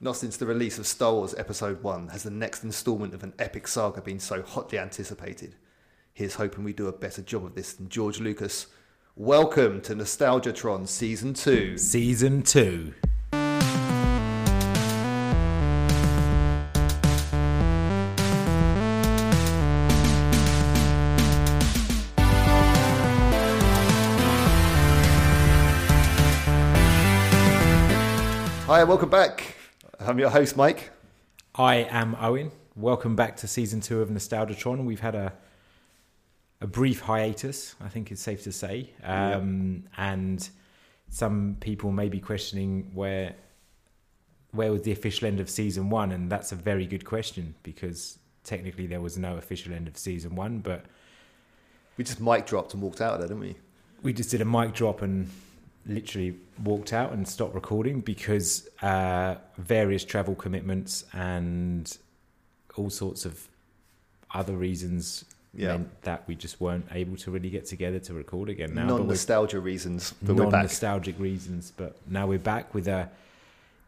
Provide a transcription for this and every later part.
Not since the release of Star Wars Episode 1 has the next installment of an epic saga been so hotly anticipated. Here's hoping we do a better job of this than George Lucas. Welcome to Nostalgiatron Season 2. Season two. Hi, and welcome back. I'm your host, Mike. I am Owen. Welcome back to season two of Nostalgiatron. We've had a a brief hiatus, I think it's safe to say, um, and some people may be questioning where where was the official end of season one, and that's a very good question because technically there was no official end of season one, but We just mic dropped and walked out of there, didn't we? we just did a mic drop and literally walked out and stopped recording because uh, various travel commitments and all sorts of other reasons Yeah. meant that we just weren't able to really get together to record again now. Non but nostalgia reasons, but we're we're back. non-nostalgic reasons, but now we're back with uh,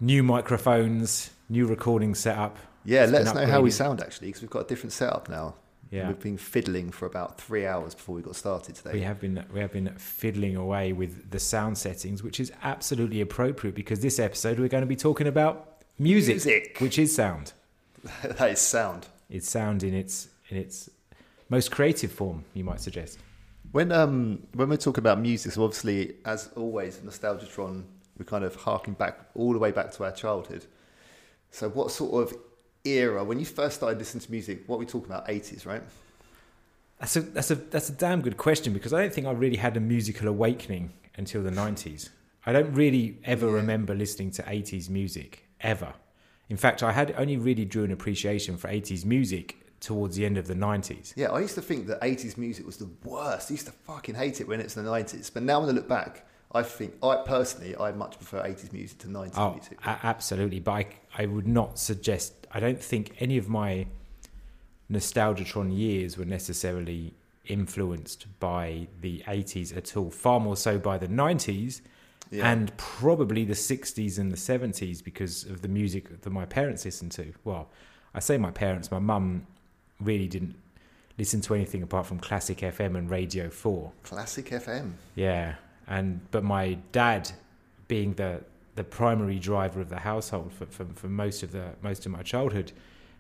new microphones, new recording setup. Yeah, It's let been us know how we upgraded. sound actually, because we've got a different setup now. Yeah. We've been fiddling for about three hours before we got started today. We have been we have been fiddling away with the sound settings, which is absolutely appropriate because this episode we're going to be talking about music, Music. which is sound. that is sound. It's sound in its in its most creative form, you might suggest. When um when we're talking about music, so obviously as always, Nostalgiatron, we're kind of harking back all the way back to our childhood. So what sort of era when you first started listening to music? What are we talking about? Eighties, right? That's a that's a that's a damn good question because I don't think I really had a musical awakening until the nineties. I don't really ever remember listening to eighties music ever. In fact, I had only really drew an appreciation for eighties music towards the end of the nineties. Yeah, I used to think that eighties music was the worst. I used to fucking hate it when it's the nineties. But now when I look back, I think I personally I much prefer eighties music to nineties Oh, music. a- absolutely. But I, I would not suggest, I don't think any of my Nostalgiatron years were necessarily influenced by the 80s at all, far more so by the 90s Yeah. and probably the 60s and the 70s because of the music that my parents listened to. Well, I say my parents, my mum really didn't listen to anything apart from classic FM and Radio 4. Classic FM. Yeah, and but my dad, being the the primary driver of the household for, for, for most of the most of my childhood,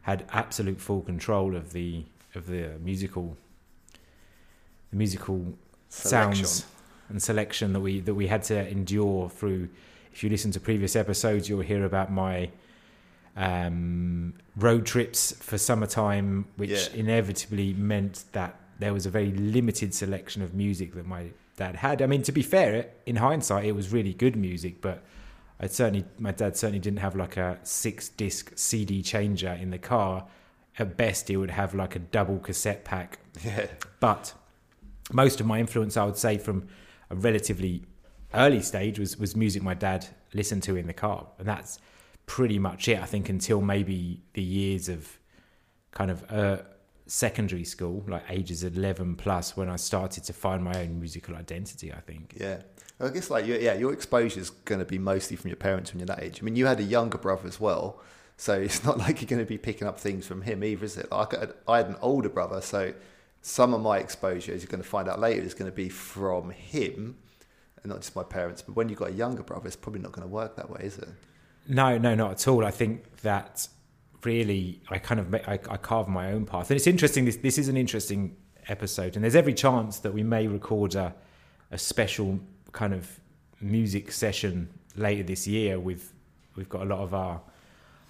had absolute full control of the of the musical the musical Selection. sounds and selection that we that we had to endure through. If you listen to previous episodes, you'll hear about my um, road trips for summertime, which Yeah. inevitably meant that there was a very limited selection of music that my dad had. I mean, to be fair, it- in hindsight, it was really good music, but I certainly my dad certainly didn't have like a six disc CD changer in the car. At best, he would have like a double cassette pack Yeah. but most of my influence, I would say, from a relatively early stage was was music my dad listened to in the car, and that's pretty much it. I think until maybe the years of kind of uh, secondary school, like ages eleven plus, when I started to find my own musical identity. I think. Yeah, I guess like your- yeah, your exposure is going to be mostly from your parents when you're that age. I mean, you had a younger brother as well, so it's not like you're going to be picking up things from him either, is it? Like I had- I had an older brother, so some of my exposure, as you're going to find out later, is going to be from him. And not just my parents, but when you've got a younger brother, it's probably not going to work that way, is it? No, no, not at all. I think that really, I kind of ma- I, I carve my own path, and it's interesting. This this is an interesting episode, and there's every chance that we may record a a special kind of music session later this year. With we've got a lot of our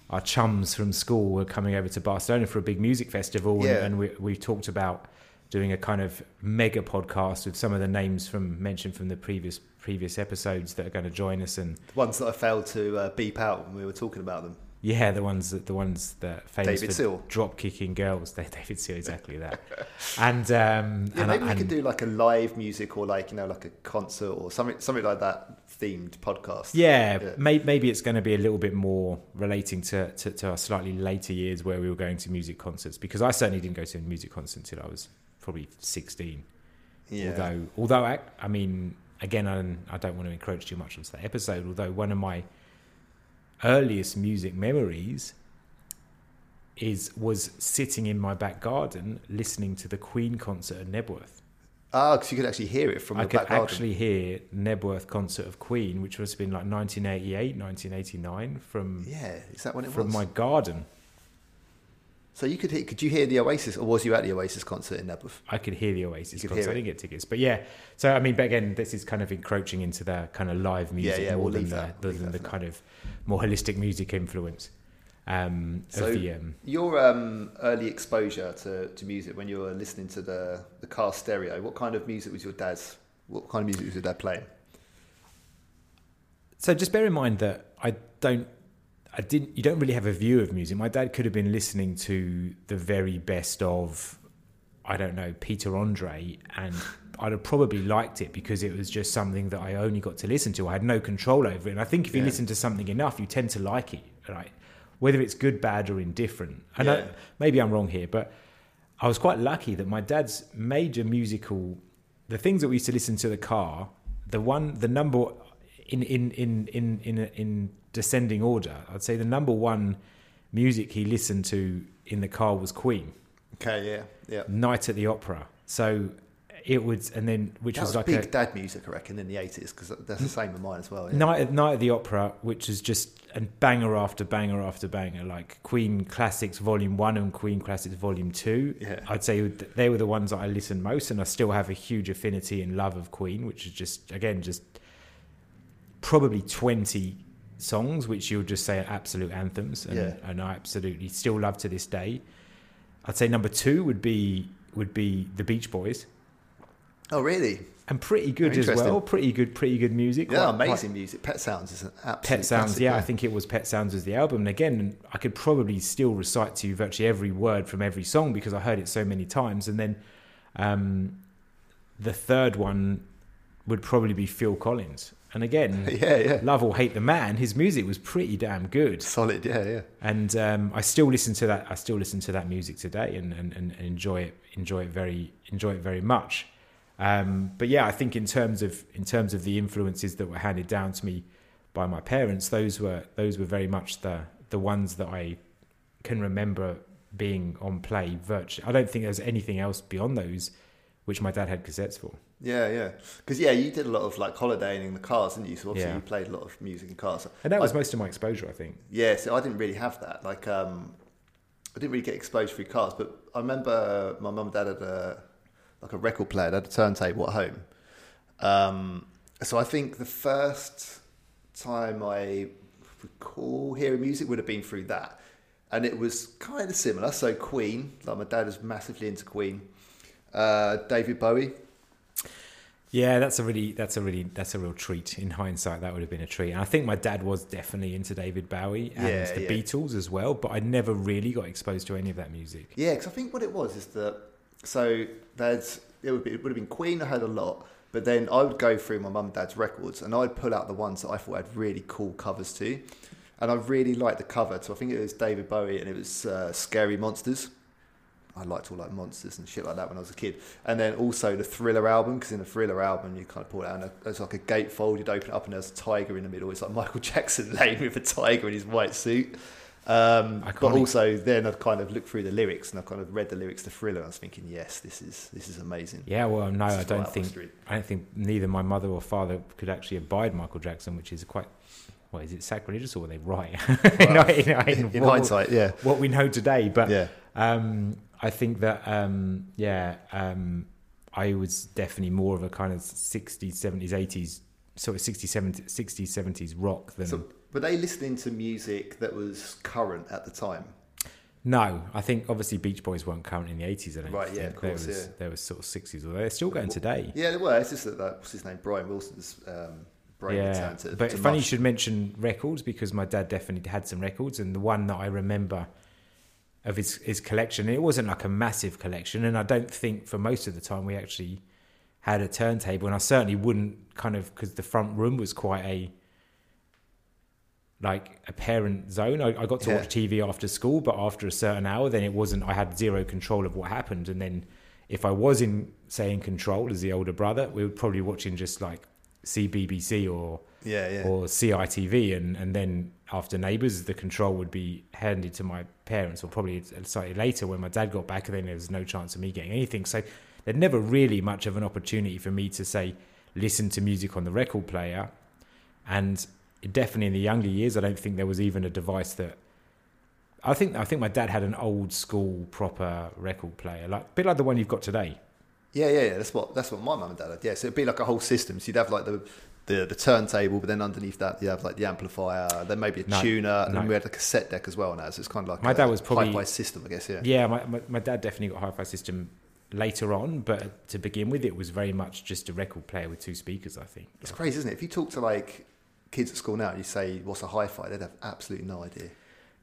our chums from school were coming over to Barcelona for a big music festival, and, Yeah. and we we talked about doing a kind of mega podcast with some of the names from mentioned from the previous previous episodes that are going to join us and The ones that I failed to uh, beep out when we were talking about them. yeah, the ones that the ones that famous David for Seal. drop kicking girls. Da- David Seal, exactly that. and um, Yeah, and, maybe we and- could do like a live music or like you know like a concert or something something like that themed podcast. yeah, Yeah. May, maybe it's going to be a little bit more relating to, to to our slightly later years where we were going to music concerts because I certainly didn't go to a music concert until I was probably sixteen. Although, although I, I mean, again, I, I don't want to encroach too much onto that episode. Although one of my earliest music memories is was sitting in my back garden listening to the Queen concert at Nebworth. Ah, because you could actually hear it from I the could back garden. actually hear Nebworth concert of Queen, which must have been like 1988, 1989 from Yeah, is that when it from was? my garden. So you could hear, could you hear the Oasis, or was you at the Oasis concert in Nebworth? I could hear the Oasis You could concert. hear I didn't get tickets, but yeah. So I mean, but again, this is kind of encroaching into the kind of live music yeah, more we'll than leave the, that. We'll leave than that the for now. kind of more holistic music influence um, So- of the. Um, Your um, early exposure to, to music when you were listening to the, the car stereo, what kind of music was your dad's? What kind of music was your dad playing? so just bear in mind that I don't, I didn't. You don't really have a view of music. My dad could have been listening to the very best of, I don't know, Peter Andre, and I'd have probably liked it because it was just something that I only got to listen to. I had no control over it. And I think if you Yeah. listen to something enough, you tend to like it, right? Whether it's good, bad, or indifferent. And Yeah. I, maybe I'm wrong here, but I was quite lucky that my dad's major musical, the things that we used to listen to in the car, the one, the number in in in in in in descending order, I'd say the number one music he listened to in the car was Queen, Okay, yeah, yeah. Night at the Opera. So it would, and then which That was, was, like big a dad music, I reckon, in the eighties, because that's the same with mine as well. Yeah. Night at Night at the Opera, which is just and banger after banger after banger, like Queen Classics Volume One and Queen Classics Volume Two. Yeah. I'd say th- they were the ones that I listened most, and I still have a huge affinity and love of Queen, which is just again just probably twenty songs which you'll just say are absolute anthems, and, Yeah. and I absolutely still love to this day. I'd say number two would be would be the Beach Boys, Oh, really? and pretty good as Interesting. well. Pretty good, pretty good music. Yeah, Quite- quite- amazing music. Pet Sounds is an absolute Pet Sounds, classic, yeah, I think it was Pet Sounds was the album. And again, I could probably still recite to you virtually every word from every song because I heard it so many times. And then um, the third one would probably be Phil Collins. And again, yeah, yeah, love or hate the man, his music was pretty damn good. solid, yeah, yeah. And um, I still listen to that. I still listen to that music today, and, and, and and enjoy it. Enjoy it very. Enjoy it very much. Um, but yeah, I think in terms of in terms of the influences that were handed down to me by my parents, those were those were very much the the ones that I can remember being on play. Virtually, I don't think there's anything else beyond those, which my dad had cassettes for. Yeah, yeah. Because yeah, you did a lot of like holidaying in the cars, didn't you? So obviously Yeah. you played a lot of music in cars. And that was I- most of my exposure, I think. yeah. So I didn't really have that. Like, um, I didn't really get exposed through cars. But I remember my mum and dad had a like a record player. They had a turntable at home. Um, so I think the first time I recall hearing music would have been through that, and it was kind of similar. So Queen, like my dad is massively into Queen. Uh, David Bowie. Yeah, that's a really that's a really that's a real treat. In hindsight, that would have been a treat. And I think my dad was definitely into David Bowie and Yeah, the yeah. Beatles as well, but I never really got exposed to any of that music. Yeah, because I think what it was is that so there's it would, be, it would have been Queen. I heard a lot, but then I would go through my mum and dad's records and I'd pull out the ones that I thought had really cool covers too, and I really liked the cover. So I think it was David Bowie and it was uh, Scary Monsters. I liked all like monsters and shit like that when I was a kid, and then also the Thriller album because in the Thriller album you kind of pull it out and there's like a gatefold. You'd open it up and there's a tiger in the middle. It's like Michael Jackson laying with a tiger in his white suit. Um, but Iconic. also then I'd kind of looked through the lyrics and I kind of read the lyrics to Thriller. And I was thinking, yes, this is this is amazing. Yeah, well, This no, I is right up don't my think street. I don't think neither my mother or father could actually abide Michael Jackson, which is quite well, is it sacrilegious or were they right? in, Well, in- in in what- hindsight, yeah, what we know today, but yeah, Um, I think that um, yeah, um, I was definitely more of a kind of 60s, 70s, 80s, sort of 60s, 70s, 60s, 70s rock than. So were they listening to music that was current at the time? no, I think obviously Beach Boys weren't current in the 80s. I don't Right, think. yeah, of course, there was, yeah. there was sort of 60s, although they're still going today. Yeah, they were. It's just that, that what's his name, Brian Wilson's um, brain yeah, returned to. but to funny you mush. should mention records because my dad definitely had some records, and the one that I remember of his his collection, and it wasn't like a massive collection, and I don't think for most of the time we actually had a turntable, and I certainly wouldn't kind of because the front room was quite a like a parent zone. I, I got to Yeah. watch TV after school, but after a certain hour, then it wasn't. I had zero control of what happened, and then if I was in say in control as the older brother, we were probably watching just like CBBC or yeah, yeah. or CITV, and and then after Neighbours, the control would be handed to my parents, or probably slightly later when my dad got back, and then there was no chance of me getting anything. So there'd never really much of an opportunity for me to say listen to music on the record player, and definitely in the younger years, I don't think there was even a device that. I think I think my dad had an old school proper record player, like a bit like the one you've got today. Yeah, yeah, yeah. That's what that's what my mum and dad had. Yeah, so it'd be like a whole system. So you'd have like the the, the turntable, but then underneath that you have like the amplifier, then maybe a No, tuner, and no. then we had a cassette deck as well now. So it's kind of like My a dad was probably- hi-fi system, I guess. Yeah, Yeah, my, my, my dad definitely got a hi-fi system later on, but to begin with, it was very much just a record player with two speakers. I think. it's crazy, isn't it? If you talk to like kids at school now, and you say what's a hi-fi, they'd have absolutely no idea.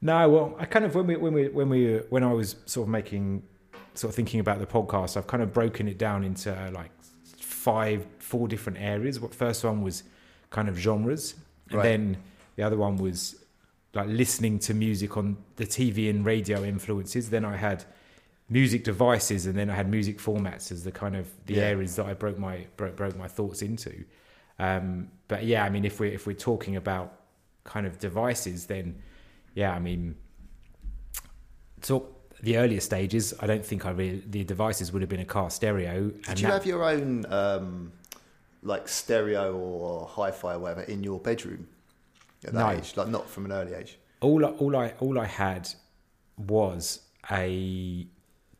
No, well, I kind of when we when we when we uh, when I was sort of making sort of thinking about the podcast, I've kind of broken it down into uh, like five, four different areas. What first one was kind of genres, and Right. then the other one was like listening to music on the TV and radio influences. Then I had music devices, and then I had music formats as the kind of the Yeah. areas that I broke my broke, broke my thoughts into. Um, but yeah, I mean, if we are if we're talking about kind of devices, then yeah, I mean, so the earlier stages, I don't think I really the devices would have been a car stereo. Did you that- have your own um, like stereo or hi-fi or whatever in your bedroom at that No. age? Like not from an early age. all I, all I all I had was a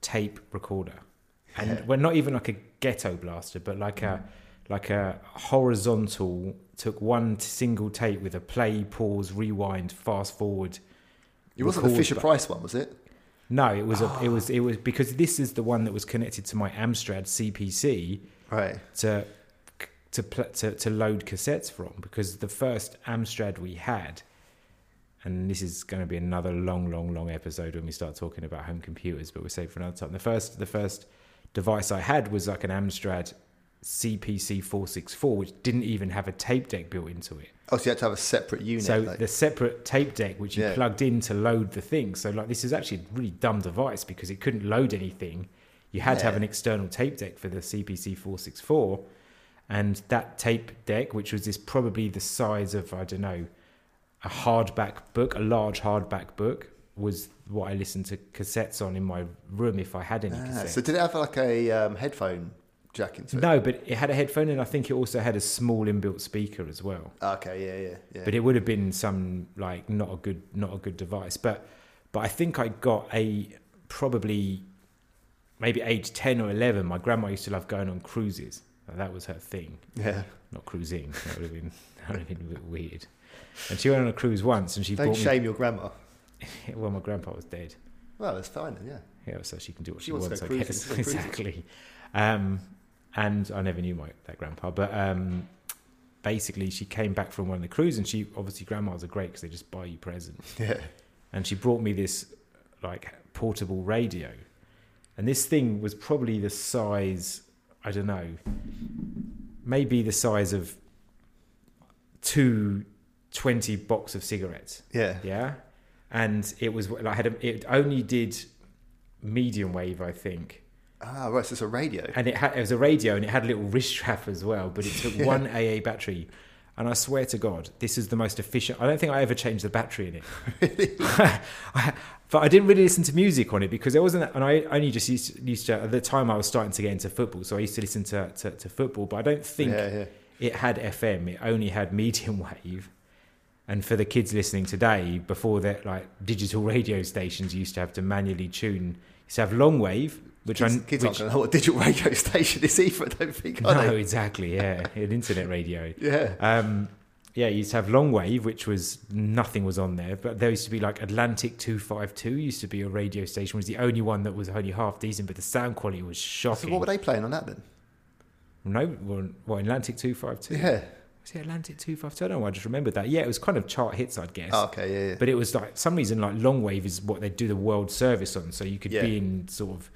tape recorder, and Yeah. well, not even like a ghetto blaster, but like a like a horizontal. Took one t- single tape with a play, pause, rewind, fast forward. It wasn't the record Fisher button. Price one, was it? No, it was a, it was it was because this is the one that was connected to my Amstrad CPC Right. to to pl- to, to load cassettes from because the first Amstrad we had, and this is going to be another long, long, long episode when we start talking about home computers, but we'll save for another time. The first the first device I had was like an Amstrad CPC four six four, which didn't even have a tape deck built into it. Oh, so you had to have a separate unit. So like- the separate tape deck which you Yeah. plugged in to load the thing. So like this is actually a really dumb device because it couldn't load anything. You had to have Yeah. an external tape deck for the CPC four six four, and that tape deck, which was this probably the size of I don't know, a hardback book, a large hardback book, was what I listened to cassettes on in my room if I had any Ah, cassettes. so did it have like a um, headphone jack into it? no, but it had a headphone, and I think it also had a small inbuilt speaker as well. Okay, yeah, yeah, yeah. but it would have been some like not a good not a good device but but i think i got a probably maybe age 10 or 11 my grandma used to love going on cruises Like, that was her thing yeah. not cruising that would have been that would have been a bit weird and she went on a cruise once and she Don't bought shame your grandma. me well my grandpa was dead Well, that's fine then, yeah. yeah, so she can do what she, She wants to wants, go I cruising, guess. she wants to go exactly. Um, and I never knew my that grandpa, but um, basically, she came back from one of the cruise, and she obviously grandmas are great because they just buy you presents. Yeah. And she brought me this like portable radio, and this thing was probably the size I don't know, maybe the size of two 20 box of cigarettes Yeah. yeah and it was i had a, it only did medium wave i think Ah, right, so it's a radio. and it had it was a radio and it had a little wrist strap as well but it took Yeah. one aa battery and i swear to god this is the most efficient i don't think i ever changed the battery in it I- but i didn't really listen to music on it because there wasn't and i only just used to, used to at the time i was starting to get into football so i used to listen to, to, to football but i don't think yeah, yeah. it had FM, it only had medium wave. And for the kids listening today, before that, like digital radio stations used to have to manually tune. Used to have long wave, which Kids, I kids aren't which, going to know what digital radio station is either, I don't think, are no, they? exactly, yeah, an internet radio. Yeah. Um, yeah, you used to have long wave, which was nothing was on there, but there used to be like Atlantic two five two used to be a radio station, was the only one that was only half decent, but the sound quality was So shocking. what were they playing on that then? no, well, what Atlantic two five two? Yeah. Was it Atlantic 252? I don't know. why I just remembered that. Yeah, it was kind of chart hits, I'd guess. Oh, okay, yeah, yeah. But it was like some reason like long wave is what they do the world service on, so you could Yeah. be in sort of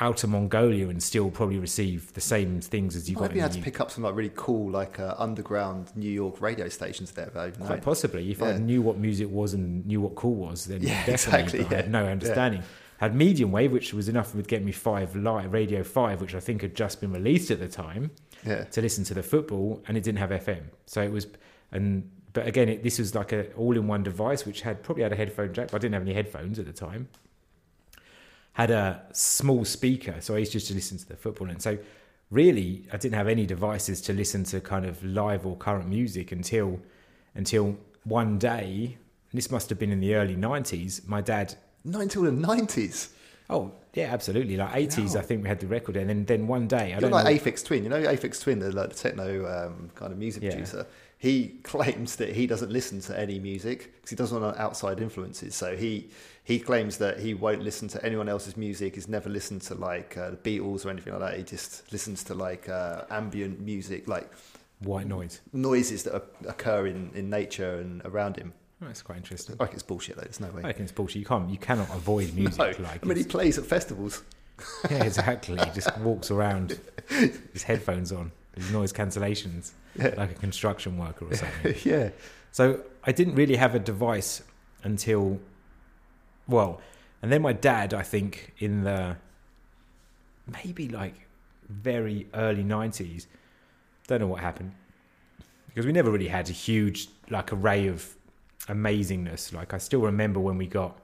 outer Mongolia and still probably receive the same things as you You might got have in been the able to UK. pick up some like really cool like uh, underground New York radio stations there, though. No? Quite possibly, if I Yeah. knew what music was and knew what cool was, then Yeah, definitely. exactly, but I had yeah. no understanding. Had medium wave, which was enough with getting me five live radio five, which I think had just been released at the time. Yeah. to listen to the football and it didn't have FM. So it was, and But again, it, this was like a all-in-one device which had probably had a headphone jack. But I didn't have any headphones at the time. Had a small speaker, so I used to just to listen to the football. And so, really, I didn't have any devices to listen to kind of live or current music until until one day. And this must have been in the early '90s. My dad Not until the nineties. Oh yeah, absolutely. Like eighties, I think we had the record, and then then one day, I You're don't like know. Aphex Twin. You know Aphex Twin, the like, techno um, kind of music Yeah. producer. He claims that he doesn't listen to any music because he doesn't want outside influences. So he he claims that he won't listen to anyone else's music. He's never listened to like uh, the Beatles or anything like that. He just listens to like uh, ambient music, like white noise. noises that o- occur in, in nature and around him. Oh, that's quite interesting. Like it's bullshit though. There's no way. I reckon it's bullshit. You can't, you cannot avoid music. no, like, I mean he it's- plays at festivals. yeah, exactly. He just walks around, his headphones on, his noise cancellations, like a construction worker or something. yeah, So I didn't really have a device until, well, and then my dad, I think, in the maybe like very early 90s, don't know what happened, because we never really had a huge, like, array of amazingness. Like, I still remember when we got,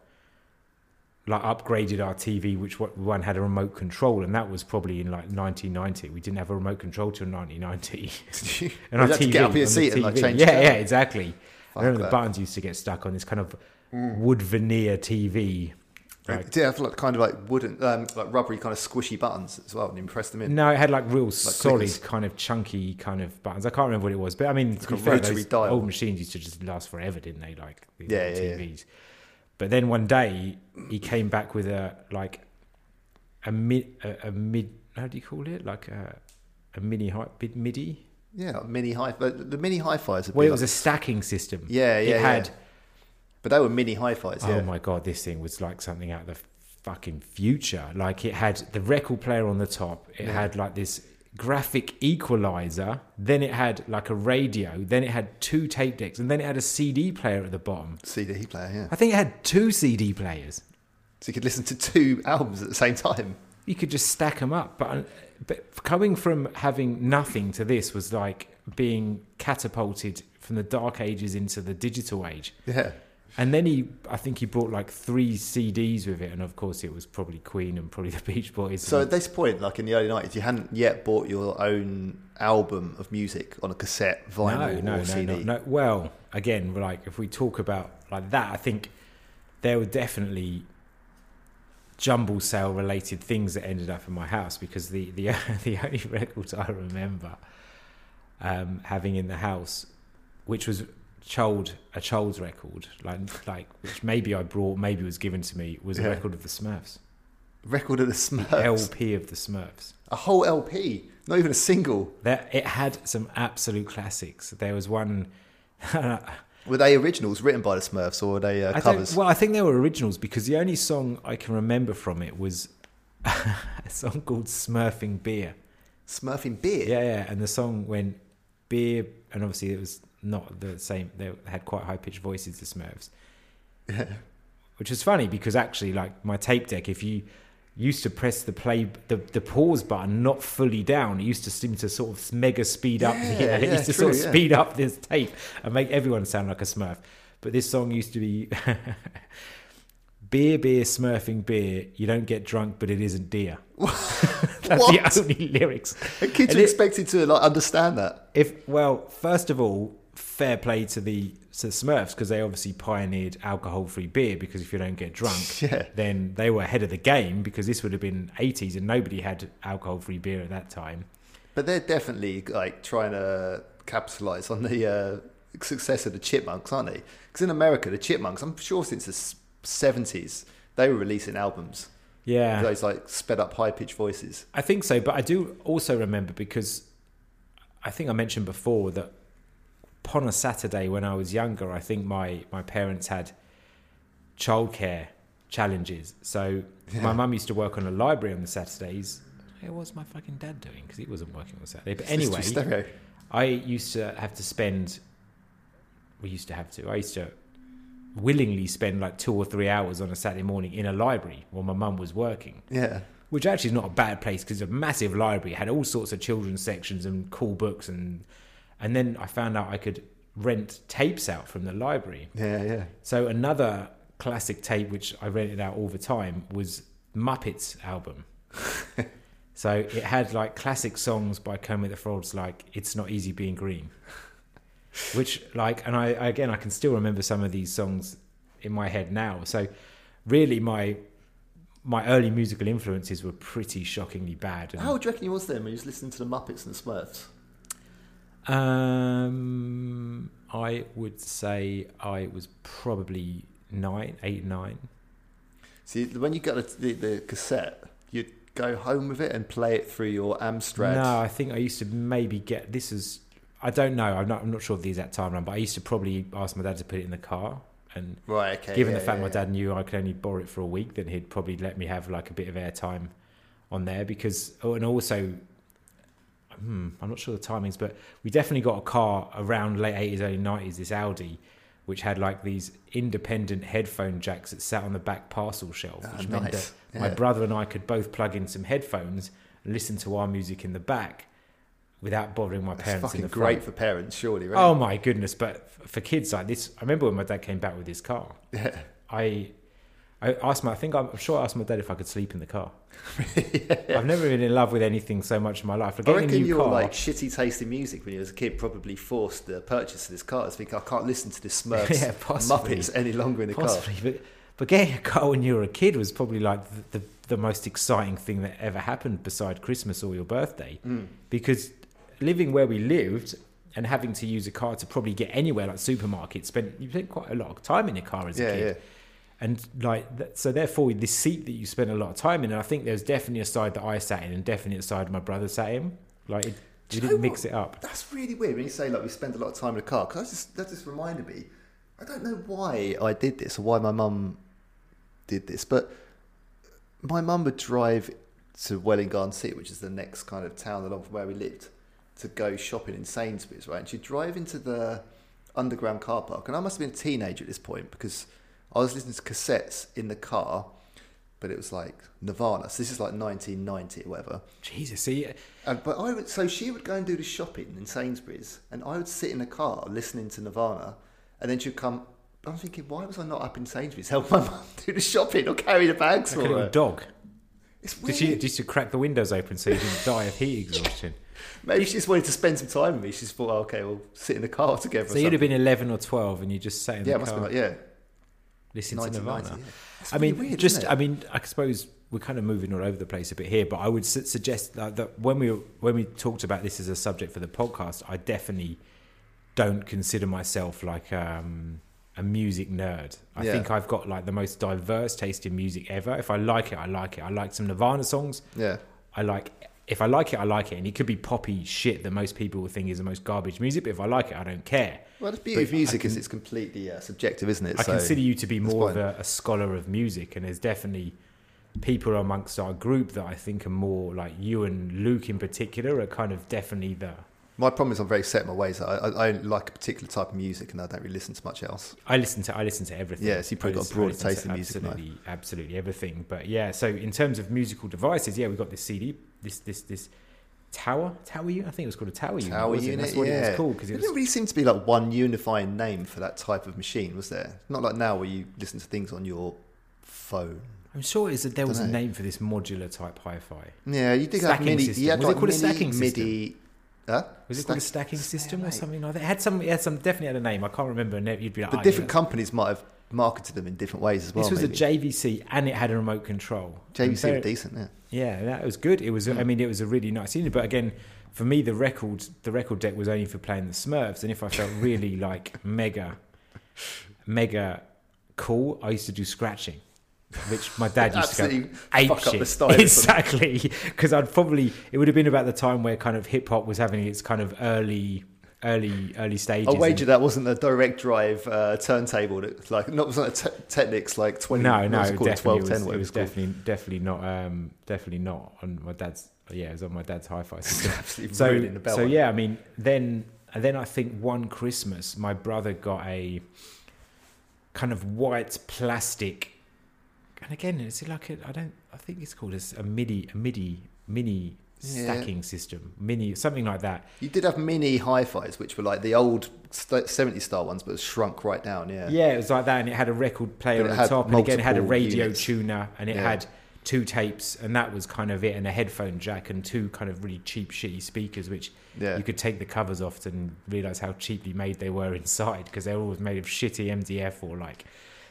like, upgraded our TV, which wa- one had a remote control, and that was probably in like 1990. We didn't have a remote control till 1990 and you and have on to TV, get up in your on the seat and like TV. change. Yeah, channel. yeah, exactly. I Fuck remember the that. Mm. buttons used to get stuck on this kind of wood veneer TV. Like, Did it have like kind of like wooden, um, like rubbery kind of squishy buttons as well, and you press them in. no, it had like real solid, clickers. kind of chunky kind of buttons. I can't remember what it was, but I mean, to be got fair, rotary those dial. old machines used to just last forever, didn't they? Like the Yeah, old yeah, yeah. TVs. But then one day he came back with a like a mid a, a mid how do you call it like a a mini hi bid midi Yeah, like mini hi. But the mini hi fis. well it was a stacking system Yeah, yeah, it had yeah. but they were mini hi fis. Yeah. oh my god, this thing was like something out of the fucking future. Like it had the record player on the top, it Yeah. had like this graphic equalizer, then it had like a radio, then it had two tape decks, and then it had a CD player at the bottom. CD player. Yeah, I think it had two CD players. so you could listen to two albums at the same time. You could just stack them up, but uh, but coming from having nothing to this was like being catapulted from the dark ages into the digital age. Yeah, And then he, I think he brought like three CDs with it, and of course it was probably Queen and probably the Beach Boys. So and- at this point, like in the early nineties, you hadn't yet bought your own album of music on a cassette, vinyl, or CD. not- no. Well, again, like if we talk about like that, I think there were definitely jumble sale related things that ended up in my house because the the the only records I remember um, having in the house, which was child a child's record, like like which maybe I brought, maybe was given to me, was Yeah. a record of the Smurfs, Record of the Smurfs, LP of the Smurfs. a whole LP, not even a single. There, it had some absolute classics. There was one. Were they originals written by the Smurfs or were they uh, I don't- covers? Well, I think they were originals because the only song I can remember from it was a song called Smurfing Beer. Smurfing beer. Yeah, yeah. And the song went beer, and obviously it was not the same. They had quite high pitched voices, the Smurfs. Which was funny because actually, like my tape deck, if you used to press the play, the, the pause button not fully down, it used to seem to sort of mega speed up. Yeah, you know, it yeah, used to true, sort of yeah. speed up this tape and make everyone sound like a Smurf. But this song used to be beer, beer, smurfing beer. You don't get drunk, but it isn't dear. That's What? the only lyrics. And kids And are it- expected to like understand that. if well, first of all, fair play to the to Smurfs because they obviously pioneered alcohol-free beer. Because if you don't get drunk, Yeah. then they were ahead of the game because this would have been 80s and nobody had alcohol-free beer at that time. But they're definitely like trying to capitalize on the uh, success of the Chipmunks, aren't they? Because in America, the Chipmunks, I'm sure since the seventies, they were releasing albums. Yeah, Those like sped up, high pitched voices. I think so. But I do also remember because I think I mentioned before that upon a Saturday when I was younger, I think my my parents had childcare challenges. So my mum used to work on a library on the Saturdays. What was my fucking dad doing? Because he wasn't working on Saturday. But It's just anyway, stereo. I used to have to spend. We used to have to. I used to willingly spend like two or three hours on a Saturday morning in a library while my mum was working yeah. which actually is not a bad place because it's a massive library it had all sorts of children's sections and cool books and and then I found out I could rent tapes out from the library. Yeah, yeah. So another classic tape which I rented out all the time was Muppets album. so it had like classic songs by Kermit the Frogs, like "It's Not Easy Being Green," which like, and I again I can still remember some of these songs in my head now. So really, my my early musical influences were pretty shockingly bad. And, How old do you reckon you was then when you was listening to the Muppets and the Smurfs? Um, I would say I was probably nine, eight, nine. See, when you got the, the, the cassette, you'd go home with it and play it through your Amstrad. No, I think I used to maybe get this is I don't know. I'm not I'm not sure of the exact timeline, but I used to probably ask my dad to put it in the car. And Right, okay. given yeah, the fact yeah, my yeah. dad knew I could only borrow it for a week, then he'd probably let me have like a bit of airtime on there because oh, and also. Hmm, I'm not sure the timings, but we definitely got a car around late 80s, early 90s, this Audi, which had like these independent headphone jacks that sat on the back parcel shelf, Ah, which meant that nice. my Yeah. brother and I could both plug in some headphones and listen to our music in the back without bothering my That's parents. fucking in the great Front. for parents, surely, right? Oh my goodness! But f- for kids like this, I remember when my dad came back with his car. Yeah. I, I asked my. I think I'm, I'm sure I asked my dad if I could sleep in the car. I've never been in love with anything so much in my life. Like I getting a reckon new your car. like shitty taste in music when you was a kid probably forced the purchase of this car to think I can't listen to this Smurfs Yeah, possibly. Muppets any longer in the possibly, but but getting a car when you were a kid was probably like the, the, the most exciting thing that ever happened beside Christmas or your birthday, Hmm. because living where we lived and having to use a car to probably get anywhere like supermarket spent you spent quite a lot of time in a car as car. a Yeah, kid. yeah. and like th- so therefore this seat that you spent a lot of time in and i think there's definitely a side that i sat in and definitely a side my brother sat in like it, Do we you didn't know mix it up That's really weird when you say like we spend a lot of time in the car because just, that just reminded me. I don't know why I did this or why my mum did this, but my mum would drive to Welling Garden City, which is the next kind of town along from where we lived, to go shopping in Sainsbury's, right? And she'd drive into the underground car park. And I must have been a teenager at this point because I was listening to cassettes in the car, but it was like Nirvana. So this is like 1990 or whatever. jesus see And, but I would, so she would go and do the shopping in Sainsbury's, and I would sit in the car listening to Nirvana, and then she'd come. I'm thinking, why was I not up in Sainsbury's help my mum do the shopping or carry the bags like for a little her? dog It's did weird. she just to crack the windows open so you didn't die of heat exhaustion Maybe she just wanted to spend some time with me. She just thought, oh, okay, we'll sit in the car together. so or you'd have something. been 11 or 12 and you just sat in yeah, it the must car be like yeah, listening to 1990. nirvana yeah. That's I really mean, weird, just isn't I it? mean, I suppose we're kind of moving all over the place a bit here, but I would su- suggest that, that when we when we talked about this as a subject for the podcast, I definitely don't consider myself like um, a music nerd. I Yeah. think I've got like the most diverse taste in music ever. If I like it, I like it. I like some Nirvana songs. yeah, I like if I like it, I like it, and it could be poppy shit that most people would think is the most garbage music. But if I like it, I don't care. well, the beauty of But I music is can- it's completely uh, subjective, isn't it? I So- consider you to be that's more of fine. a, a scholar of music, and there's definitely people amongst our group that I think are more like you and Luke in particular are kind of definitely the. my problem is I'm very set in my ways. I, I, I like a particular type of music, and I don't really listen to much else. I listen to I listen to everything. Yeah, so you've probably got a I listen- I broader listen to taste in music than I have. Absolutely, absolutely everything. But yeah, so in terms of musical devices, yeah, we got this CD, this this this tower tower unit. I think it was called a tower, unit. Tower wasn't it? unit, That's what it yeah. was called because There it didn't was. really seem to be like one unifying name for that type of machine, was there? Not like now where you listen to things on your phone. I'm sure it is that there was a Dunno. name for this modular type hi-fi. Yeah, you did Stacking have mini. system. You had Was it like called a mini, stacking system? MIDI, Huh? Was it Stack- called a stacking system Yeah, or mate. something like that? It had some, it had some definitely had a name. I can't remember. And you'd be like, But "Oh, yeah, different companies might have marketed them in different ways as well. This was maybe. a JVC and it had a remote control. And JVC were very- decent, yeah. Yeah, that was good. It was. I Mm. mean, it was a really nice unit. But again, for me, the record, the record deck was only for playing the Smurfs. And if I felt really like mega, mega cool, I used to do scratching, which my dad used to go Absolutely ape fuck up shit. the style. Exactly, because I'd probably it would have been about the time where kind of hip hop was having its kind of early, early, early stages. I and- wager that wasn't a direct drive uh, turntable. That, like, not was not a te- Technics like twenty. no, no, what was it it called? definitely was, 1210, it whatever was it's called. definitely definitely not um definitely not on my dad's yeah it was on my dad's hi-fi system Absolutely so ruining the bell. so yeah I mean then and then I think one Christmas my brother got a kind of white plastic and again is it like a I don't I think it's called a, s- a midi a midi mini Yeah. stacking system, mini, something like that. You did have mini hi-fis, which were like the old st- 70s style ones, but shrunk right down. Yeah. Yeah, it was like that, and it had a record player But it on the had top, and again it had a multiple radio units. tuner, and it Yeah. had two tapes, and that was kind of it, and a headphone jack, and two kind of really cheap, shitty speakers, which Yeah. you could take the covers off and realize how cheaply made they were inside because they were always made of shitty MDF or like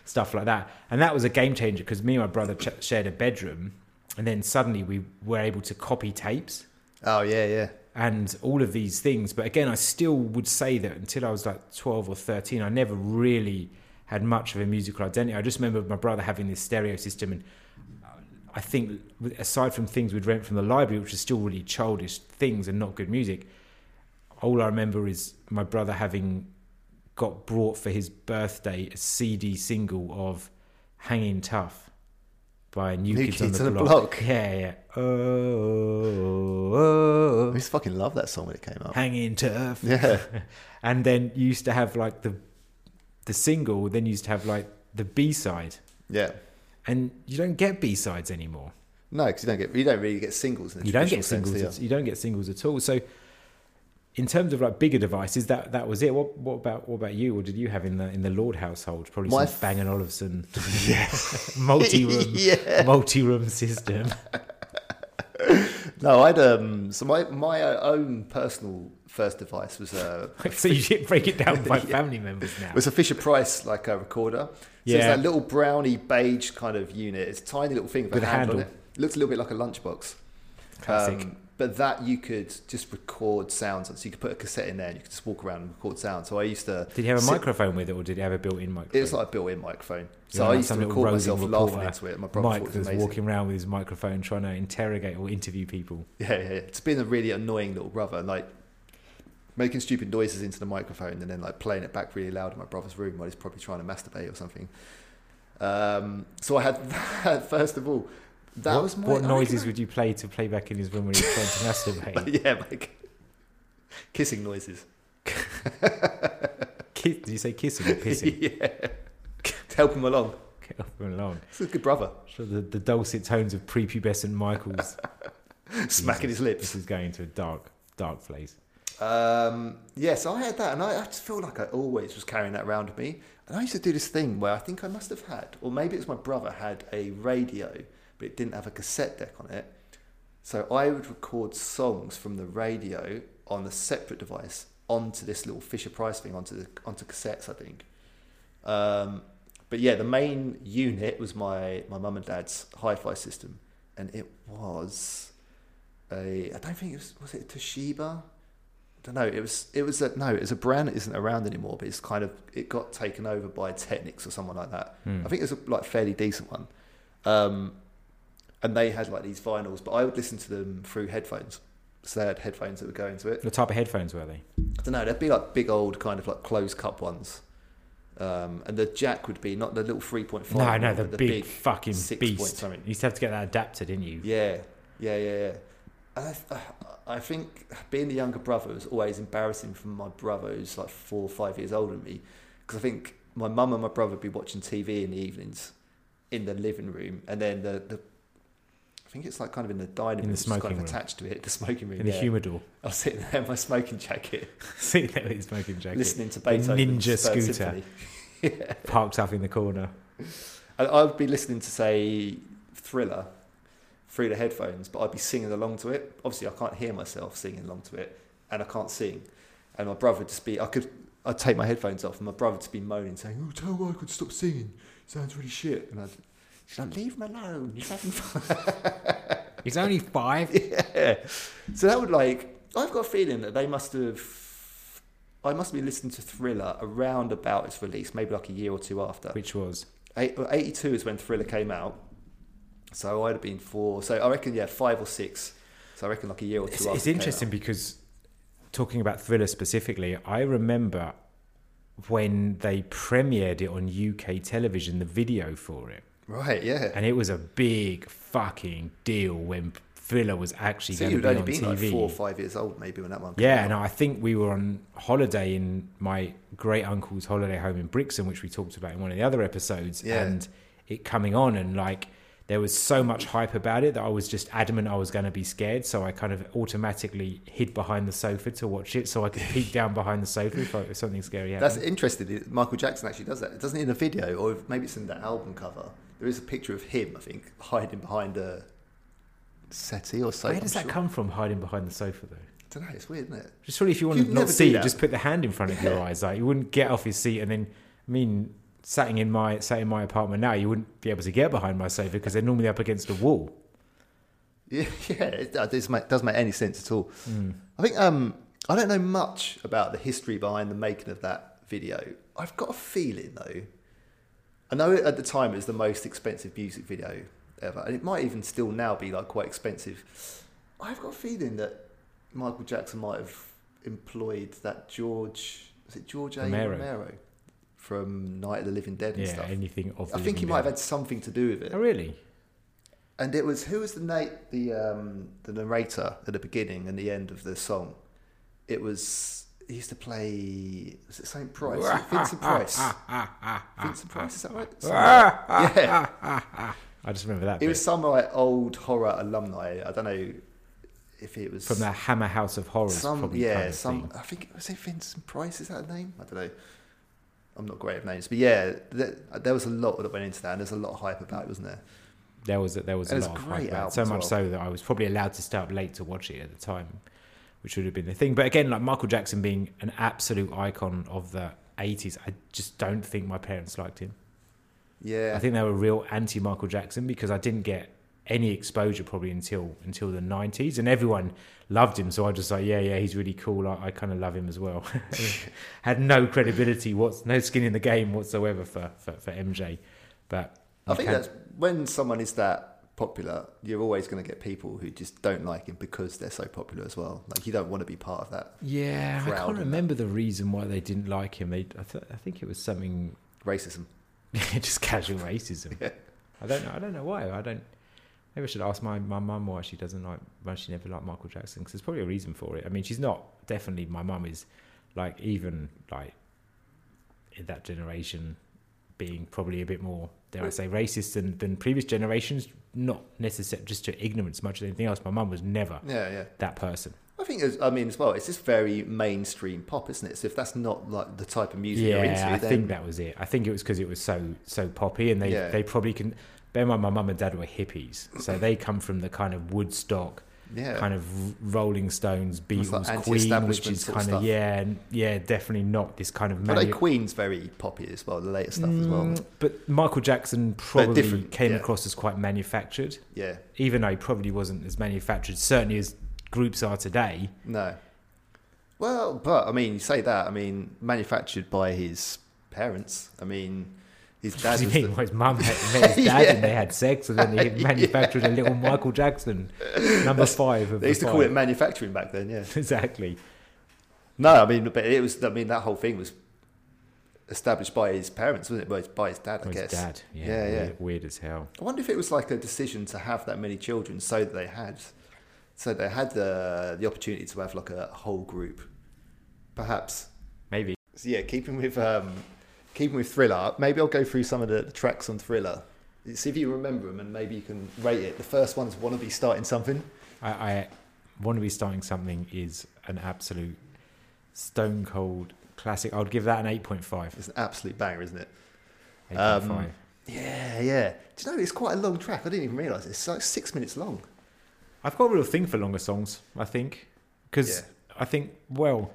stuff like that. And that was a game changer because me and my brother ch- shared a bedroom, and then suddenly we were able to copy tapes Oh yeah, yeah. and all of these things. But again, I still would say that until I was like 12 or 13, I never really had much of a musical identity. I just remember my brother having this stereo system. And uh, I think, with- aside from things we'd rent from the library, which is still really childish things and not good music, all I remember is my brother having got brought for his birthday a CD single of Hanging Tough. By New, Kids, on, the, block. Yeah, yeah. Oh, oh, I oh. used to fucking love that song when it came out. Hanging tough. Yeah. And then you used to have like the the single, then you used to have like the B side. Yeah. And you don't get B sides anymore. No, because you don't get you don't really get singles. In the You don't get traditional singles. sense, do at- you don't get singles at all. So in terms of like bigger devices, that that was it. What what about what about you? What did you have in the in the Lord household? Probably My some Bang and Olufsen multi room Yeah. multi room system. you? No, I'd um. So my my own personal first device was a so you should break it down by Yeah. family members now. was a Fisher Price like a recorder. So it's Yeah. that little brownie beige kind of unit. It's a tiny little thing with, With a a handle. On handle. it. Looks a little bit like a lunchbox. Classic. Um, but that you could just record sounds on. So you could put a cassette in there and you could just walk around and record sounds. So I used to. did you have a sit- microphone with it, or did you have a built-in microphone? It was like a built-in microphone. Yeah, So I like used to some little record roving myself laughing reporter. into it. My brother Mike thought it was that's amazing. walking around with his microphone trying to interrogate or interview people. Yeah, yeah, yeah. It's been a really annoying little brother, and, like making stupid noises into the microphone and then like playing it back really loud in my brother's room while he's probably trying to masturbate or something. Um, so I had that first of all. That what, was my what I noises reckon would you play to play back in his room when he was trying to I- masturbate? yeah, like kissing noises. Kiss, did you say kissing or pissing? yeah, to help him along. Get off and along. It's a good brother, So the, the dulcet tones of prepubescent Michael's. smacking his lips. This is going to a dark, dark place. Um, yeah, so I had that, and I, I just feel like I always was carrying that around with me. And I used to do this thing where I think I must have had, or maybe it was my brother had a radio, but it didn't have a cassette deck on it. So I would record songs from the radio on a separate device onto this little Fisher Price thing onto the, onto cassettes, I think. Um, but yeah, the main unit was my my mum and dad's hi-fi system, and it was a I don't think it was was it a Toshiba. I don't know. It was it was a no. It was a brand that isn't around anymore, but it's kind of it got taken over by Technics or someone like that. Hmm. I think it was a like fairly decent one, um, and they had like these vinyls, but I would listen to them through headphones. So they had headphones that would go into it. What type of headphones were they? I don't know. They'd be like big old kind of like closed cup ones, um, and the jack would be not the little three point five. no, no, the, big, fucking six point beast. You something. used to have to get that adapter, didn't you? Yeah, yeah, yeah, yeah. And I, uh, I think being the younger brother was always embarrassing for my brother, who's like four or five years older than me, because I think my mum and my brother would be watching TV in the evenings in the living room, and then the, the I think it's like kind of in the dining In the room, it's just smoking kind of room. attached to it, the smoking room. In yeah. the humidor. I was sitting there in my smoking jacket, See, there with his smoking jacket. listening to Beethoven ninja scooter. yeah. Parked up in the corner. And I would be listening to say Thriller through the headphones, but I'd be singing along to it. Obviously, I can't hear myself singing along to it, and I can't sing. And my brother would just be, I could, I'd take my headphones off, and my brother would just be moaning, saying, "Oh, tell her I could stop singing. Sounds really shit." And I'd, she's like, "Leave him alone. He's having fun." He's only five. yeah. So that would like I've got a feeling that they must have I must be listening to Thriller around about its release, maybe like a year or two after. Which was Eight, well, 82 is when Thriller came out. So I'd have been four. So I reckon yeah, five or six. So I reckon like a year or two It's, after. it's it came interesting because talking about thriller specifically, I remember when they premiered it on UK television, the video for it, out. Right, yeah. and it was a big fucking deal when thriller was actually So going you'd to be only on been TV. like four or five years old maybe when that one came yeah, out. and I think we were on holiday in my great uncle's holiday home in Brixton, which we talked about in one of the other episodes, Yeah. and it coming on and like. there was so much hype about it that I was just adamant I was going to be scared. So I kind of automatically hid behind the sofa to watch it, so I could peek down behind the sofa if, I, if something scary happened. That's interesting. Michael Jackson actually does that. It doesn't in a video, or if- maybe it's in the album cover. There is a picture of him, I think, hiding behind a settee or something. Where does that come from? Hiding behind the sofa though. I don't know. It's weird, isn't it? Just surely, if you You'd want to never not do see, that. just put the hand in front of your eyes. Like you wouldn't get off your seat and then. I mean, sitting in my sat in my apartment now, you wouldn't be able to get behind my sofa because they're normally up against a wall. Yeah, yeah it does- does make, doesn't make any sense at all. Hmm. I think um, I don't know much about the history behind the making of that video. I've got a feeling though. I know at the time it was the most expensive music video ever, and it might even still now be like quite expensive. I've got a feeling that Michael Jackson might have employed that George was it George A. Romero. Romero, from Night of the Living Dead and yeah, stuff. anything of. I the think he living might have dead. had something to do with it. Oh really? And it was who was the na- the um, the narrator at the beginning and the end of the song. It was he used to play was it Saint Price Vincent Price Vincent Price is that right? Something like that. yeah, Ah! I just remember that. it bit. was some like old horror alumni. I don't know if it was from the Hammer House of Horrors. some probably yeah kind of some thing. I think was it Vincent Price is that a name? I don't know. I'm not great at names, but yeah, th- there was a lot that went into that, and there's a lot of hype about it, wasn't there? There was there was a And it's lot of a great hype about it. album so as much well. so that I was probably allowed to stay up late to watch it at the time, which would have been the thing. But again, like Michael Jackson being an absolute icon of the '80s, I just don't think my parents liked him. Yeah, I think they were real anti Michael Jackson because I didn't get any exposure probably until until the nineties, and everyone loved him. So I just like, yeah, yeah, he's really cool. I, I kind of love him as well. Had no credibility, what's no skin in the game whatsoever for for, for MJ. But I you think can- that's when someone is that popular, you're always going to get people who just don't like him because they're so popular as well. Like you don't want to be part of that yeah. I proud can't of that. remember the reason why they didn't like him. They I, th- I think it was something racism. just casual racism. Yeah. I don't know. I don't know why. I don't. Maybe I should ask my my mum why she doesn't like why she never liked Michael Jackson because there's probably a reason for it. I mean, she's not definitely. My mum is like even like in that generation being probably a bit more dare I say racist than than previous generations. Not necessarily just to ignorance much as anything else. My mum was never Yeah, yeah. that person. I think it's, I mean as well. It's just very mainstream pop, isn't it? So if that's not like the type of music you're into, Yeah, I then think that was it. I think it was because it was so so poppy, and they Yeah. they probably can. Bear in mind, my mum and dad were hippies, so they come from the kind of Woodstock, yeah, kind of Rolling Stones, Almost like Beatles, Queen, which anti-establishment is sort of kind of stuff. yeah, n- yeah, definitely not this kind of but like maniac. Queen's very poppy as well. The later stuff as well. Mm, But Michael Jackson probably different, came yeah. across as quite manufactured, Yeah, even though he probably wasn't as manufactured, certainly as groups are today. no. Well, but I mean, you say that. I mean, manufactured by his parents. I mean, his What dad do you was mean? the, Well, his mum had met his dad and Yeah. they had sex, and then they manufactured a little Michael Jackson, number five. Of they the used to five. call it manufacturing back then. Yeah. exactly. No, I mean, but it was. I mean, that whole thing was established by his parents, wasn't it? By his, by his dad, I Well, guess. his dad, yeah, Yeah, yeah. Weird, weird as hell. I wonder if it was like a decision to have that many children, so that they had, so they had the the opportunity to have like a whole group, perhaps. Maybe. So yeah, keeping with um, keeping with Thriller. Maybe I'll go through some of the, the tracks on Thriller. See if you remember them, and maybe you can rate it. The first one's "Wanna Be Starting Something." I, I want to be starting something is an absolute stone cold classic. I would give that an eight point five. It's an absolute banger, isn't it? Eight point five. Um, Yeah, yeah. Do you know it's quite a long track? I didn't even realise it's like six minutes long. I've got a real thing for longer songs. I think because Yeah. I think well.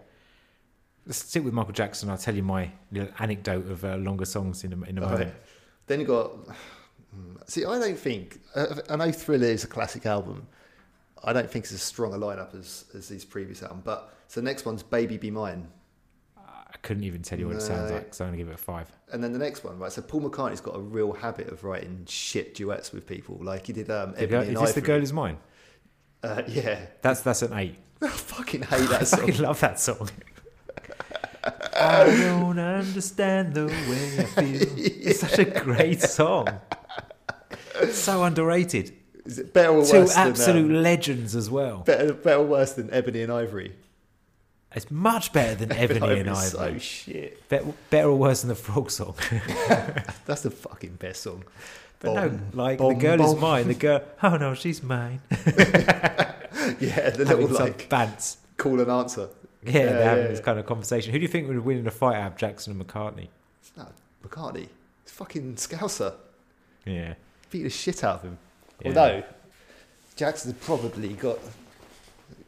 Let's stick with Michael Jackson. I'll tell you my little anecdote of uh, longer songs in a, in a All moment. right. Then you got. Hmm. See, I don't think. I I know Thriller is a classic album. I don't think it's as strong a lineup as as his previous album. But so the next one's Baby Be Mine, I couldn't even tell you what it sounds No. like, so I'm gonna give it a five. and then the next one, right? So Paul McCartney's got a real habit of writing shit duets with people. Like he did. Um, The girl, Ebony is and this the Ivory. girl is mine? Uh, yeah, That's that's an eight. I fucking hate I that song. fucking love that song. I don't understand the way I feel. It's such a great song. So underrated. Is it better or Two worse? absolute Than, um, legends as well. better, better or worse than Ebony and Ivory? It's much better than Ebony and Ivory's so Ivory. shit. Bet- better or worse than the frog song. That's the fucking best song. But no, Bom, like bom, the girl is bom. mine. The girl, oh no, she's mine. Yeah, the Having little some like bants. call and answer. Yeah, Yeah, they're having yeah, this yeah. kind of conversation. Who do you think would win in a fight out of Jackson and McCartney? No, McCartney, it's fucking Scouser Yeah. beat the shit out of him. Yeah. Although Jackson's probably got,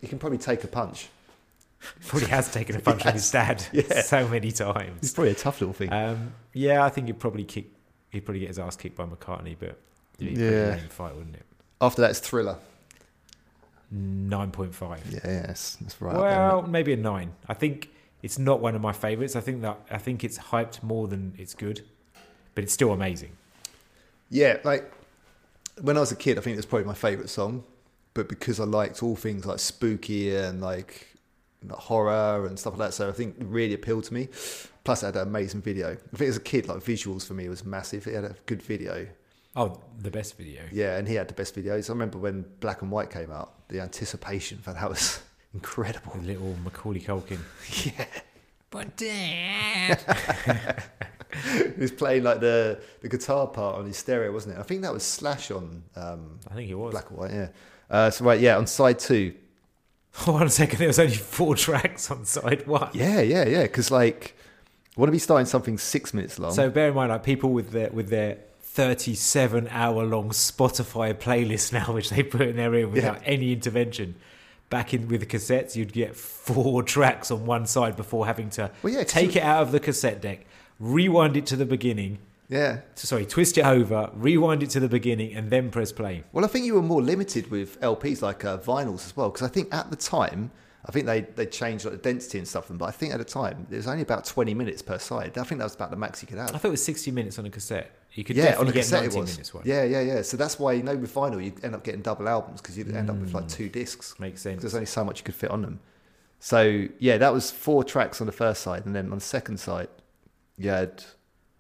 he can probably take a punch. Probably has taken a punch from his dad Yeah. so many He's times. probably a tough little thing. Um, yeah, I think he'd probably kick. He'd probably get his ass kicked by McCartney, but it'd be a Yeah. yeah, fight, wouldn't it? After that, it's Thriller. Nine point five. Yeah, yes, that's right. up there, isn't well, maybe a nine. I think it's not one of my favorites. I think that I think it's hyped more than it's good, but it's still amazing. it? yeah, like when I was a kid, I think it was probably my favourite song. But because I liked all things like spooky and like horror and stuff like that, so I think it really appealed to me. Plus, it had an amazing video. I think as a kid, like visuals for me was massive. It had a good video. Oh, the best video. Yeah, and he had the best videos. I remember when Black and White came out, the anticipation for that was incredible. The little Macaulay Culkin. Yeah, But dad. he was playing like the, the guitar part on his stereo, wasn't it? I think that was Slash on um, I think it was. Black and White. Yeah. Uh, so right, yeah, on side two. Hold on a second. There was only four tracks on side one. Yeah, yeah, yeah. Because like, want to be starting something six minutes long? So bear in mind, like people with their with their thirty-seven hour long Spotify playlist now, which they put in their ear without any intervention. Back in with the cassettes, you'd get four tracks on one side before having to Well, yeah, 'cause take it out of the cassette deck, rewind it to the beginning. yeah. t- Sorry, twist it over, rewind it to the beginning, and then press play. Well, I think you were more limited with LPs like uh, vinyls as well, because I think at the time, I think they they changed like the density and stuff. But I think at the time, it was only about twenty minutes per side. I think that was about the max you could have. I thought it was sixty minutes on a cassette. You could yeah, on definitely a get cassette it ninety was. minutes one. Yeah, yeah, yeah. So that's why you know with vinyl you end up getting double albums because you end up with Hmm. like two discs because makes sense. there's only so much you could fit on them. So yeah, that was four tracks on the first side, and then on the second side, you had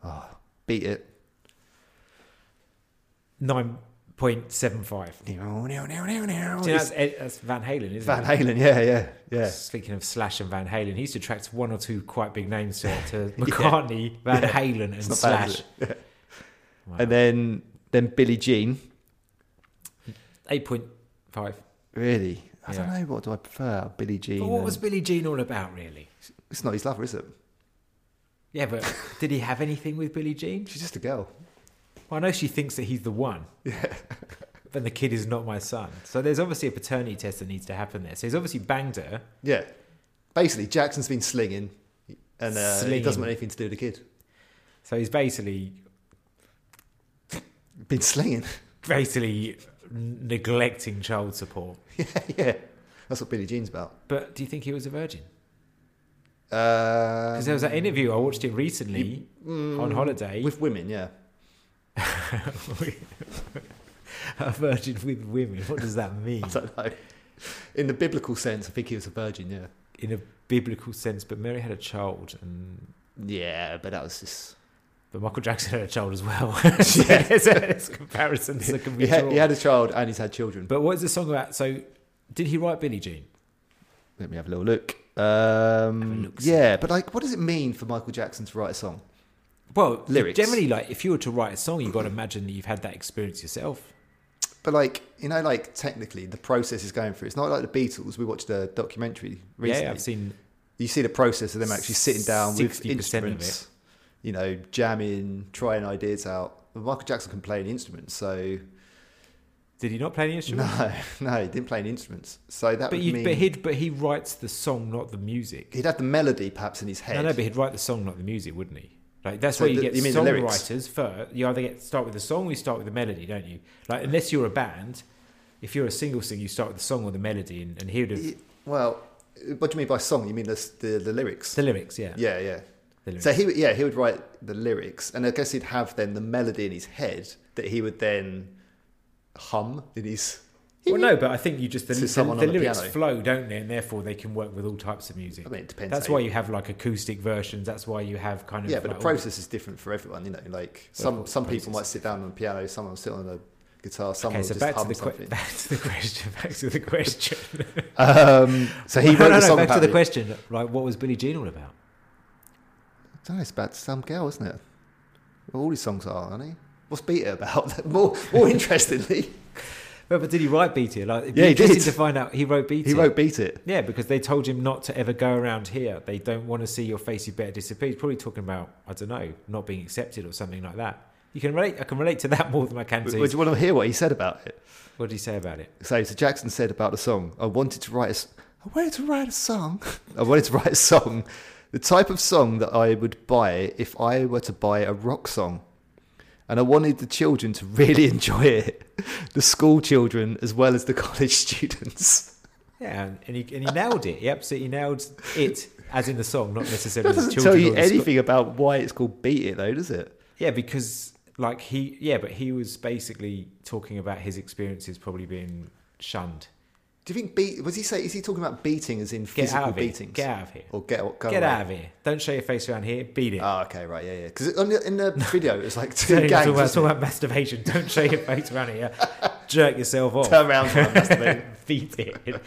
oh, beat it. Nine point seven five. Do you know That's it's Ed- that's Van Halen, isn't Van it? Halen, yeah, yeah, yeah. Speaking of Slash and Van Halen, he used to attract one or two quite big names to, to McCartney, Van Halen, and not bad, is Slash. Wow. And then then Billie Jean. Eight point five. Really, I Yeah. don't know what do I prefer, Billie Jean. But what was and- Billie Jean all about, really? It's not his lover, is it? Yeah, but did he have anything with Billie Jean? She's just a girl. Well, I know she thinks that he's the one. Yeah. But the kid is not my son. So there's obviously a paternity test that needs to happen there. So he's obviously banged her. Yeah. Basically, Jackson's been slinging, and uh, Slinging. it doesn't want anything to do with the kid. So he's basically Been slinging. basically neglecting child support. yeah, yeah. That's what Billie Jean's about. But do you think he was a virgin? Uh, Um, Because there was that interview I watched it recently on holiday. mm, with women, yeah. a virgin with women. What does that mean I don't know. In the biblical sense, I think he was a virgin, yeah. in a biblical sense? But Mary had a child, and Yeah, but that was just. but Michael Jackson had a child as well. so there's, there's comparisons that can be He had, drawn. he had a child and he's had children. But what's the song about? So did he write Billie Jean? Let me have a little look. Um, look, see. yeah, but like, what does it mean for Michael Jackson to write a song? Well, Lyrics. Generally, like if you were to write a song, you've got to imagine that you've had that experience yourself. But like, you know, like technically, the process is going through. It's not like the Beatles. We watched a documentary recently. Yeah, I've seen. you see the process of them actually sitting down with 60% of instruments, you know, jamming, trying ideas out. Well, Michael Jackson can play an instrument, so Did he not play any instrument? no, no, he didn't play any instruments. So that but would you, mean but he but he writes the song, not the music. he'd have the melody perhaps in his head. No, no, but he'd write the song, not the music, wouldn't he? Like that's So where you the- get you mean the lyrics? songwriters first. You either get start with the song, or you start with the melody, don't you? Like unless you're a band, if you're a single singer, you start with the song or the melody, and, and here it is He- well, what do you mean by song? You mean the the, the lyrics? the lyrics. Yeah, yeah, yeah. the lyrics. So he would, yeah, he would write the lyrics, and I guess he'd have then the melody in his head that he would then hum in his. well, no, but I think you just the, To the, someone the on the lyrics piano. flow, don't they? And therefore they can work with all types of music. I mean, it depends. that's how why you- you have like acoustic versions. That's why you have kind of eh? Yeah, but like the all- process is different for everyone. You know, like Well, some of some course, people might sit down on the piano, some will sit on a guitar. Someone oh, Okay, will so just back to, hum the que- something. back to the question. Back to the question. um, so he No, wrote no, the no, song. back to the apparently- question. Right, what was Billie Jean all about? I don't know, it's about some girl, isn't it? Well, all his songs are, aren't he? What's Beat It about? more, more interestingly, But, but did he write Beat It? Like, it'd be Yeah, he interesting did. to find out. He wrote Beat he It. wrote Beat It. Yeah, because they told him not to ever go around here. They don't want to see your face. You better disappear. He's probably talking about I don't know, not being accepted or something like that. You can relate. I can relate to that more than I can to. Would would his- you want to hear what he said about it? What did he say about it? So, so Jackson said about the song, I wanted to write a, s- I wanted to write a song. I wanted to write a song, the type of song that I would buy if I were to buy a rock song. And I wanted the children to really enjoy it, the school children as well as the college students. Yeah, and, and, he, and he nailed it. He absolutely nailed it, as in the song, not necessarily. That the doesn't children tell or you the sco- anything about why it's called Beat It, though, does it? Yeah, because like he, yeah, but he was basically talking about his experiences probably being shunned. Do you think beat? Was he say? Is he talking about beating as in Get physical out of beatings? here. Get out of here. Or get go Get away? out of here. Don't show your face around here. Beat it. Oh, okay, right, yeah, yeah. Because in the video, it's like Don't two even gangs. talk about, wasn't talk about masturbation. Don't show your face around here. Jerk yourself it? off. Turn around. and masturbate. beat it.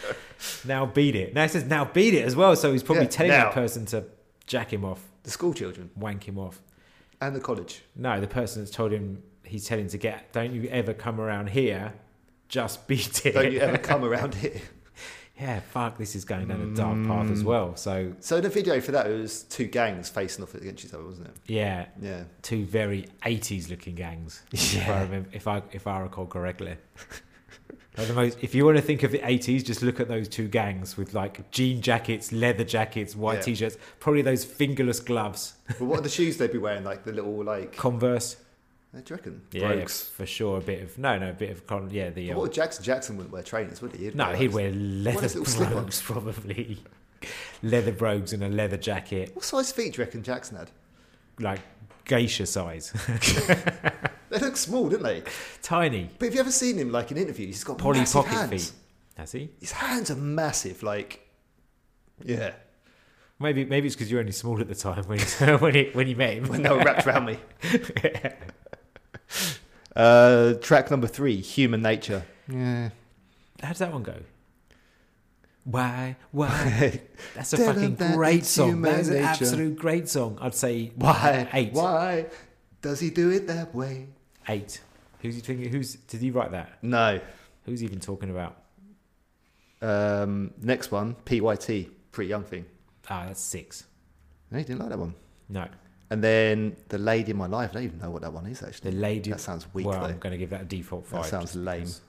now beat it. Now it says now beat it as well. So he's probably Yeah, telling now. that person to jack him off, the school children wank him off. and the college. No, the person that's told him he's telling to get. Don't you ever come around here. Just beat it. Don't you ever come around here? yeah, fuck. This is going down a dark path Mm. as well. So So the video for that it was two gangs facing off against each other, wasn't it? yeah, Yeah. two very '80s looking gangs. If I Yeah. remember, if I if I recall correctly. Like the most, if you want to think of the 80s, just look at those two gangs with like jean jackets, leather jackets, white Yeah. t shirts, probably those fingerless gloves, But what are the shoes they'd be wearing? Like the little like. Converse. Do you reckon? Yeah, yeah, Brokes. for sure. A bit of no, no, a bit of con. Yeah, the But uh, What would Jackson Jackson wouldn't wear trainers, would he? He'd no, wear, he'd like- wear leather his little slip-ons. brogues probably, leather brogues and a leather jacket, What size feet do you reckon Jackson had? like geisha size, They look small, didn't they? tiny, But have you ever seen him like in interviews? He's got polly massive pocket hands. feet. Has he? His hands are massive, like yeah. Maybe, maybe it's because you're only small at the time when he, when he, when you met him. When they were wrapped around me. Uh, track number three, Human Nature. Yeah. How does that one go? Why, why? Why? That's a Tell 'em fucking that great it's song. human That's an nature. absolute great song. I'd say eight, Why does he do it that way? eight. Who's he thinking? Who's did he write that? No. Who's even talking about? Um, next one, PYT, Pretty Young Thing. Ah, that's six. No, you didn't like that one. No, And then The Lady in My Life. I don't even know what that one is, the actually. lady. That sounds weak, well, though. I'm going to give that a default That five. sounds just lame. because-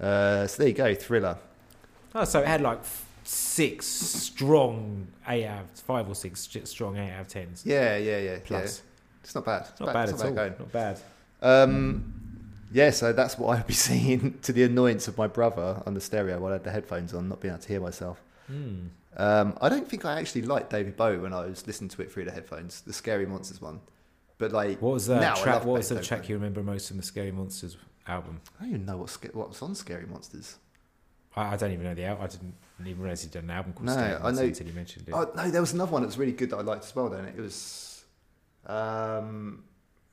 Uh, so there you go, Thriller. Oh, so it had like f- six strong eight out, of, five or six st- strong eight out of tens. Yeah, yeah, yeah. Plus, yeah. It's not bad. It's not bad it's at not all. going. Not bad. Um, yeah, so that's what I'd be singing to the annoyance of my brother on the stereo while I had the headphones on, not being able to hear myself. Hmm. Um, I don't think I actually liked David Bowie when I was listening to it through the headphones, the Scary Monsters one. But like, What was the now I track? love What was the Beethoven. track you remember most from the Scary Monsters album? I don't even know what sca- what was on Scary Monsters. I, I don't even know the album. I didn't even realize he'd done an album called No, Scary I Monsters know- until you mentioned it. Oh no, there was another one that was really good that I liked as well. Then it was, um,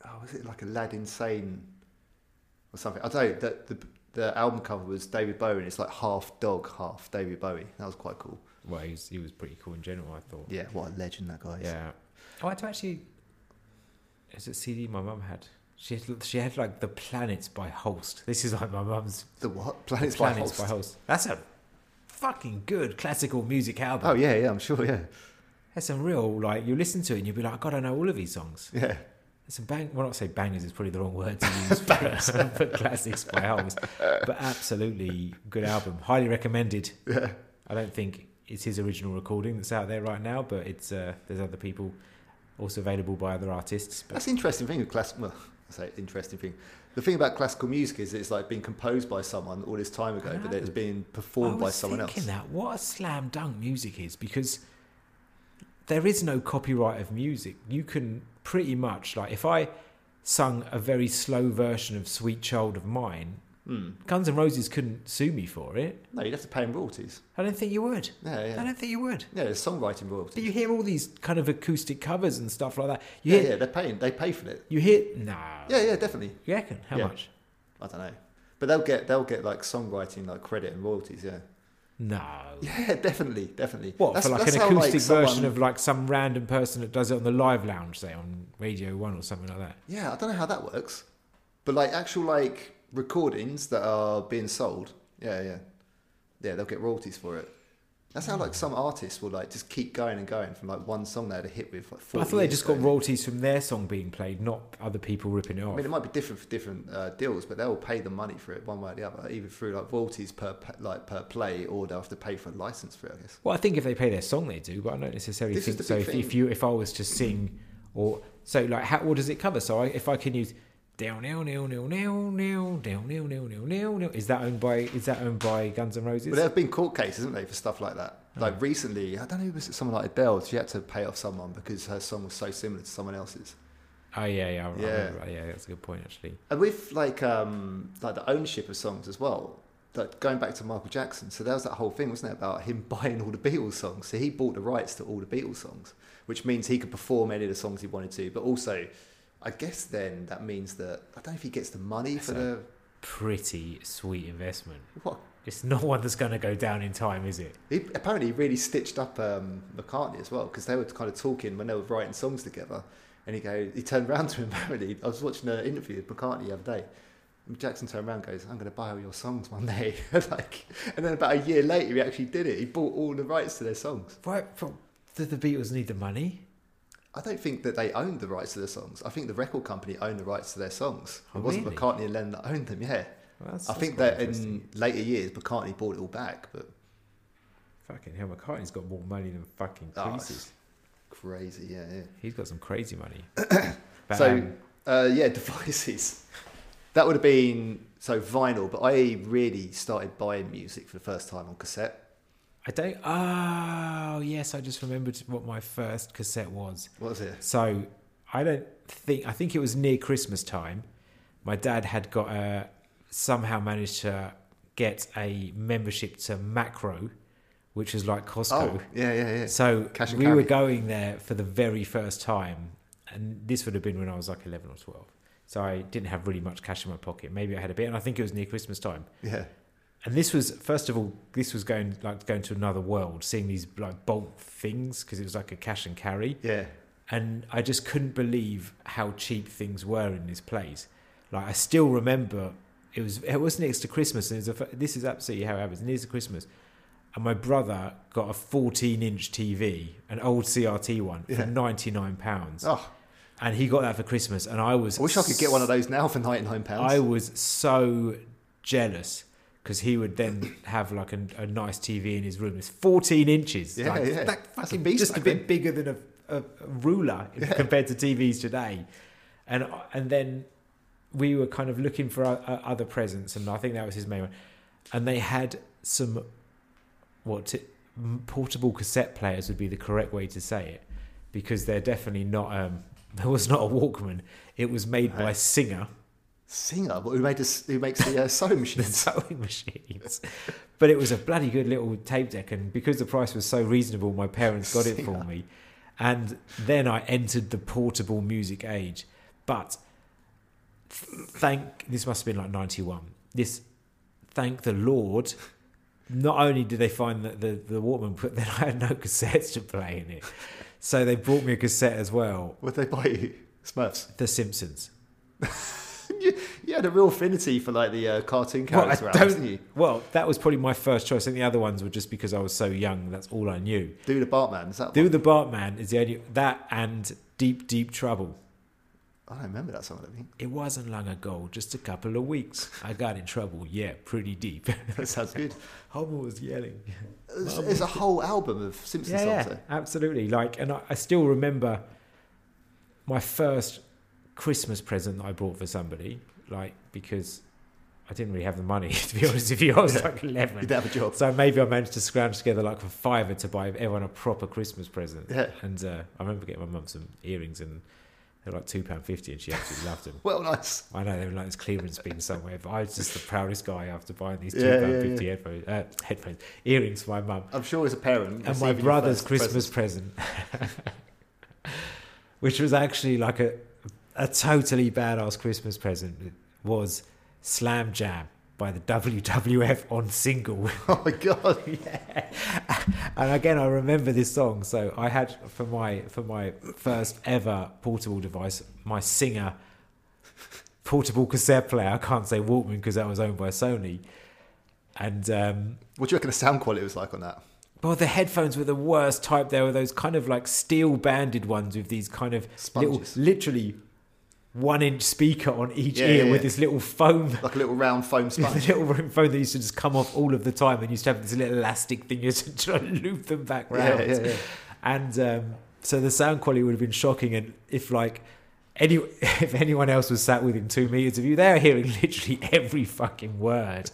oh, was it like a Lad Insane or something? I don't. know. The, the the album cover was David Bowie, and it's like half dog, half David Bowie. That was quite cool. Well, he was, he was pretty cool in general. I thought. Yeah, what a legend that guy is. Yeah. Oh, I had to actually. Is it CD my mum had? She had, she had like the planets by Holst. This is like my mum's The what? Planets, by, planets Holst. by Holst. That's a fucking good classical music album. Oh yeah, yeah, I'm sure. Yeah, That's some real like you listen to it and you'll be like, God, I know all of these songs. yeah. There's some bang. Well, not say bangers is probably the wrong word to use for, for classics by Holmes, but absolutely good album. Highly recommended. Yeah. I don't think it's his original recording that's out there right now, but it's uh, there's other people also available by other artists. But That's the interesting thing with classical. Well, I say interesting thing. The thing about classical music is it's like being composed by someone all this time ago, but it's being performed by someone I was else. thinking that what a slam dunk music is because there is no copyright of music. You can pretty much like if I sung a very slow version of "Sweet Child of Mine," Hmm. Guns N' Roses couldn't sue me for it. No, you'd have to pay him royalties. I don't think you would. Yeah, yeah. I don't think you would. Yeah, there's songwriting But royalties. you hear all these kind of acoustic covers and stuff like that. You Yeah, hear, yeah, they're paying. They pay for it. you hear, no. Yeah, yeah, definitely. You reckon? How Yeah. much? I don't know. But they'll get they'll get like songwriting like credit and royalties, yeah. No. Yeah, definitely, definitely. What for like an how, acoustic version someone- of like some random person that does it on the live lounge, say on Radio One or something like that. Yeah, I don't know how that works. But like actual like recordings that are being sold, yeah, yeah. Yeah, they'll get royalties for it. That's how like some artists will like just keep going and going from like one song they had a hit with like But four. I thought they just got royalties from their song being played, not other people ripping it I off. mean, it might be different for different uh, deals, but they'll pay the money for it one way or the other, either through like royalties per pa- like per play, or they'll have to pay for a license for it. I guess. Well, I think if they pay their song, they do, but I don't necessarily This is think the so. big If, if thing. you, if I was to sing, or so, like, how, what does it cover? So, I, if I can use down, down, down, down, down, down, down, down, down, down, down, down, is that owned by is that owned by Guns N' Roses? But there have been court cases, haven't they, for stuff like that? Oh. Like recently, I don't know, was it someone like Adele? She had to pay off someone because her song was so similar to someone else's. oh yeah, yeah, I Yeah. remember that. yeah. That's a good point, actually. And with like um, like the ownership of songs as well. Like going back to Michael Jackson, so there was that whole thing, wasn't it, about him buying all the Beatles songs? So he bought the rights to all the Beatles songs, which means he could perform any of the songs he wanted to. But also, I guess then that means that I don't know if he gets the money for So- the Pretty sweet investment. what. It's not one that's going to go down in time, is it? He apparently he really stitched up um, McCartney as well because they were kind of talking when they were writing songs together. And he go, he turned around to him. Apparently, I was watching an interview with McCartney the other day. And Jackson turned around and goes, I'm going to buy all your songs one day. like, and then about a year later, he actually did it. He bought all the rights to their songs. Right? But did the Beatles need the money? I don't think that they owned the rights to their songs. I think the record company owned the rights to their songs. Oh, it wasn't really? McCartney and Lennon that owned them, yeah. Well, that's, I that's think quite that interesting. in later years, McCartney bought it all back. But fucking hell, McCartney's got more money than fucking oh, it's Jesus. crazy, yeah, yeah. He's got some crazy money. so, um, uh, yeah, devices. That would have been so vinyl, but I really started buying music for the first time on cassette. I don't. Oh, yes, I just remembered what my first cassette was. What was it? So I don't think. I think it was near Christmas time. My dad had got a somehow managed to get a membership to Macro, which is like Costco. Oh, yeah, yeah, yeah. So Cash and we were carry. going there for the very first time, and this would have been when I was like eleven or twelve. So I didn't have really much cash in my pocket. Maybe I had a bit, and I think it was near Christmas time. Yeah, And this was first of all, this was going like going to another world, seeing these like bolt things because it was like a cash and carry, yeah. and I just couldn't believe how cheap things were in this place. Like I still remember it was it was next to Christmas, and it was a, fir- this is absolutely how it happens. Next to Christmas, and my brother got a 14 inch TV, an old CRT one, for Yeah. 99 pounds, Oh, and he got that for Christmas, and I was I wish I could get one of those now for £99. I was so jealous because he would then have like a, a nice TV in his room. It's 14 inches. Yeah, like, yeah. That That's a fucking beast just a back bit then. bigger than a, a, a ruler compared to TVs today. And and then we were kind of looking for o- o- other presents, and I think that was his main one. And they had some what t- m- portable cassette players would be the correct way to say it because they're definitely not. Um, there was not a Walkman. It was made by Right. Singer. Singer, who, made us, who makes the uh, sewing the machines. sewing machines. But it was a bloody good little tape deck, and because the price was so reasonable, my parents got it for me. And then I entered the portable music age. But thank this must have been like ninety one. This thank the Lord. Not only did they find that the, the Walkman, but then I had no cassettes to play in it. So they brought me a cassette as well. Would they buy you? Smurfs. The Simpsons. you, you had a real affinity for like the uh, cartoon character, well, I around, didn't you? don't, well, that was probably my first choice. and the other ones were just because I was so young. That's all I knew. Do the Bartman, is that Do one? the Bartman is the only that and Deep Deep Trouble. I don't remember that song, I don't think. It wasn't long ago, just a couple of weeks. I got in trouble. Yeah, pretty deep. That sounds good. Homer was yelling. It's, it's a whole album of Simpsons Yeah, songs, yeah, though. absolutely. Like, and I, I still remember my first Christmas present that I bought for somebody. Like, because I didn't really have the money to be honest. If you, I was like You eleven. didn't have a job. So maybe I managed to scrounge together like a fiver to buy everyone a proper Christmas present. Yeah. And uh, I remember getting my mum some earrings and they were like two pound fifty, and she absolutely loved them. Well, nice. I know they were like this clearance bin somewhere, but I was just the proudest guy after buying these two Yeah, pound yeah, fifty headphones, uh, headphones earrings for my mum I'm sure as a parent. and my receiving your brother's first Christmas present, which was actually like a a totally badass Christmas present, was Slam Jam by the WWF on single. Oh my god! and again, I remember this song. So I had for my for my first ever portable device, my Singer portable cassette player. I can't say Walkman because that was owned by Sony. And um, What do you reckon the sound quality was like on that? well, the headphones were the worst type. They were those kind of like steel banded ones with these kind of Sponges. little, literally one inch speaker on each Yeah, ear yeah, with yeah. this little foam Like a little round foam the sponge. little room phone that used to just come off all of the time and used to have this little elastic thing you used to try and loop them back round. Yeah, yeah, yeah. And um, so the sound quality would have been shocking. And if like any if anyone else was sat within two meters of you, they are hearing literally every fucking word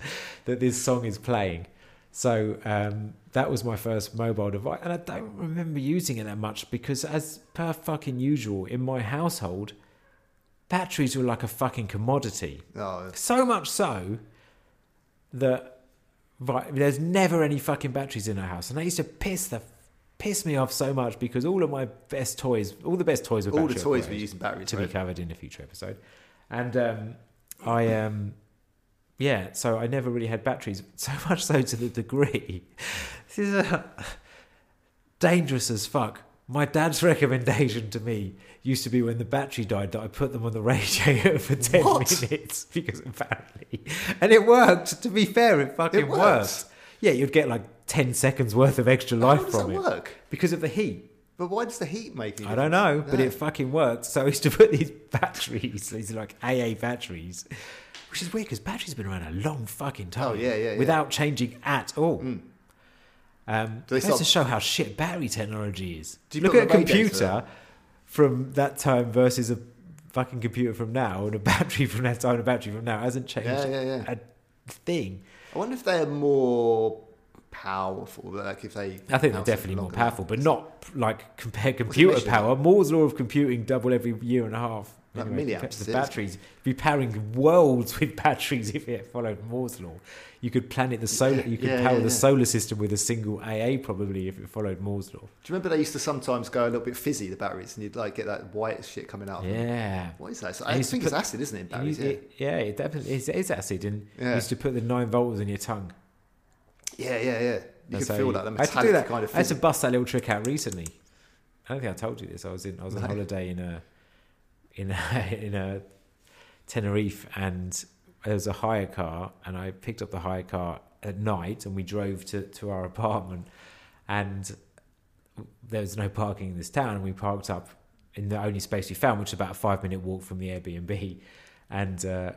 that this song is playing. So um, that was my first mobile device, and I don't remember using it that much because, as per fucking usual, in my household, batteries were like a fucking commodity. Oh, So much so that right, there's never any fucking batteries in our house, and that used to piss the piss me off so much because all of my best toys, all the best toys were all the battery toys were operated, using batteries. to be right? covered in a future episode, and um, I um. Yeah, so I never really had batteries, so much so to the degree. This is a, dangerous as fuck. My dad's recommendation to me used to be when the battery died that I put them on the radiator for 10 What? minutes because apparently. And it worked. To be fair, it fucking It works. worked. Yeah, you'd get like 10 seconds worth of extra life How does from that it work? because of the heat. But why does the heat make it? I don't know, but No. it fucking worked. So I used to put these batteries, these like AA batteries, which is weird because batteries have been around a long fucking time. Oh, yeah, yeah, yeah. Without changing at all. Um, Do they goes to stop- show how shit battery technology is. Do you Look put at a the radiator computer from that time versus a fucking computer from now, and a battery from that time, and a battery from now. It hasn't changed Yeah, yeah, yeah. a thing. I wonder if they are more powerful. Like if they, I think they're lasted definitely more longer. powerful, but not like compare computer measure? power. Moore's law of computing double every year and a half. Like compared milliamps, to it the is. batteries. You'd be powering worlds with batteries if it followed Moore's law. You could planet the solar. You could yeah, power yeah, the yeah. solar system with a single AA probably if it followed Moore's law. Do you remember they used to sometimes go a little bit fizzy the batteries, and you'd like get that white shit coming out? of them? Yeah. What is that? So I I used to think it's put- acid, isn't Oh, it? in And you- Batteries. Yeah. it- yeah, it definitely is, it is acid. And you Yeah. used to put the nine volts on your tongue. yeah, yeah, yeah. You That's can how feel that the I had metallic to do that. kind of. I had to Fizzy. bust that little trick out recently. I don't think I told you this. I was in. I was on No. holiday in a, in a, in a Tenerife, and there was a hire car, and I picked up the hire car at night, and we drove to to our apartment, and there was no parking in this town, and we parked up in the only space we found, which is about a five minute walk from the Airbnb, and uh,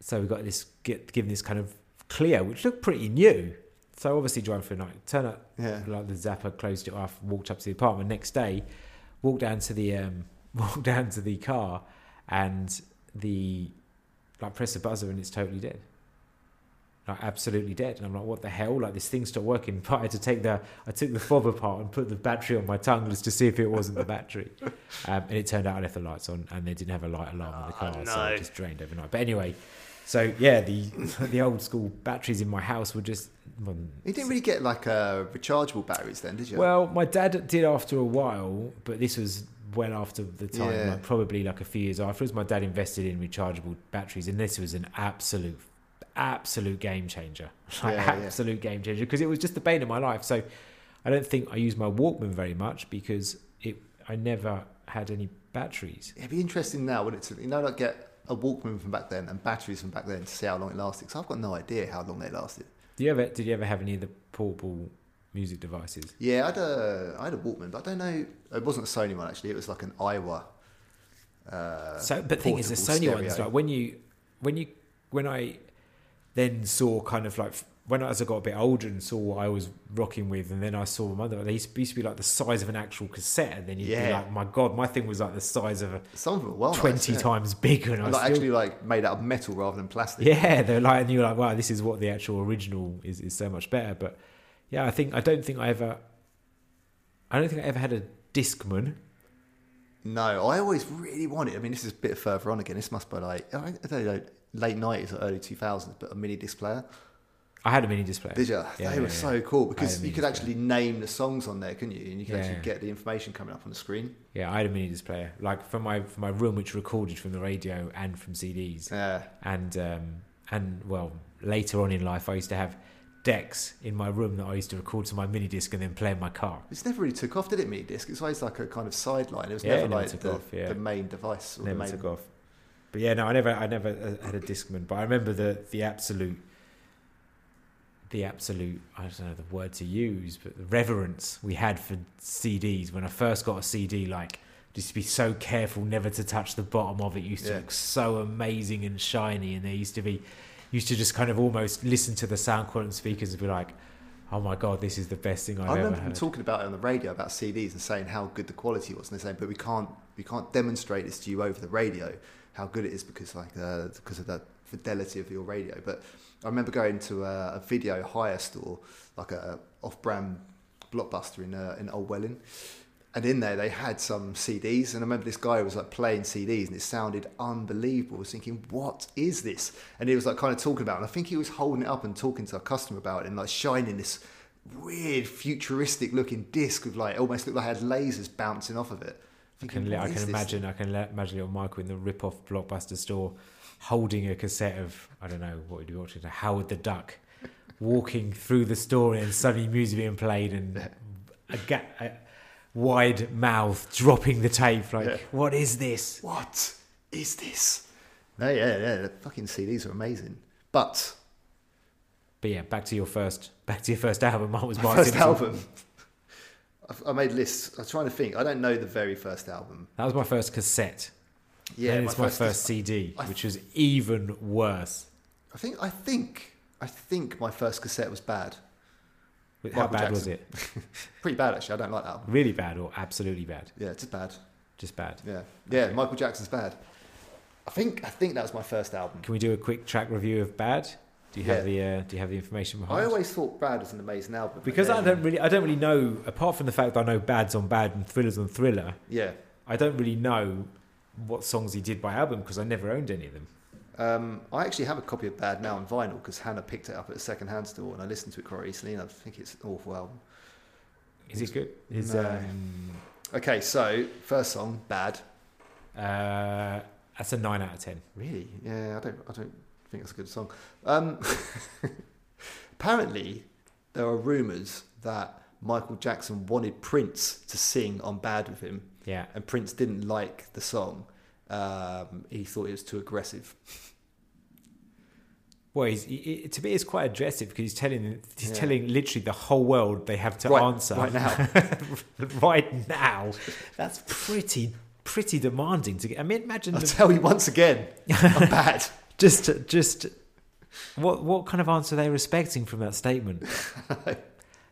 so we got this get given this kind of clear, which looked pretty new. So obviously driving for a night, turn up Yeah. like the zapper closed it off, walked up to the apartment next day, walked down to the um, walked down to the car, and the like press the buzzer and it's totally dead. Like absolutely dead, and I'm like, what the hell? Like this thing stopped working. But I had to take the I took the fob apart and put the battery on my tongue just to see if it wasn't the battery, um, and it turned out I left the lights on, and they didn't have a light alarm in the car, Oh, so no. it just drained overnight. But anyway, so yeah, the the old school batteries in my house were just well, You didn't really get like uh, rechargeable batteries then, did you? well, my dad did after a while, but this was well after the time, Yeah. like probably like a few years afterwards. My dad invested in rechargeable batteries, and this was an absolute, absolute game changer. Like, Yeah, yeah. absolute game changer because it was just the bane of my life. So I don't think I used my Walkman very much because it I never had any batteries. It'd be interesting now, wouldn't it? To, you know, like get a Walkman from back then and batteries from back then to see how long it lasted. Because I've got no idea how long they lasted. Do you ever did you ever have any of the portable music devices? Yeah, I had a I had a Walkman, but I don't know. It wasn't a Sony one actually. It was like an Iowa. Uh, so but the thing is the sony portable ones stereo. like when you when you when i then saw kind of like when I- as i got a bit older and saw what i was rocking with and then i saw my mother they used to used to be like the size of an actual cassette and then you'd be Yeah. like my god my thing was like the size of a Some of them were well nice, 20 yeah. times bigger and i And was like still, actually like made out of metal rather than plastic. yeah they're like and you're like wow this is what the actual original is is so much better but yeah i think i don't think i ever i don't think i ever had a discman No, I always really wanted. I mean, this is a bit further on again. This must be like I don't know, late nineties or early two thousands, but a mini disc player. i had a mini display Did you? Yeah, they yeah, were yeah. so cool because mini you could disc actually name the songs on there, couldn't you? And you could Yeah, actually yeah. get the information coming up on the screen. Yeah, I had a mini display, Uh, like for my for my room, which recorded from the radio and from CDs. Yeah, And um, and well, later on in life, I used to have decks in my room that I used to record to my mini disc and then play in my car. It's never really took off, did it? Me disc. It's always like a kind of sideline. It was Yeah, never it never like took the, off, yeah. the main device or the Never main. took off. But yeah, no, I never, I never uh, had a discman. But I remember the the absolute, the absolute. I don't know the word to use, but the reverence we had for CDs when I first got a CD. Like, just to be so careful never to touch the bottom of it. Used to Yeah. look so amazing and shiny, and there used to be, used to just kind of almost listen to the sound quality of speakers and be like, "Oh my god, this is the best thing I've I ever remember them heard." talking about it on the radio about CDs and saying how good the quality was, and they're saying, "But we can't, we can't demonstrate this to you over the radio how good it is because like uh, because of the fidelity of your radio." But I remember going to a, a video hire store, like a off-brand blockbuster in uh, in Old Welling, and in there they had some CDs, and I remember this guy was like playing CDs, and it sounded unbelievable. I was thinking, "What is this?" And he was like kind of talking about, it. and I think he was holding it up and talking to a customer about it, and like shining this weird futuristic looking disc with like almost looked like it had lasers bouncing off of it. I Thinking, can, li- "What I is can this imagine. I can li- imagine little Michael in the rip-off blockbuster store, holding a cassette of I don't know what would you watching, Howard the Duck, walking through the store and suddenly music being played and a, ga- a wide mouth dropping the tape like, Yeah. what is this? What is this? No, yeah, yeah, the fucking CDs are amazing. But But yeah, back to your first, back to your first album. Mine was my Mark first Simpson. album, I've- I made lists. I'm trying to think. I don't know the very first album. That was my first cassette. Yeah, and it's my, first, disc- CD, I- which was even worse. I think. I think. I think my first cassette was bad. How Michael bad was Jackson. it? Pretty bad actually. I don't like that album. Really bad or absolutely bad? Yeah, it's bad. Just bad. Yeah, yeah. Michael Jackson's bad. I think. I think that was my first album. Can we do a quick track review of Bad? Do you have Yeah. the uh, Do you have the information behind? I always thought Bad was an amazing album because and I then- don't really I don't really know. Apart from the fact that I know Bad's on Bad and Thriller's on Thriller, Yeah, I don't really know what songs he did by album because I never owned any of them. um, I actually have a copy of Bad now on vinyl because Hannah picked it up at a second-hand store and I listened to it quite recently and I think it's an awful album. Is it good? Is No. um, Okay, so first song, Bad. uh, that's a nine out of ten. Really? Yeah, I don't. I don't think that's a good song. Um, apparently, there are rumours that Michael Jackson wanted Prince to sing on Bad with him, Yeah, and Prince didn't like the song. Um, he thought it was too aggressive. well, he's, he, he- to me, it's quite aggressive because he's telling he's Yeah. telling literally the whole world they have to Right- answer right now. right now, that's pretty pretty demanding to get. I mean, imagine I'll the- tell you once again, I'm bad. just just what what kind of answer are they respecting from that statement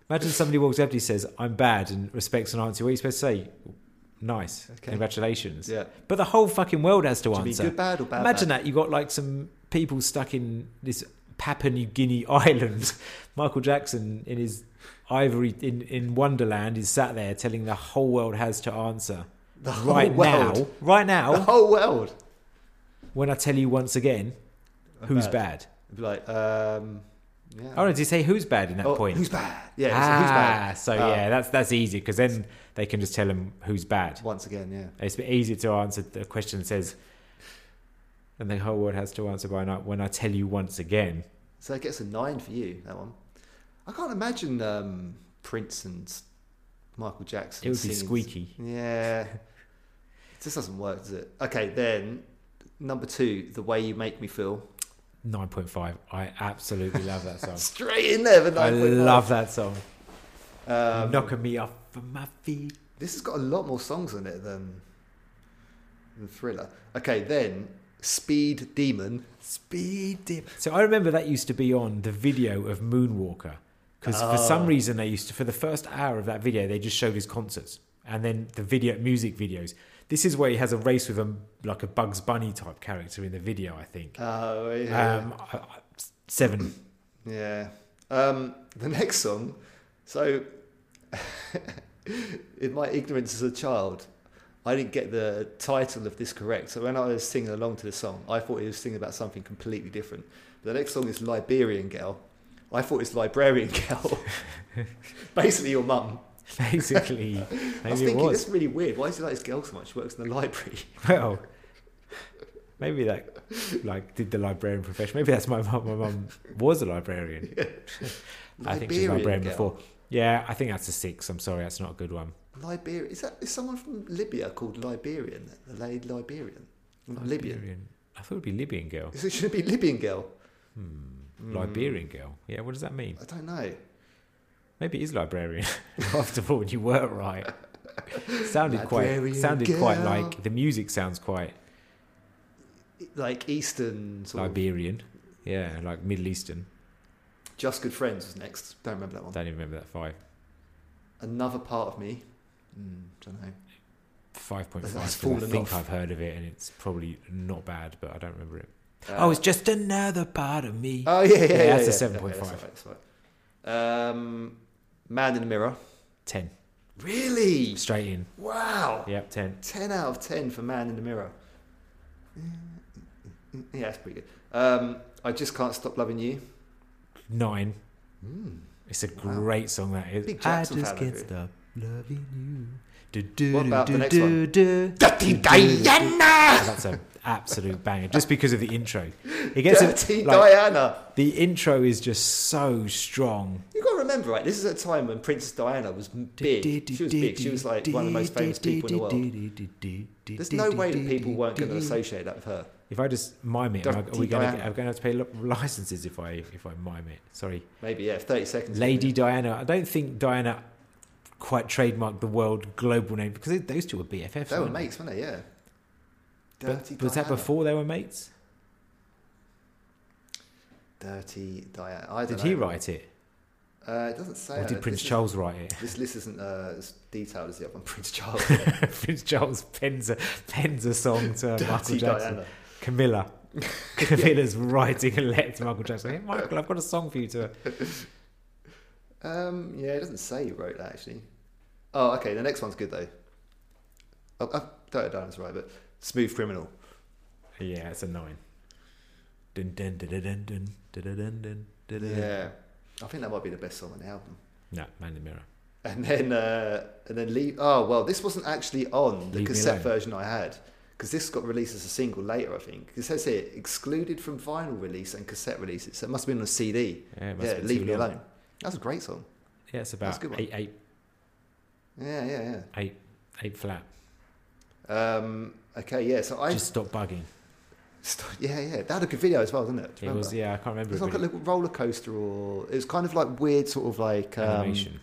imagine somebody walks up to you says i'm bad and respects an answer what are you supposed to say nice Okay. congratulations Yeah. but the whole fucking world has to Do you mean answer good bad or bad? imagine bad? that you got like some people stuck in this papua new guinea island michael jackson in his ivory in, in wonderland is sat there telling the whole world has to answer The whole right world. now right now The whole world. when i tell you once again I'm who's bad. bad It'd be like, um, yeah. Oh, no, did he say who's bad in that Oh, point? Who's bad? Yeah. ah, it's- Who's bad? so Ah. yeah, that's that's easy because then they can just tell him who's bad. Once again, yeah. It's a bit easier to answer the question that says, and the whole world has to answer by now. When I tell you once again, So that gets a nine for you, that one. I can't imagine um, Prince and Michael Jackson. it would be singing- squeaky. Yeah. It just doesn't work, does it? Okay, then number two, The Way You Make Me Feel. Nine point five. I absolutely love that song. Straight in there for Oh. I 9.9. love that song. Um, Knocking me off of my feet. This has got a lot more songs on it than, than Thriller. Okay, then Speed Demon. Speed dip. So I remember that used to be on the video of Moonwalker because for some Oh. reason they used to for the first hour of that video they just showed his concerts and then the video music videos. This is where he has a race with a like a Bugs Bunny type character in the video, I think. Oh, yeah. Um, I- I- seven. Yeah. Um, the next song. So, in my ignorance as a child, I didn't get the title of this correct. So when I was singing along to the song, I thought he was singing about something completely different. The next song is Liberian Girl. I thought it's Librarian Girl. Basically, your mum. Basically, I was maybe it thinking, this was. is really weird. Why does he like this girl so much? She works in the library. Well, Maybe that, like, did the librarian profession. Maybe that's my mum. My mum was a librarian. I think she was a Liberian librarian girl. before. Yeah, I think that's a six. I'm sorry, that's not a good one. Liberia. Is that is someone from Libya called Liberian? The lady Liberian. Libyan. I thought it would be Libyan girl. Mm. Is it should it be Libyan girl? Liberian girl. Yeah, what does that mean? I don't know. Maybe it is librarian. After all, you were right. sounded quite. Librarian Sounded quite girl. like the music sounds quite Like Eastern sort of- Liberian. Yeah, like Middle Eastern. Just Good Friends was next. Don't remember that one. Don't even remember that five. Another part of me. Mm, don't know. Five point That's five. I fallen think off. I've heard of it, and it's probably not bad, but I don't remember it. Uh, oh, it's just another part of me. Oh yeah, yeah, yeah. Yeah, that's a yeah. 7.5. Okay, that's all right, that's all right. Um, Man in the Mirror. Ten Really? straight in. Wow. Yep, ten. Ten out of ten for Man in the Mirror. Yeah, that's pretty good. Um, I just can't stop loving you. Nine. It's a Hmm. Wow. great song that is. Big Jackson I just fan, can't I agree. stop loving you. Do, do, What about the do, next do, one? do. Dirty Diana. That's an absolute banger, just because of the intro. It gets Dirty it, like, Diana. the intro is just so strong. You got to remember, right? This is a time when Princess Diana was big. She was big. She was like one of the most famous people in the world. world. There's no way that people weren't going to associate that with her. If I just mime it, am I, are Dirty we going Diana. to, I'm going to have to pay lo- licenses if I if I mime it. Sorry, Maybe yeah, thirty seconds. Lady Diana. I don't think Diana quite trademarked the world global name because it, those two were BFFs. They were weren't they? mates, weren't they? Yeah. But, Dirty was that Diana. before they were mates? Dirty Diana. I don't Did know. he write it, Uh, it doesn't say. or I did don't- Prince this Charles write it? Is, this list isn't uh, as detailed as the other one. Prince Charles. Prince Charles pens a, pens a song to Michael Dirty Jackson. Diana. Camilla. Camilla's writing a letter to Michael Jackson. Hey, Michael, I've got a song for you to. Um, yeah, it doesn't say who wrote that actually. Oh, okay. The next one's good though. Oh, oh, Dirty Diana's right, but Smooth Criminal. Yeah, it's a nine. Dun, dun, dun, dun, dun, dun, dun, dun, dun, dun, dun, dun. Yeah, I think that might be the best song on the album. No, Man in the Mirror. And then uh, and then leave. Oh well, this wasn't actually on the Leave Me cassette Alone. version I had because this got released as a single later. I think it says here excluded from vinyl release and cassette releases. So it must have been on a CD. Yeah, it must Yeah, be leave too me long. alone. That's a great song. Yeah, That's it's a about good one. eight, eight, Yeah, yeah, eight, eight flat. yeah. Um, okay, yeah. So I Just stop bugging. st- yeah, yeah. That had a good video as well, didn't it? Do you It was, remember? yeah, I can't remember. It was It, like a but it- little roller coaster, or it was kind of like weird, sort of like um, it animation.